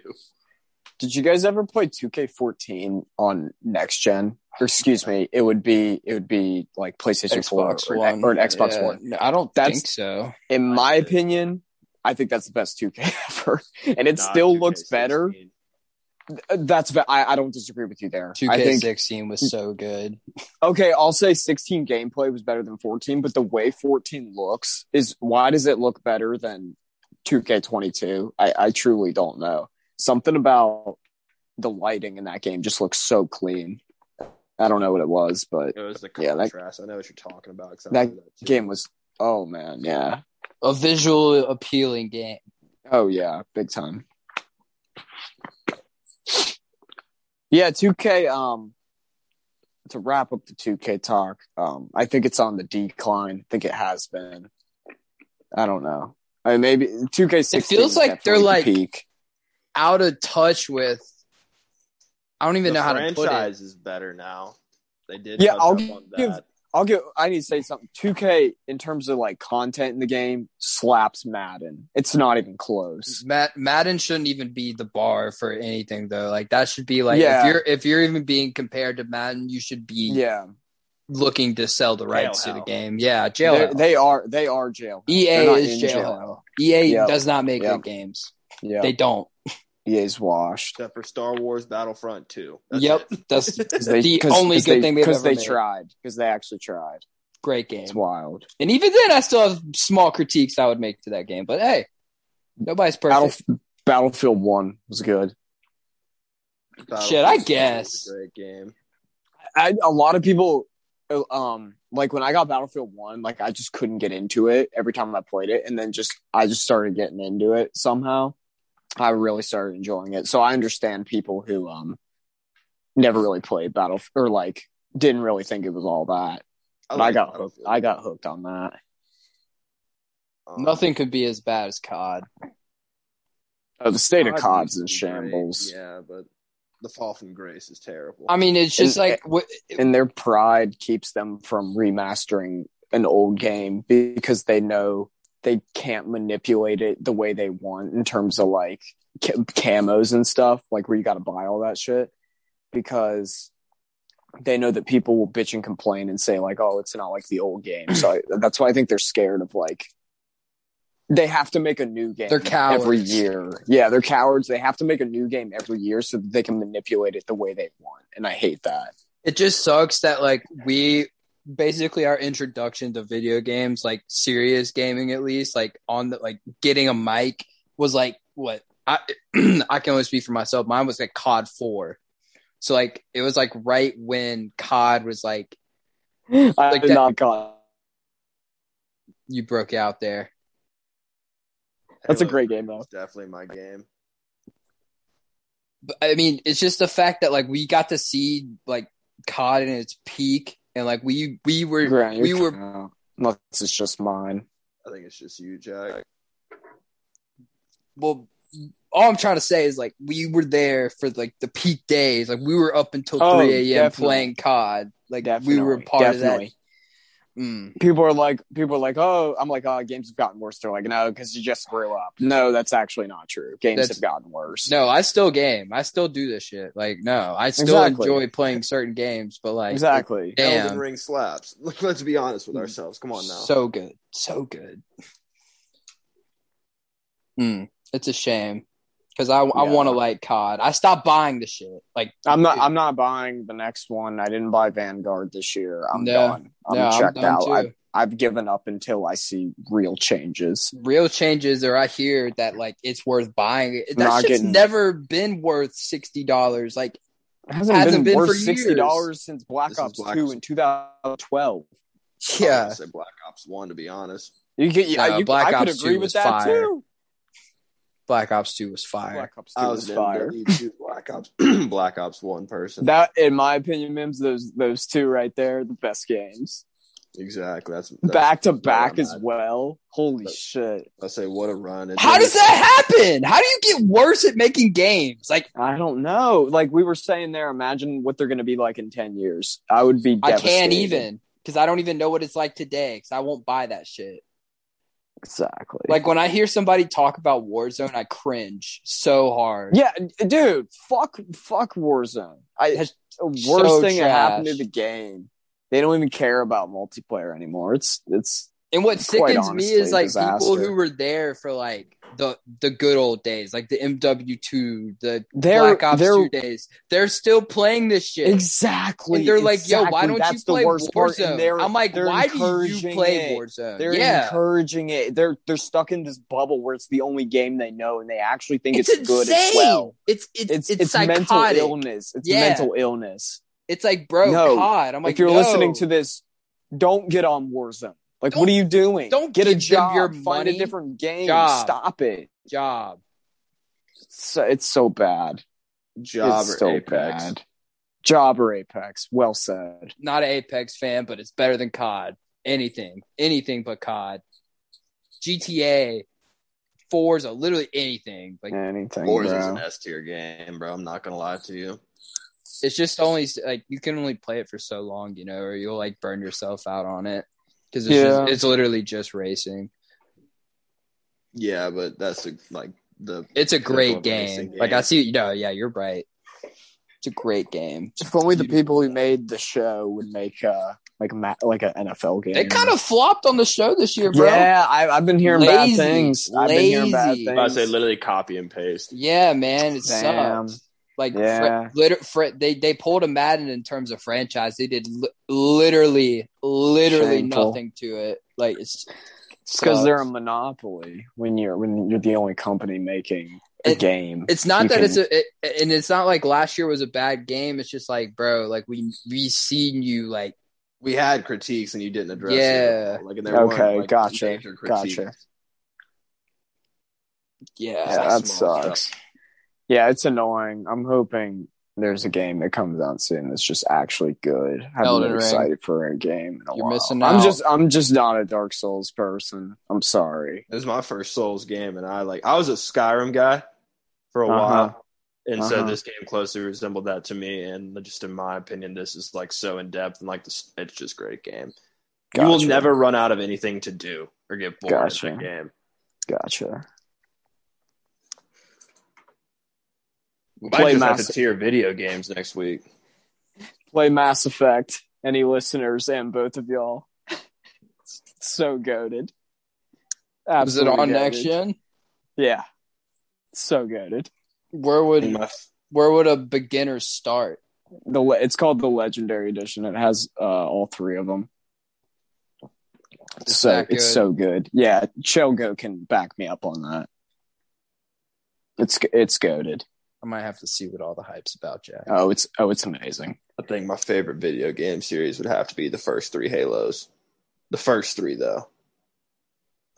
did you guys ever play 2K14 on next gen? Or excuse me, it would be it would be like PlayStation 4 or, an- or an Xbox
Yeah.
One.
No, I don't
That's-
think so.
In my
did.
opinion, I think that's the best 2K (laughs) ever, and it
Nah,
still
2K16.
looks better. That's va- I, I don't disagree with you there. I think
2K16 was so good.
okay, I'll say 16 gameplay was better than 14, but the way 14 looks is why does it look better than 2K22? I, I truly don't know. Something about the lighting in that game just looks so clean. I don't know what it was, but
It was the
Yeah, that-
contrast. I know what you're talking about. 'cause I
That
remember too.
game was oh man, yeah,
A visual appealing game.
oh yeah, big time. Yeah, 2K. Um, to wrap up the 2K talk, um, I think it's on the decline. I think it has been. I don't know. I mean, maybe 2K.
It feels like they're, like,
peak.
Out of touch with. I don't even
the
know how to put it.
franchise is better now. They did.
Yeah,
touch
I'll
up
give-
on that.
I'll get. I need to say something. 2K in terms of like content in the game slaps Madden. It's not even close.
Matt Madden shouldn't even be the bar for anything though. Like that should be like
Yeah.
if you're if you're even being compared to Madden, you should be
Yeah,
looking to sell the rights to the
Jailhouse.
game. Yeah,
They're-
jail.
they are. They are jail. They're
EA
not
is
in
jail. EA
Yep.
does not make
Yep.
good games.
Yeah,
They don't.
EA's washed.
Except for Star Wars Battlefront Two. That's
yep,
it.
(laughs)
that's
'Cause They,
The only good thing they've
because
ever
they
made.
tried because they actually tried.
great game.
It's wild.
And even then, I still have small critiques I would make to that game. But hey, nobody's
Battle,
perfect.
Battlefield One was good.
(laughs) Battlefront
Shit, I
2 was a
guess.
great game.
I, a lot of people, uh, um, like when I got Battlefield One, like I just couldn't get into it every time I played it, and then just I just started getting into it somehow. I really started enjoying it, so I understand people who um never really played Battle or like didn't really think it was all that. But I
like
got hooked.
Battlefield.
I got hooked on that.
Um,
Nothing could be as bad as COD.
Oh, the state
COD
of COD's in
used to be great,
shambles,
Yeah, but the fall from grace is terrible.
I mean, it's just
And-
like w-
and their pride keeps them from remastering an old game because they know they can't manipulate it the way they want in terms of like ca- camos and stuff, like where you got to buy all that shit because they know that people will bitch and complain and say like, "Oh, it's not like the old game." So I, that's why I think they're scared of like they have to make a new game
They're cowards.
every year. Yeah, they're cowards. They have to make a new game every year so that they can manipulate it the way they want, and I hate that.
it just sucks that like we basically our introduction to video games, like serious gaming at least, like on the like getting a mic was like what I (clears throat) I can only speak for myself. Mine was like COD four. So like it was like right when COD was like
(laughs) I
Like
did
that-
not got
you broke out there.
That's a
Halo
great game, though.
was Definitely my game.
But, I mean, it's just the fact that like we got to see like COD in its peak, and like we we were
Grant,
we
you're
were
kinda- Unless it's just mine.
I think it's just you, Jack.
well. All I'm trying to say is like we were there for like the peak days. Like we were up until
Oh,
3 a.m.
definitely.
playing COD. Like we were a
Definitely,
part of
definitely.
that. Mm.
People are like, people are like, oh, I'm like, oh, games have gotten worse. They're like, no, because you just grew up. No, that's actually not true. Games
That's-
have gotten worse.
No, I still game. I still do this shit. Like no, I still
Exactly.
enjoy playing certain games, but like
exactly.
Damn.
Elden Ring slaps. (laughs) Let's be honest with
Mm.
ourselves. Come on now.
So good. So good. Mm, it's a shame because I, I
Yeah.
want to like COD. I stopped buying the shit. Like
I'm not. I'm not buying the next one. I didn't buy Vanguard this year. I'm
No.
done. I'm
no, I'm
checked
done
out.
too.
I've, I've given up until I see real changes.
Real changes, or I hear that like it's worth buying. it. That
Not
shit's
getting-
never been worth sixty dollars. Like
It hasn't,
Hasn't
been,
been
worth
for
sixty dollars since Black
This is
Ops
Black
Two
Ops.
in 2012.
I was gonna say Black Ops One, to be honest.
You get.
No,
I, you,
Uh, Black
I could
Ops 2
agree with
was
that
fire.
too.
Black Ops Two was fire.
Black Ops Two
I
was
was an
fire.
MW2 Black Ops (clears throat) Black Ops One person.
That, in my opinion, Mims, those those two right there, the best games,
exactly. That's, that's
back to
where
back
I'm
as
at.
well. Holy
But-
shit!
I say what a run. And
How
then-
does that happen? How do you get worse at making games? Like
I don't know. Like we were saying there, imagine what they're going to be like in ten years. I would be.
I can't
devastated.
even because I don't even know what it's like today because I won't buy that shit.
exactly.
Like when I hear somebody talk about Warzone, I cringe so hard.
yeah, dude, fuck, fuck Warzone. I
That's
the worst
so
thing that happened to
trash.
the game. They don't even care about multiplayer anymore. It's it's
And what
It's quite
sickens me
honestly
is like
disaster.
people who were there for like the the good old days, like the MW two, the
They're
Black Ops
they're
two days. They're still playing this shit.
exactly.
And they're like, "Yo, why
exactly.
don't
That's
you play
the worst Part.
Warzone?"
And they're,
I'm like,
they're
"Why do you
encouraging
play
it.
Warzone?"
They're
yeah,
encouraging it. They're they're stuck in this bubble where it's the only game they know, and they actually think
it's,
it's,
insane.
good as well.
It's it's
It's
it's,
it's,
psychotic.
mental illness. It's
Yeah.
mental illness.
It's like, bro,
No.
COD. I'm like,
if you're
yo,
listening to this, don't get on Warzone. Like, what
Don't-
are you doing?
don't
get a
give them
job.
your
find
money.
a different game.
Job.
Stop it.
job,
It's so, it's so bad.
Job
it's
or
so
Apex.
bad. Job or Apex. Well said.
not an Apex fan, but it's better than COD. Anything, anything but COD. GTA fours are literally anything. Like
Anything.
Forza is
bro.
an S tier game, bro. I'm not gonna lie to you.
it's just only like you can only play it for so long, you know, or you'll like burn yourself out on it because it's
Yeah.
just, it's literally just racing.
Yeah, but that's a, like the
It's a great
Typical racing
game. Like I
game.
see, you know, yeah, you're right. It's a great game.
If only the
Beautiful.
people who made the show would make uh like a ma- like an NFL game.
They kind of flopped on the show this year, bro.
Yeah, I, I've been hearing
Lazy.
bad things. I've been hearing bad
Lazy.
things.
I say literally copy and paste.
Yeah, man, it
Damn.
sucks. Like,
Yeah.
fra- liter- fra- they they pulled a Madden in terms of franchise. They did li- literally, literally
Shameful.
nothing to it. Like, it's
It's because
sucks.
they're a monopoly when you're when you're the only company making a
It-
game.
It's not
You
that
can-
it's a, it, and it's not like last year was a bad game. It's just like, bro, like we we seen you like
We had critiques and you didn't address it.
Yeah.
Like, and there weren't,
Okay,
like,
gotcha,
major critiques.
gotcha.
yeah.
Yeah, that
small
sucks. Yeah, it's annoying. I'm hoping there's a game that comes out soon that's just actually good. I've
Elden
been
Ring.
excited for a game in a
You're
while.
missing
I'm
out.
just I'm just not a Dark Souls person. I'm sorry.
It was my first Souls game, and I like I was a Skyrim guy for a
Uh-huh.
while, and so
Uh-huh.
this game closely resembled that to me. And just in my opinion, this is like so in depth and like this, it's just a great game. You will
Gotcha.
never run out of anything to do or get bored
Gotcha.
in that game.
Gotcha.
Might
Play
just have
Mass-
to tier video games next week.
Play Mass Effect. Any listeners and both of y'all. so goaded.
Is it
Absolutely
on
goated.
next gen?
Yeah. So goaded.
Where
And
would
my
where would a beginner start?
The le- it's called the Legendary Edition. It has uh, all three of them.
It's
so
that
it's
good.
so good. Yeah, Chogo can back me up on that. It's it's goaded.
I might have to see what all the hype's about, Jack.
Oh, it's oh, it's amazing.
I think my favorite video game series would have to be the first three Halos. The first three, though.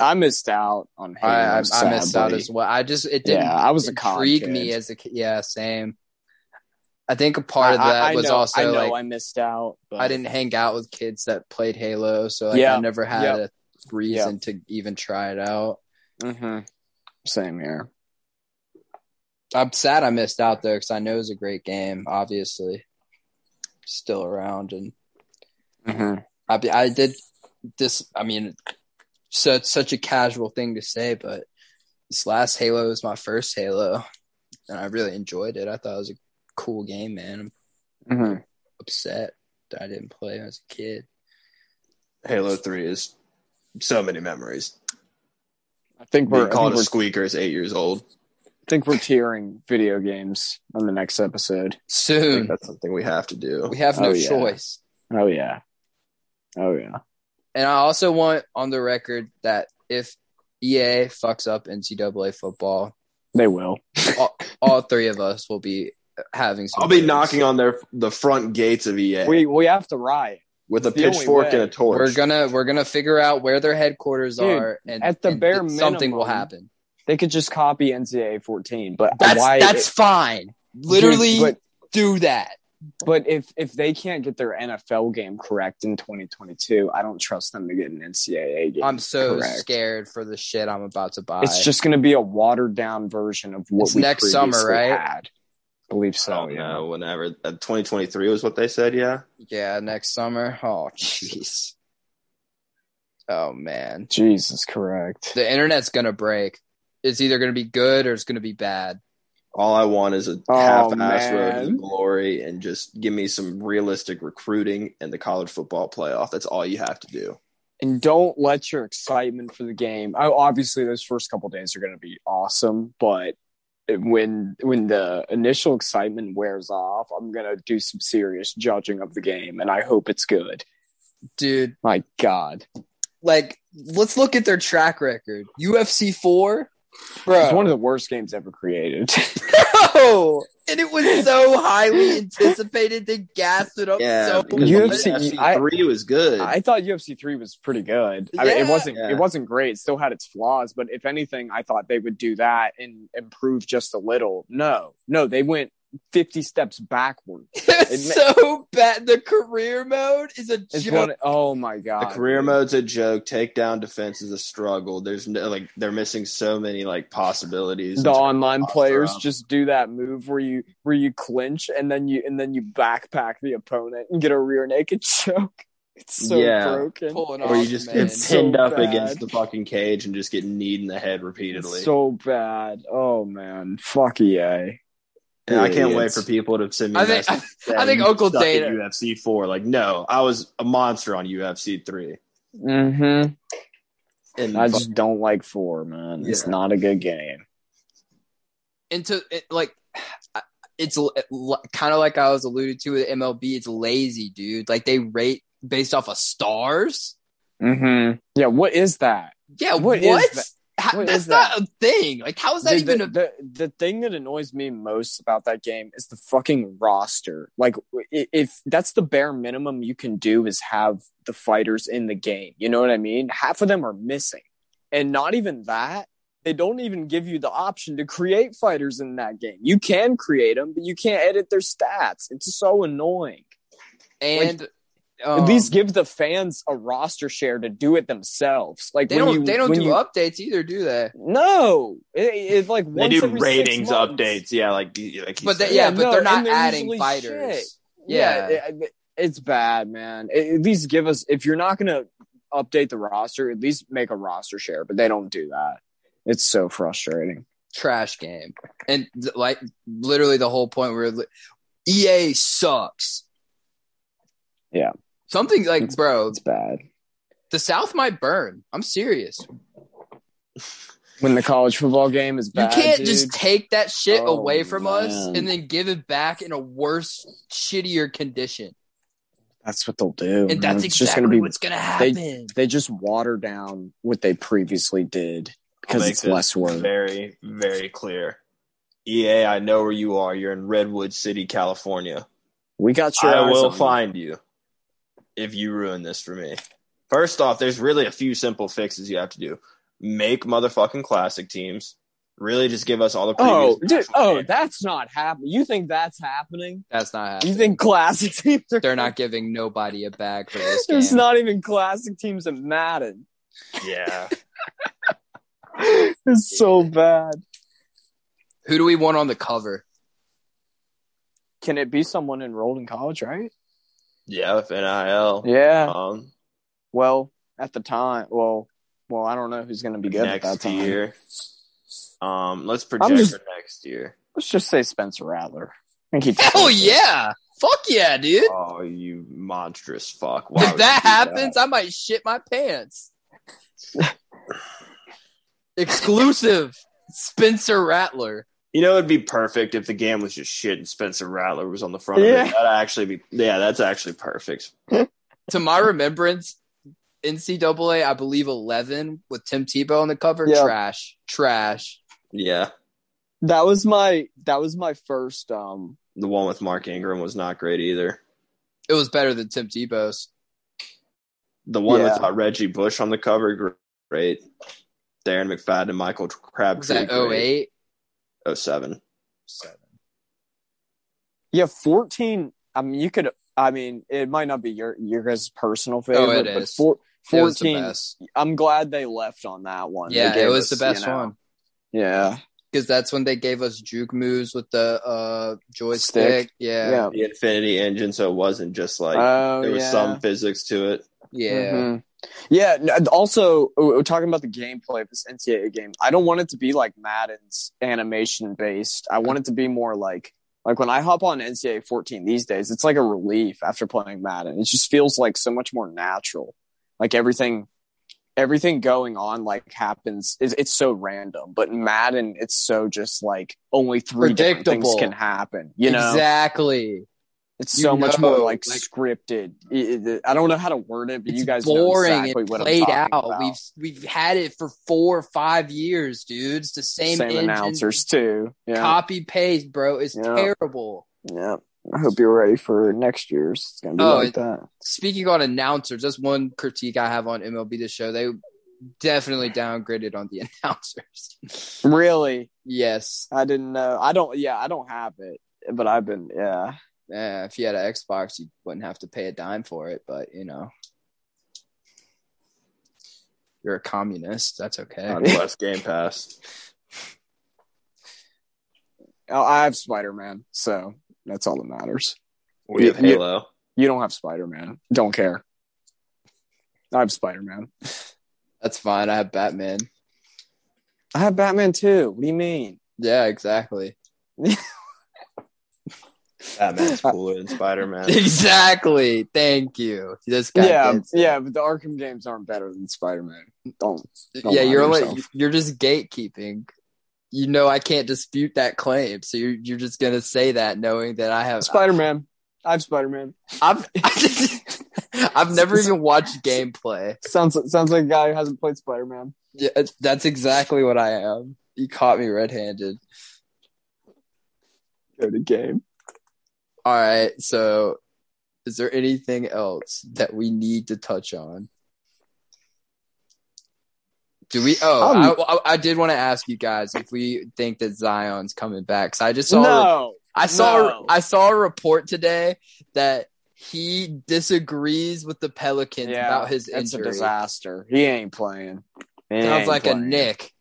I missed out on Halo.
I, I, I
sadly.
missed out as well. I just it didn't
yeah, I was a con
intrigue
kid.
me as a ki- yeah same. I think a part of
I- I-
that
I
was
know-
also
I know
like
I missed out. But
I didn't hang out with kids that played Halo, so like
Yeah.
I never had a reason to even try it out. Mm-hmm.
Mhm. Same here.
I'm sad I missed out though because I know it's a great game. Obviously, still around, and Mm-hmm.
Mhm.
I be- I did this. I mean, so it's such a casual thing to say, but this last Halo was my first Halo, and I really enjoyed it. I thought it was a cool game, man. I'm Mm-hmm.
Mhm.
upset that I didn't play when I was a kid.
Halo 3 is so many memories.
I think
Being
we're I
called
think
a
we're,
squeaker is eight years old.
think we're tearing video games on the next episode.
I think
Soon
that's something we have to do.
we have no
Oh, yeah.
choice.
Oh yeah. Oh yeah.
And I also want on the record that if EA fucks up NCAA football,
They will.
all, all three of us will be having some.
I'll be
words.
knocking on their the front gates of EA
We we have to riot.
with a
it's the only
pitchfork
way.
and a torch.
We're gonna we're gonna figure out where their headquarters
Dude,
are, and
at the
and
bare
th- something will
minimum,
happen.
They could just copy NCAA 14, but
That's
why?
that's fine. Literally
Dude,
do that.
but but if if they can't get their NFL game correct in 2022, I don't trust them to get an NCAA game.
I'm so
correct.
scared for the shit I'm about to buy.
It's just going to be a watered down version of what
It's
we
next summer,
previously
right? Oh,
Had. believe
I
so.
don't
Yeah.
know. Whenever uh, 2023 was what they said. Yeah,
yeah, next summer. Oh jeez. Oh man,
Jesus, correct.
the internet's gonna break. It's either gonna be good or it's gonna be bad.
all I want is a
Oh,
half-ass road to
man.
glory, and just give me some realistic recruiting and the college football playoff. That's all you have to do.
and don't let your excitement for the game. I, obviously, those first couple days are going to be awesome, but it- when when the initial excitement wears off, I'm going to do some serious judging of the game, and I hope it's good.
dude.
My God,
Like, let's look at their track record. UFC four, bro.
it's one of the worst games ever
(laughs)
created.
Bro! And it was so highly anticipated. They gassed it up so
because UFC
much.
I-
three was good.
I thought UFC three was pretty good. I mean,
Yeah.
it wasn't.
Yeah.
It wasn't great. It still had its flaws, but if anything, I thought they would do that and improve just a little. No, no, they went fifty steps backward.
It
It
was
ma-
so bad. The career mode is a
It's
joke.
one. Oh my god.
the career
dude.
mode's a joke. Takedown defense is a struggle. There's no like they're missing so many like possibilities.
The online
Offer
players
up.
just do that move where you where you clinch and then you and then you backpack the opponent and get a rear naked (laughs) choke. It's so
Yeah.
broken.
Pulling
Or you
off,
just
man.
get pinned
So
up
bad.
against the fucking cage and just get kneed in the head repeatedly.
It's so bad. Oh man. Fuck E EA.
And I can't wait
idiots.
for people to send me.
I think
messages
(laughs) I think
saying,
Uncle
"Suck at
Dana-
UFC four. Like no, I was a monster on UFC three.
Mm-hmm.
And
I
fuck-
just don't like four, man. It's
Yeah.
not a good game.
into it, like I- it's kind of like I was alluded to with MLB. It's lazy, dude. Like they rate based off of stars.
Mm-hmm. Yeah, what is that?
Yeah,
What
what?
is that?
How-
What
that's
is
not a thing. Like, how is that
the,
even
the,
a
the, the thing that annoys me most about that game is the fucking roster. Like, i- if that's the bare minimum you can do is have the fighters in the game. You know what I mean? Half of them are missing, and not even that. They don't even give you the option to create fighters in that game. You can create them, but you can't edit their stats. It's so annoying.
and um,
At least give the fans a roster share to do it themselves. Like
they
when
don't
you-
they don't
when
do
you-
updates either, do they?
No, it, it like
they
once
do
every six
ratings
months.
updates. Yeah, like, you- like you
But
said.
they, yeah,
Yeah,
but
no,
they're
and
not
they're
adding
usually
fighters.
shit.
Yeah.
it- it- it's bad, man. It- at least give us if you're not gonna update the roster, at least make a roster share. But they don't do that. It's so frustrating.
trash game. And th- like literally the whole point where li- EA sucks.
Yeah.
Something like, bro,
It's bad
the South might burn. I'm serious.
when the college football game is bad.
you can't
dude.
just take that shit
Oh,
away from us
man.
and then give it back in a worse, shittier condition.
That's what they'll do.
And
man.
that's
it's
exactly
just gonna be.
what's going to happen.
They just water down what they previously did because
Make
it's
this
less work.
Very, very clear. EA, I know where you are. You're in Redwood City, California.
We got your
I
eyes
will
on you.
find you if you ruin this for me. First off, there's really a few simple fixes you have to do. Make motherfucking classic teams. Really, just give us all the previous.
Oh, dude,
national
oh,
games.
that's not happening. You think that's happening?
That's not happening.
You think classic (laughs) teams are?
They're not giving nobody a bag for this game.
There's not even classic teams at Madden.
yeah.
It's so bad.
Who do we want on the cover?
Can it be someone enrolled in college? Right?
Yeah, with NIL.
Yeah.
Um,
Well, at the time, well, well, I don't know who's going to be good at that
next
time.
year. Um, let's project
just-
for next year.
Let's just say Spencer Rattler. I (laughs) think he
Hell yeah. Fuck yeah, dude.
Oh, you monstrous
(laughs)
fuck! Why
if
would
that
you do
happens, I might shit my pants. Exclusive Spencer Rattler.
You know, it'd be perfect if the game was just shit and Spencer Rattler was on the front
Yeah.
of it. That'd actually be, yeah, that's actually perfect.
To my remembrance, NCAA, I believe 11 with Tim Tebow on the cover.
Yeah.
Trash. Trash.
Yeah.
That was my that was my first um
The one with Mark Ingram was not great either.
It was better than Tim Tebow's.
The one
Yeah.
without Reggie Bush on the cover, gr- great. Darren McFadden, Michael
Was
Crabtree,
that
oh
great.
08?
07.
yeah, 14 I mean you could I mean it might not be your your guys' personal favorite,
Oh, it
but
is.
four,
It was the
14
best.
I'm glad they left on that one. They
Yeah, it
gave
was
us,
the best
you know,
one.
Yeah.
Because that's when they gave us juke moves with the uh, joystick.
Stick.
Yeah.
Yeah.
The Infinity Engine, so it wasn't just like
oh,
there was
yeah.
some physics
(laughs)
to it.
Yeah.
Mhm. Yeah. n- and Also, we we're talking about the gameplay of this NCAA game. I don't want it to be like Madden's animation based. I want it to be more like like when I hop on NCAA 14 these days, it's like a relief after playing Madden. It just feels like so much more natural. Like everything, everything going on like happens. It's, it's so random, but Madden, it's so just like only three different things
Predictable.
can happen. You know,
exactly.
it's
You
so much more
know,
like,
like-
scripted. It- it- I don't know how to word it, but
It's
you guys
boring.
know exactly
it
what I'm
played
talking
out.
about.
We've we've had it for four or five years, dude. It's the same,
same,
engine.
announcers too. Yeah,
Copy paste, bro. It's
Yeah.
terrible.
yeah. I hope you're ready for next year's. It's gonna be
Oh,
like
it-
that.
Speaking on announcers, that's one critique I have on MLB The Show. They definitely downgraded on the (laughs) announcers.
Really,
yes.
I didn't know. I don't. Yeah, I don't have it, but I've been. Yeah,
Uh, if you had an Xbox, you wouldn't have to pay a dime for it, but you know. You're a communist. That's okay.
God bless Game Pass.
Oh, I have Spider Man, so that's all that matters.
We have
Yeah, yeah.
Halo.
You don't have Spider Man. Don't care. I have Spider Man.
That's fine. I have Batman.
I have Batman too. What do you mean?
Yeah, exactly.
Batman's cooler than Spider
(laughs)
(laughs)
Man.
Exactly. Thank you. This guy.
yeah,
gets it.
yeah, but the Arkham games aren't better than Spider Man. Don't. Don't
yeah.
lie to
You're only,
yourself.
you're just gatekeeping. You know, I can't dispute that claim, so you're you're just gonna say that, knowing that I have.
Spider Man. I have Spider Man.
I've (laughs) I've never even watched gameplay.
Sounds sounds like a guy who hasn't played Spider Man.
Yeah, it's- that's exactly what I am. You caught me red-handed.
Go to game.
All right. So, is there anything else that we need to touch on? Do we? Oh,
Um,
I, I, I did want to ask you guys if we think that Zion's coming back. 'cause I just saw. a re-
No.
I saw.
no.
I saw a report today that he disagrees with the Pelicans
Yeah,
about his
It's a
injury.
disaster. He ain't playing. He
Sounds
ain't
like a
playing.
Nick.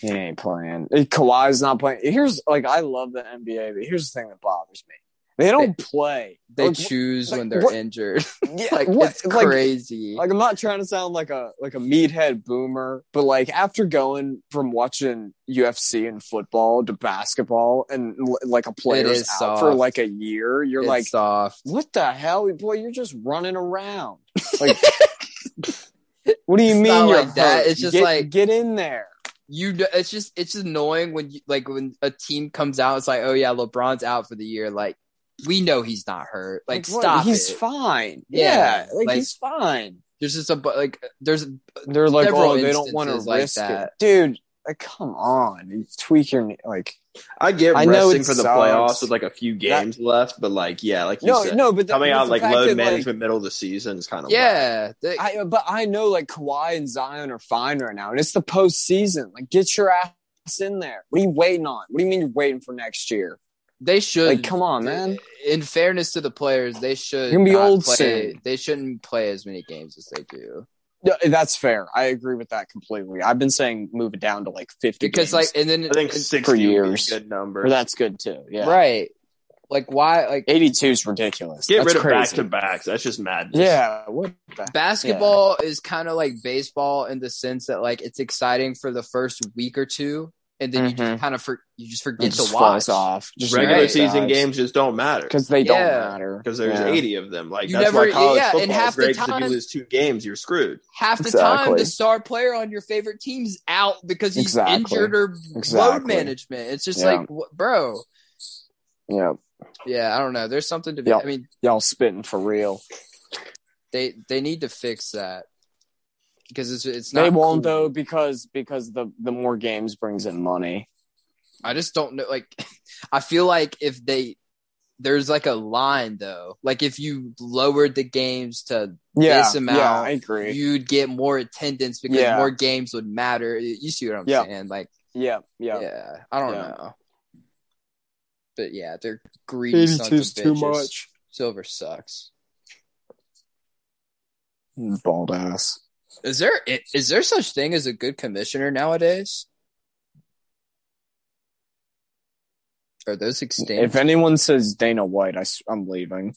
He ain't playing. Eh, Kawhi's not playing. Here's like I love the NBA, but here's the thing that bothers me: they don't play.
They
Like,
choose
like,
when they're
what-
injured.
(laughs)
(laughs)
yeah,
like
what-
it's
like-
crazy.
Like I'm not trying to sound like a like a meathead boomer, but like after going from watching UFC and football to basketball, and l- like a player's
is
out
soft.
for like a year, you're
It's
like,
soft.
what the hell, boy? You're just
(laughs)
running around. Like, what do you
It's
mean?
not
you're
like that.
hurt?
It's just
Get-
like-
get in there.
you kn- it's just it's just annoying when you like when a team comes out it's like oh yeah lebron's out for the year like we know he's not hurt like,
what?
stop
He's
it.
fine.
Yeah,
Yeah, like,
like-
he's fine.
there's just a bu- like there's
They're like,
Several
oh, they don't want to
instances like
risk
that.
it, dude. Like, come on, you tweak your knee. like.
I get
I know
resting
it
for the
sucks.
playoffs with like a few games left, but like yeah, like you
No,
said,
no, but the,
coming
but
out
the
like
fact
load
that,
management middle of the season is kind of
yeah they-
Like, I, but I know like Kawhi and Zion are fine right now, and it's the postseason. Like, get your ass in there. What are you waiting on? What do you mean you're waiting for next year?
they should
Like, come on, man.
in fairness to the players they should
You're gonna be
not
old
play,
soon.
they shouldn't play as many games as they do
No, that's fair. I agree with that completely. I've been saying move it down to like fifty
because
games.
like and then
I think
and-
sixty
for
would be a
years.
good number.
Or that's good too. Yeah,
right like why like
eighty-two is ridiculous.
Get
That's
rid of
crazy.
back to backs. That's just madness.
Yeah, what the
basketball is kind of like baseball in the sense that like it's exciting for the first week or two and then you just kind of for, you just forget
Mm-hmm. It just
to watch
falls off. Just
regular
Right.
season games just don't matter
because they don't
Yeah.
matter.
because there's
Yeah.
eighty of them. Like
You
that's
never-
why college
yeah, and
football
half
is
the
great 'cause if
time-
you lose two games, you're screwed.
half the time
Exactly.
the star player on your favorite team's out because he's
Exactly.
injured or load
Exactly.
management it's just
Yeah.
like wh- bro
Yeah,
yeah i don't know there's something to be
Yeah.
i mean
y'all spitting for real.
they they need to fix that because it's it's not
They won't
cool.
though because because the the more games brings in money.
I just don't know. Like, (laughs) I feel like if they, there's like a line though. Like if you lowered the games to,
Yeah,
This amount,
yeah, I agree.
you'd get more attendance because
Yeah.
more games would matter. You see what I'm
Yeah.
saying? Like,
yeah, yeah.
yeah, I don't
Yeah.
know. But yeah, they're greedy. sons of bitches. Silver sucks.
Bald ass.
Is there i- is there such thing as a good commissioner nowadays? Are those extinct?
If anyone says Dana White, I, am leaving.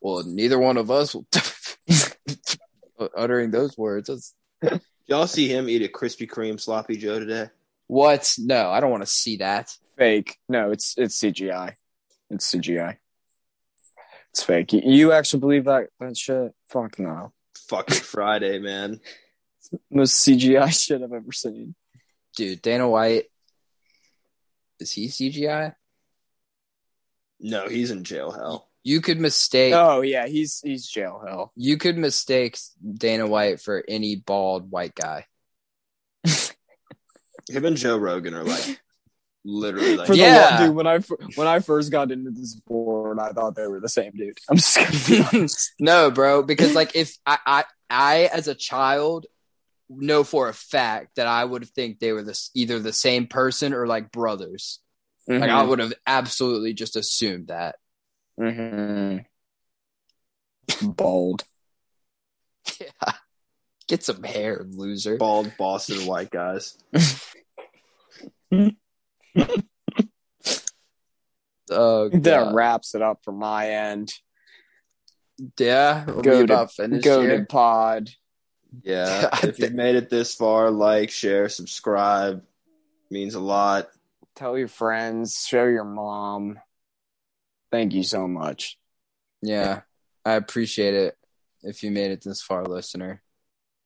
Well, neither one of us will (laughs) uttering those words. That's,
Y'all see him eat a Krispy Kreme sloppy Joe today?
what? No, I don't want to see that.
Fake. No, it's it's CGI. It's CGI. It's fake. You, you actually believe that that shit? Fuck no.
fucking
(laughs)
Friday, man.
Most CGI (laughs) shit I've ever seen.
Dude, Dana White is he CGI?
No, he's in jail hell.
You could mistake
Oh yeah, he's he's jail hell.
you could mistake Dana White for any bald white
(laughs)
guy.
Him and Joe Rogan are like literally like
For
Yeah.
the one dude, when I f- when I first got into this board, I thought they were the same dude. I'm just gonna (laughs) be honest.
No, bro, because like if I I, I as a child know for a fact that I would think they were this either the same person or like brothers.
Mm-hmm.
Like I would have absolutely just assumed that. (laughs)
Mm-hmm. Bold.
Yeah. Get some hair, loser.
bald Boston white guys.
Oh,
(laughs) That
God.
wraps it up for my end.
yeah. Are we
Goated.
about finished
Go
here?
to pod.
Yeah,
I
if you've made it this far, like, share, subscribe means a lot.
Tell your friends. Show your mom. Thank you so much.
Yeah, I appreciate it if you made it this far, listener.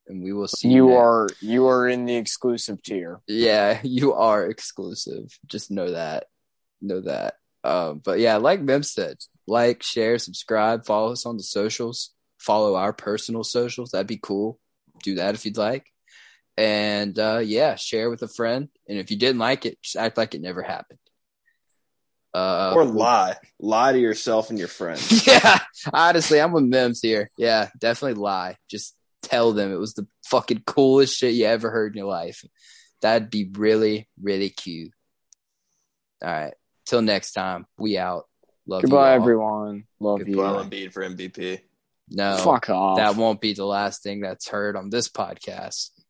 And we will see
You
next-
are you are in the exclusive tier.
Yeah, (laughs) you are exclusive. Just know that. Know that. Um, but yeah, like Mem said, like, share, subscribe, follow us on the socials, follow our personal socials. That'd be cool. Do that if you'd like. And uh, yeah, share with a friend. And if you didn't like it, just act like it never happened. Uh,
or lie. Lie to yourself and your friends.
(laughs) yeah, honestly, I'm with Mims here. Yeah, definitely lie. Just tell them it was the fucking coolest shit you ever heard in your life. That'd be really, really cute. All right. Till next time, we out. Love
Goodbye,
you all.
everyone. Love
Joel
you.
Embiid for MVP.
No,
Fuck off.
that won't be the last thing that's heard on this podcast.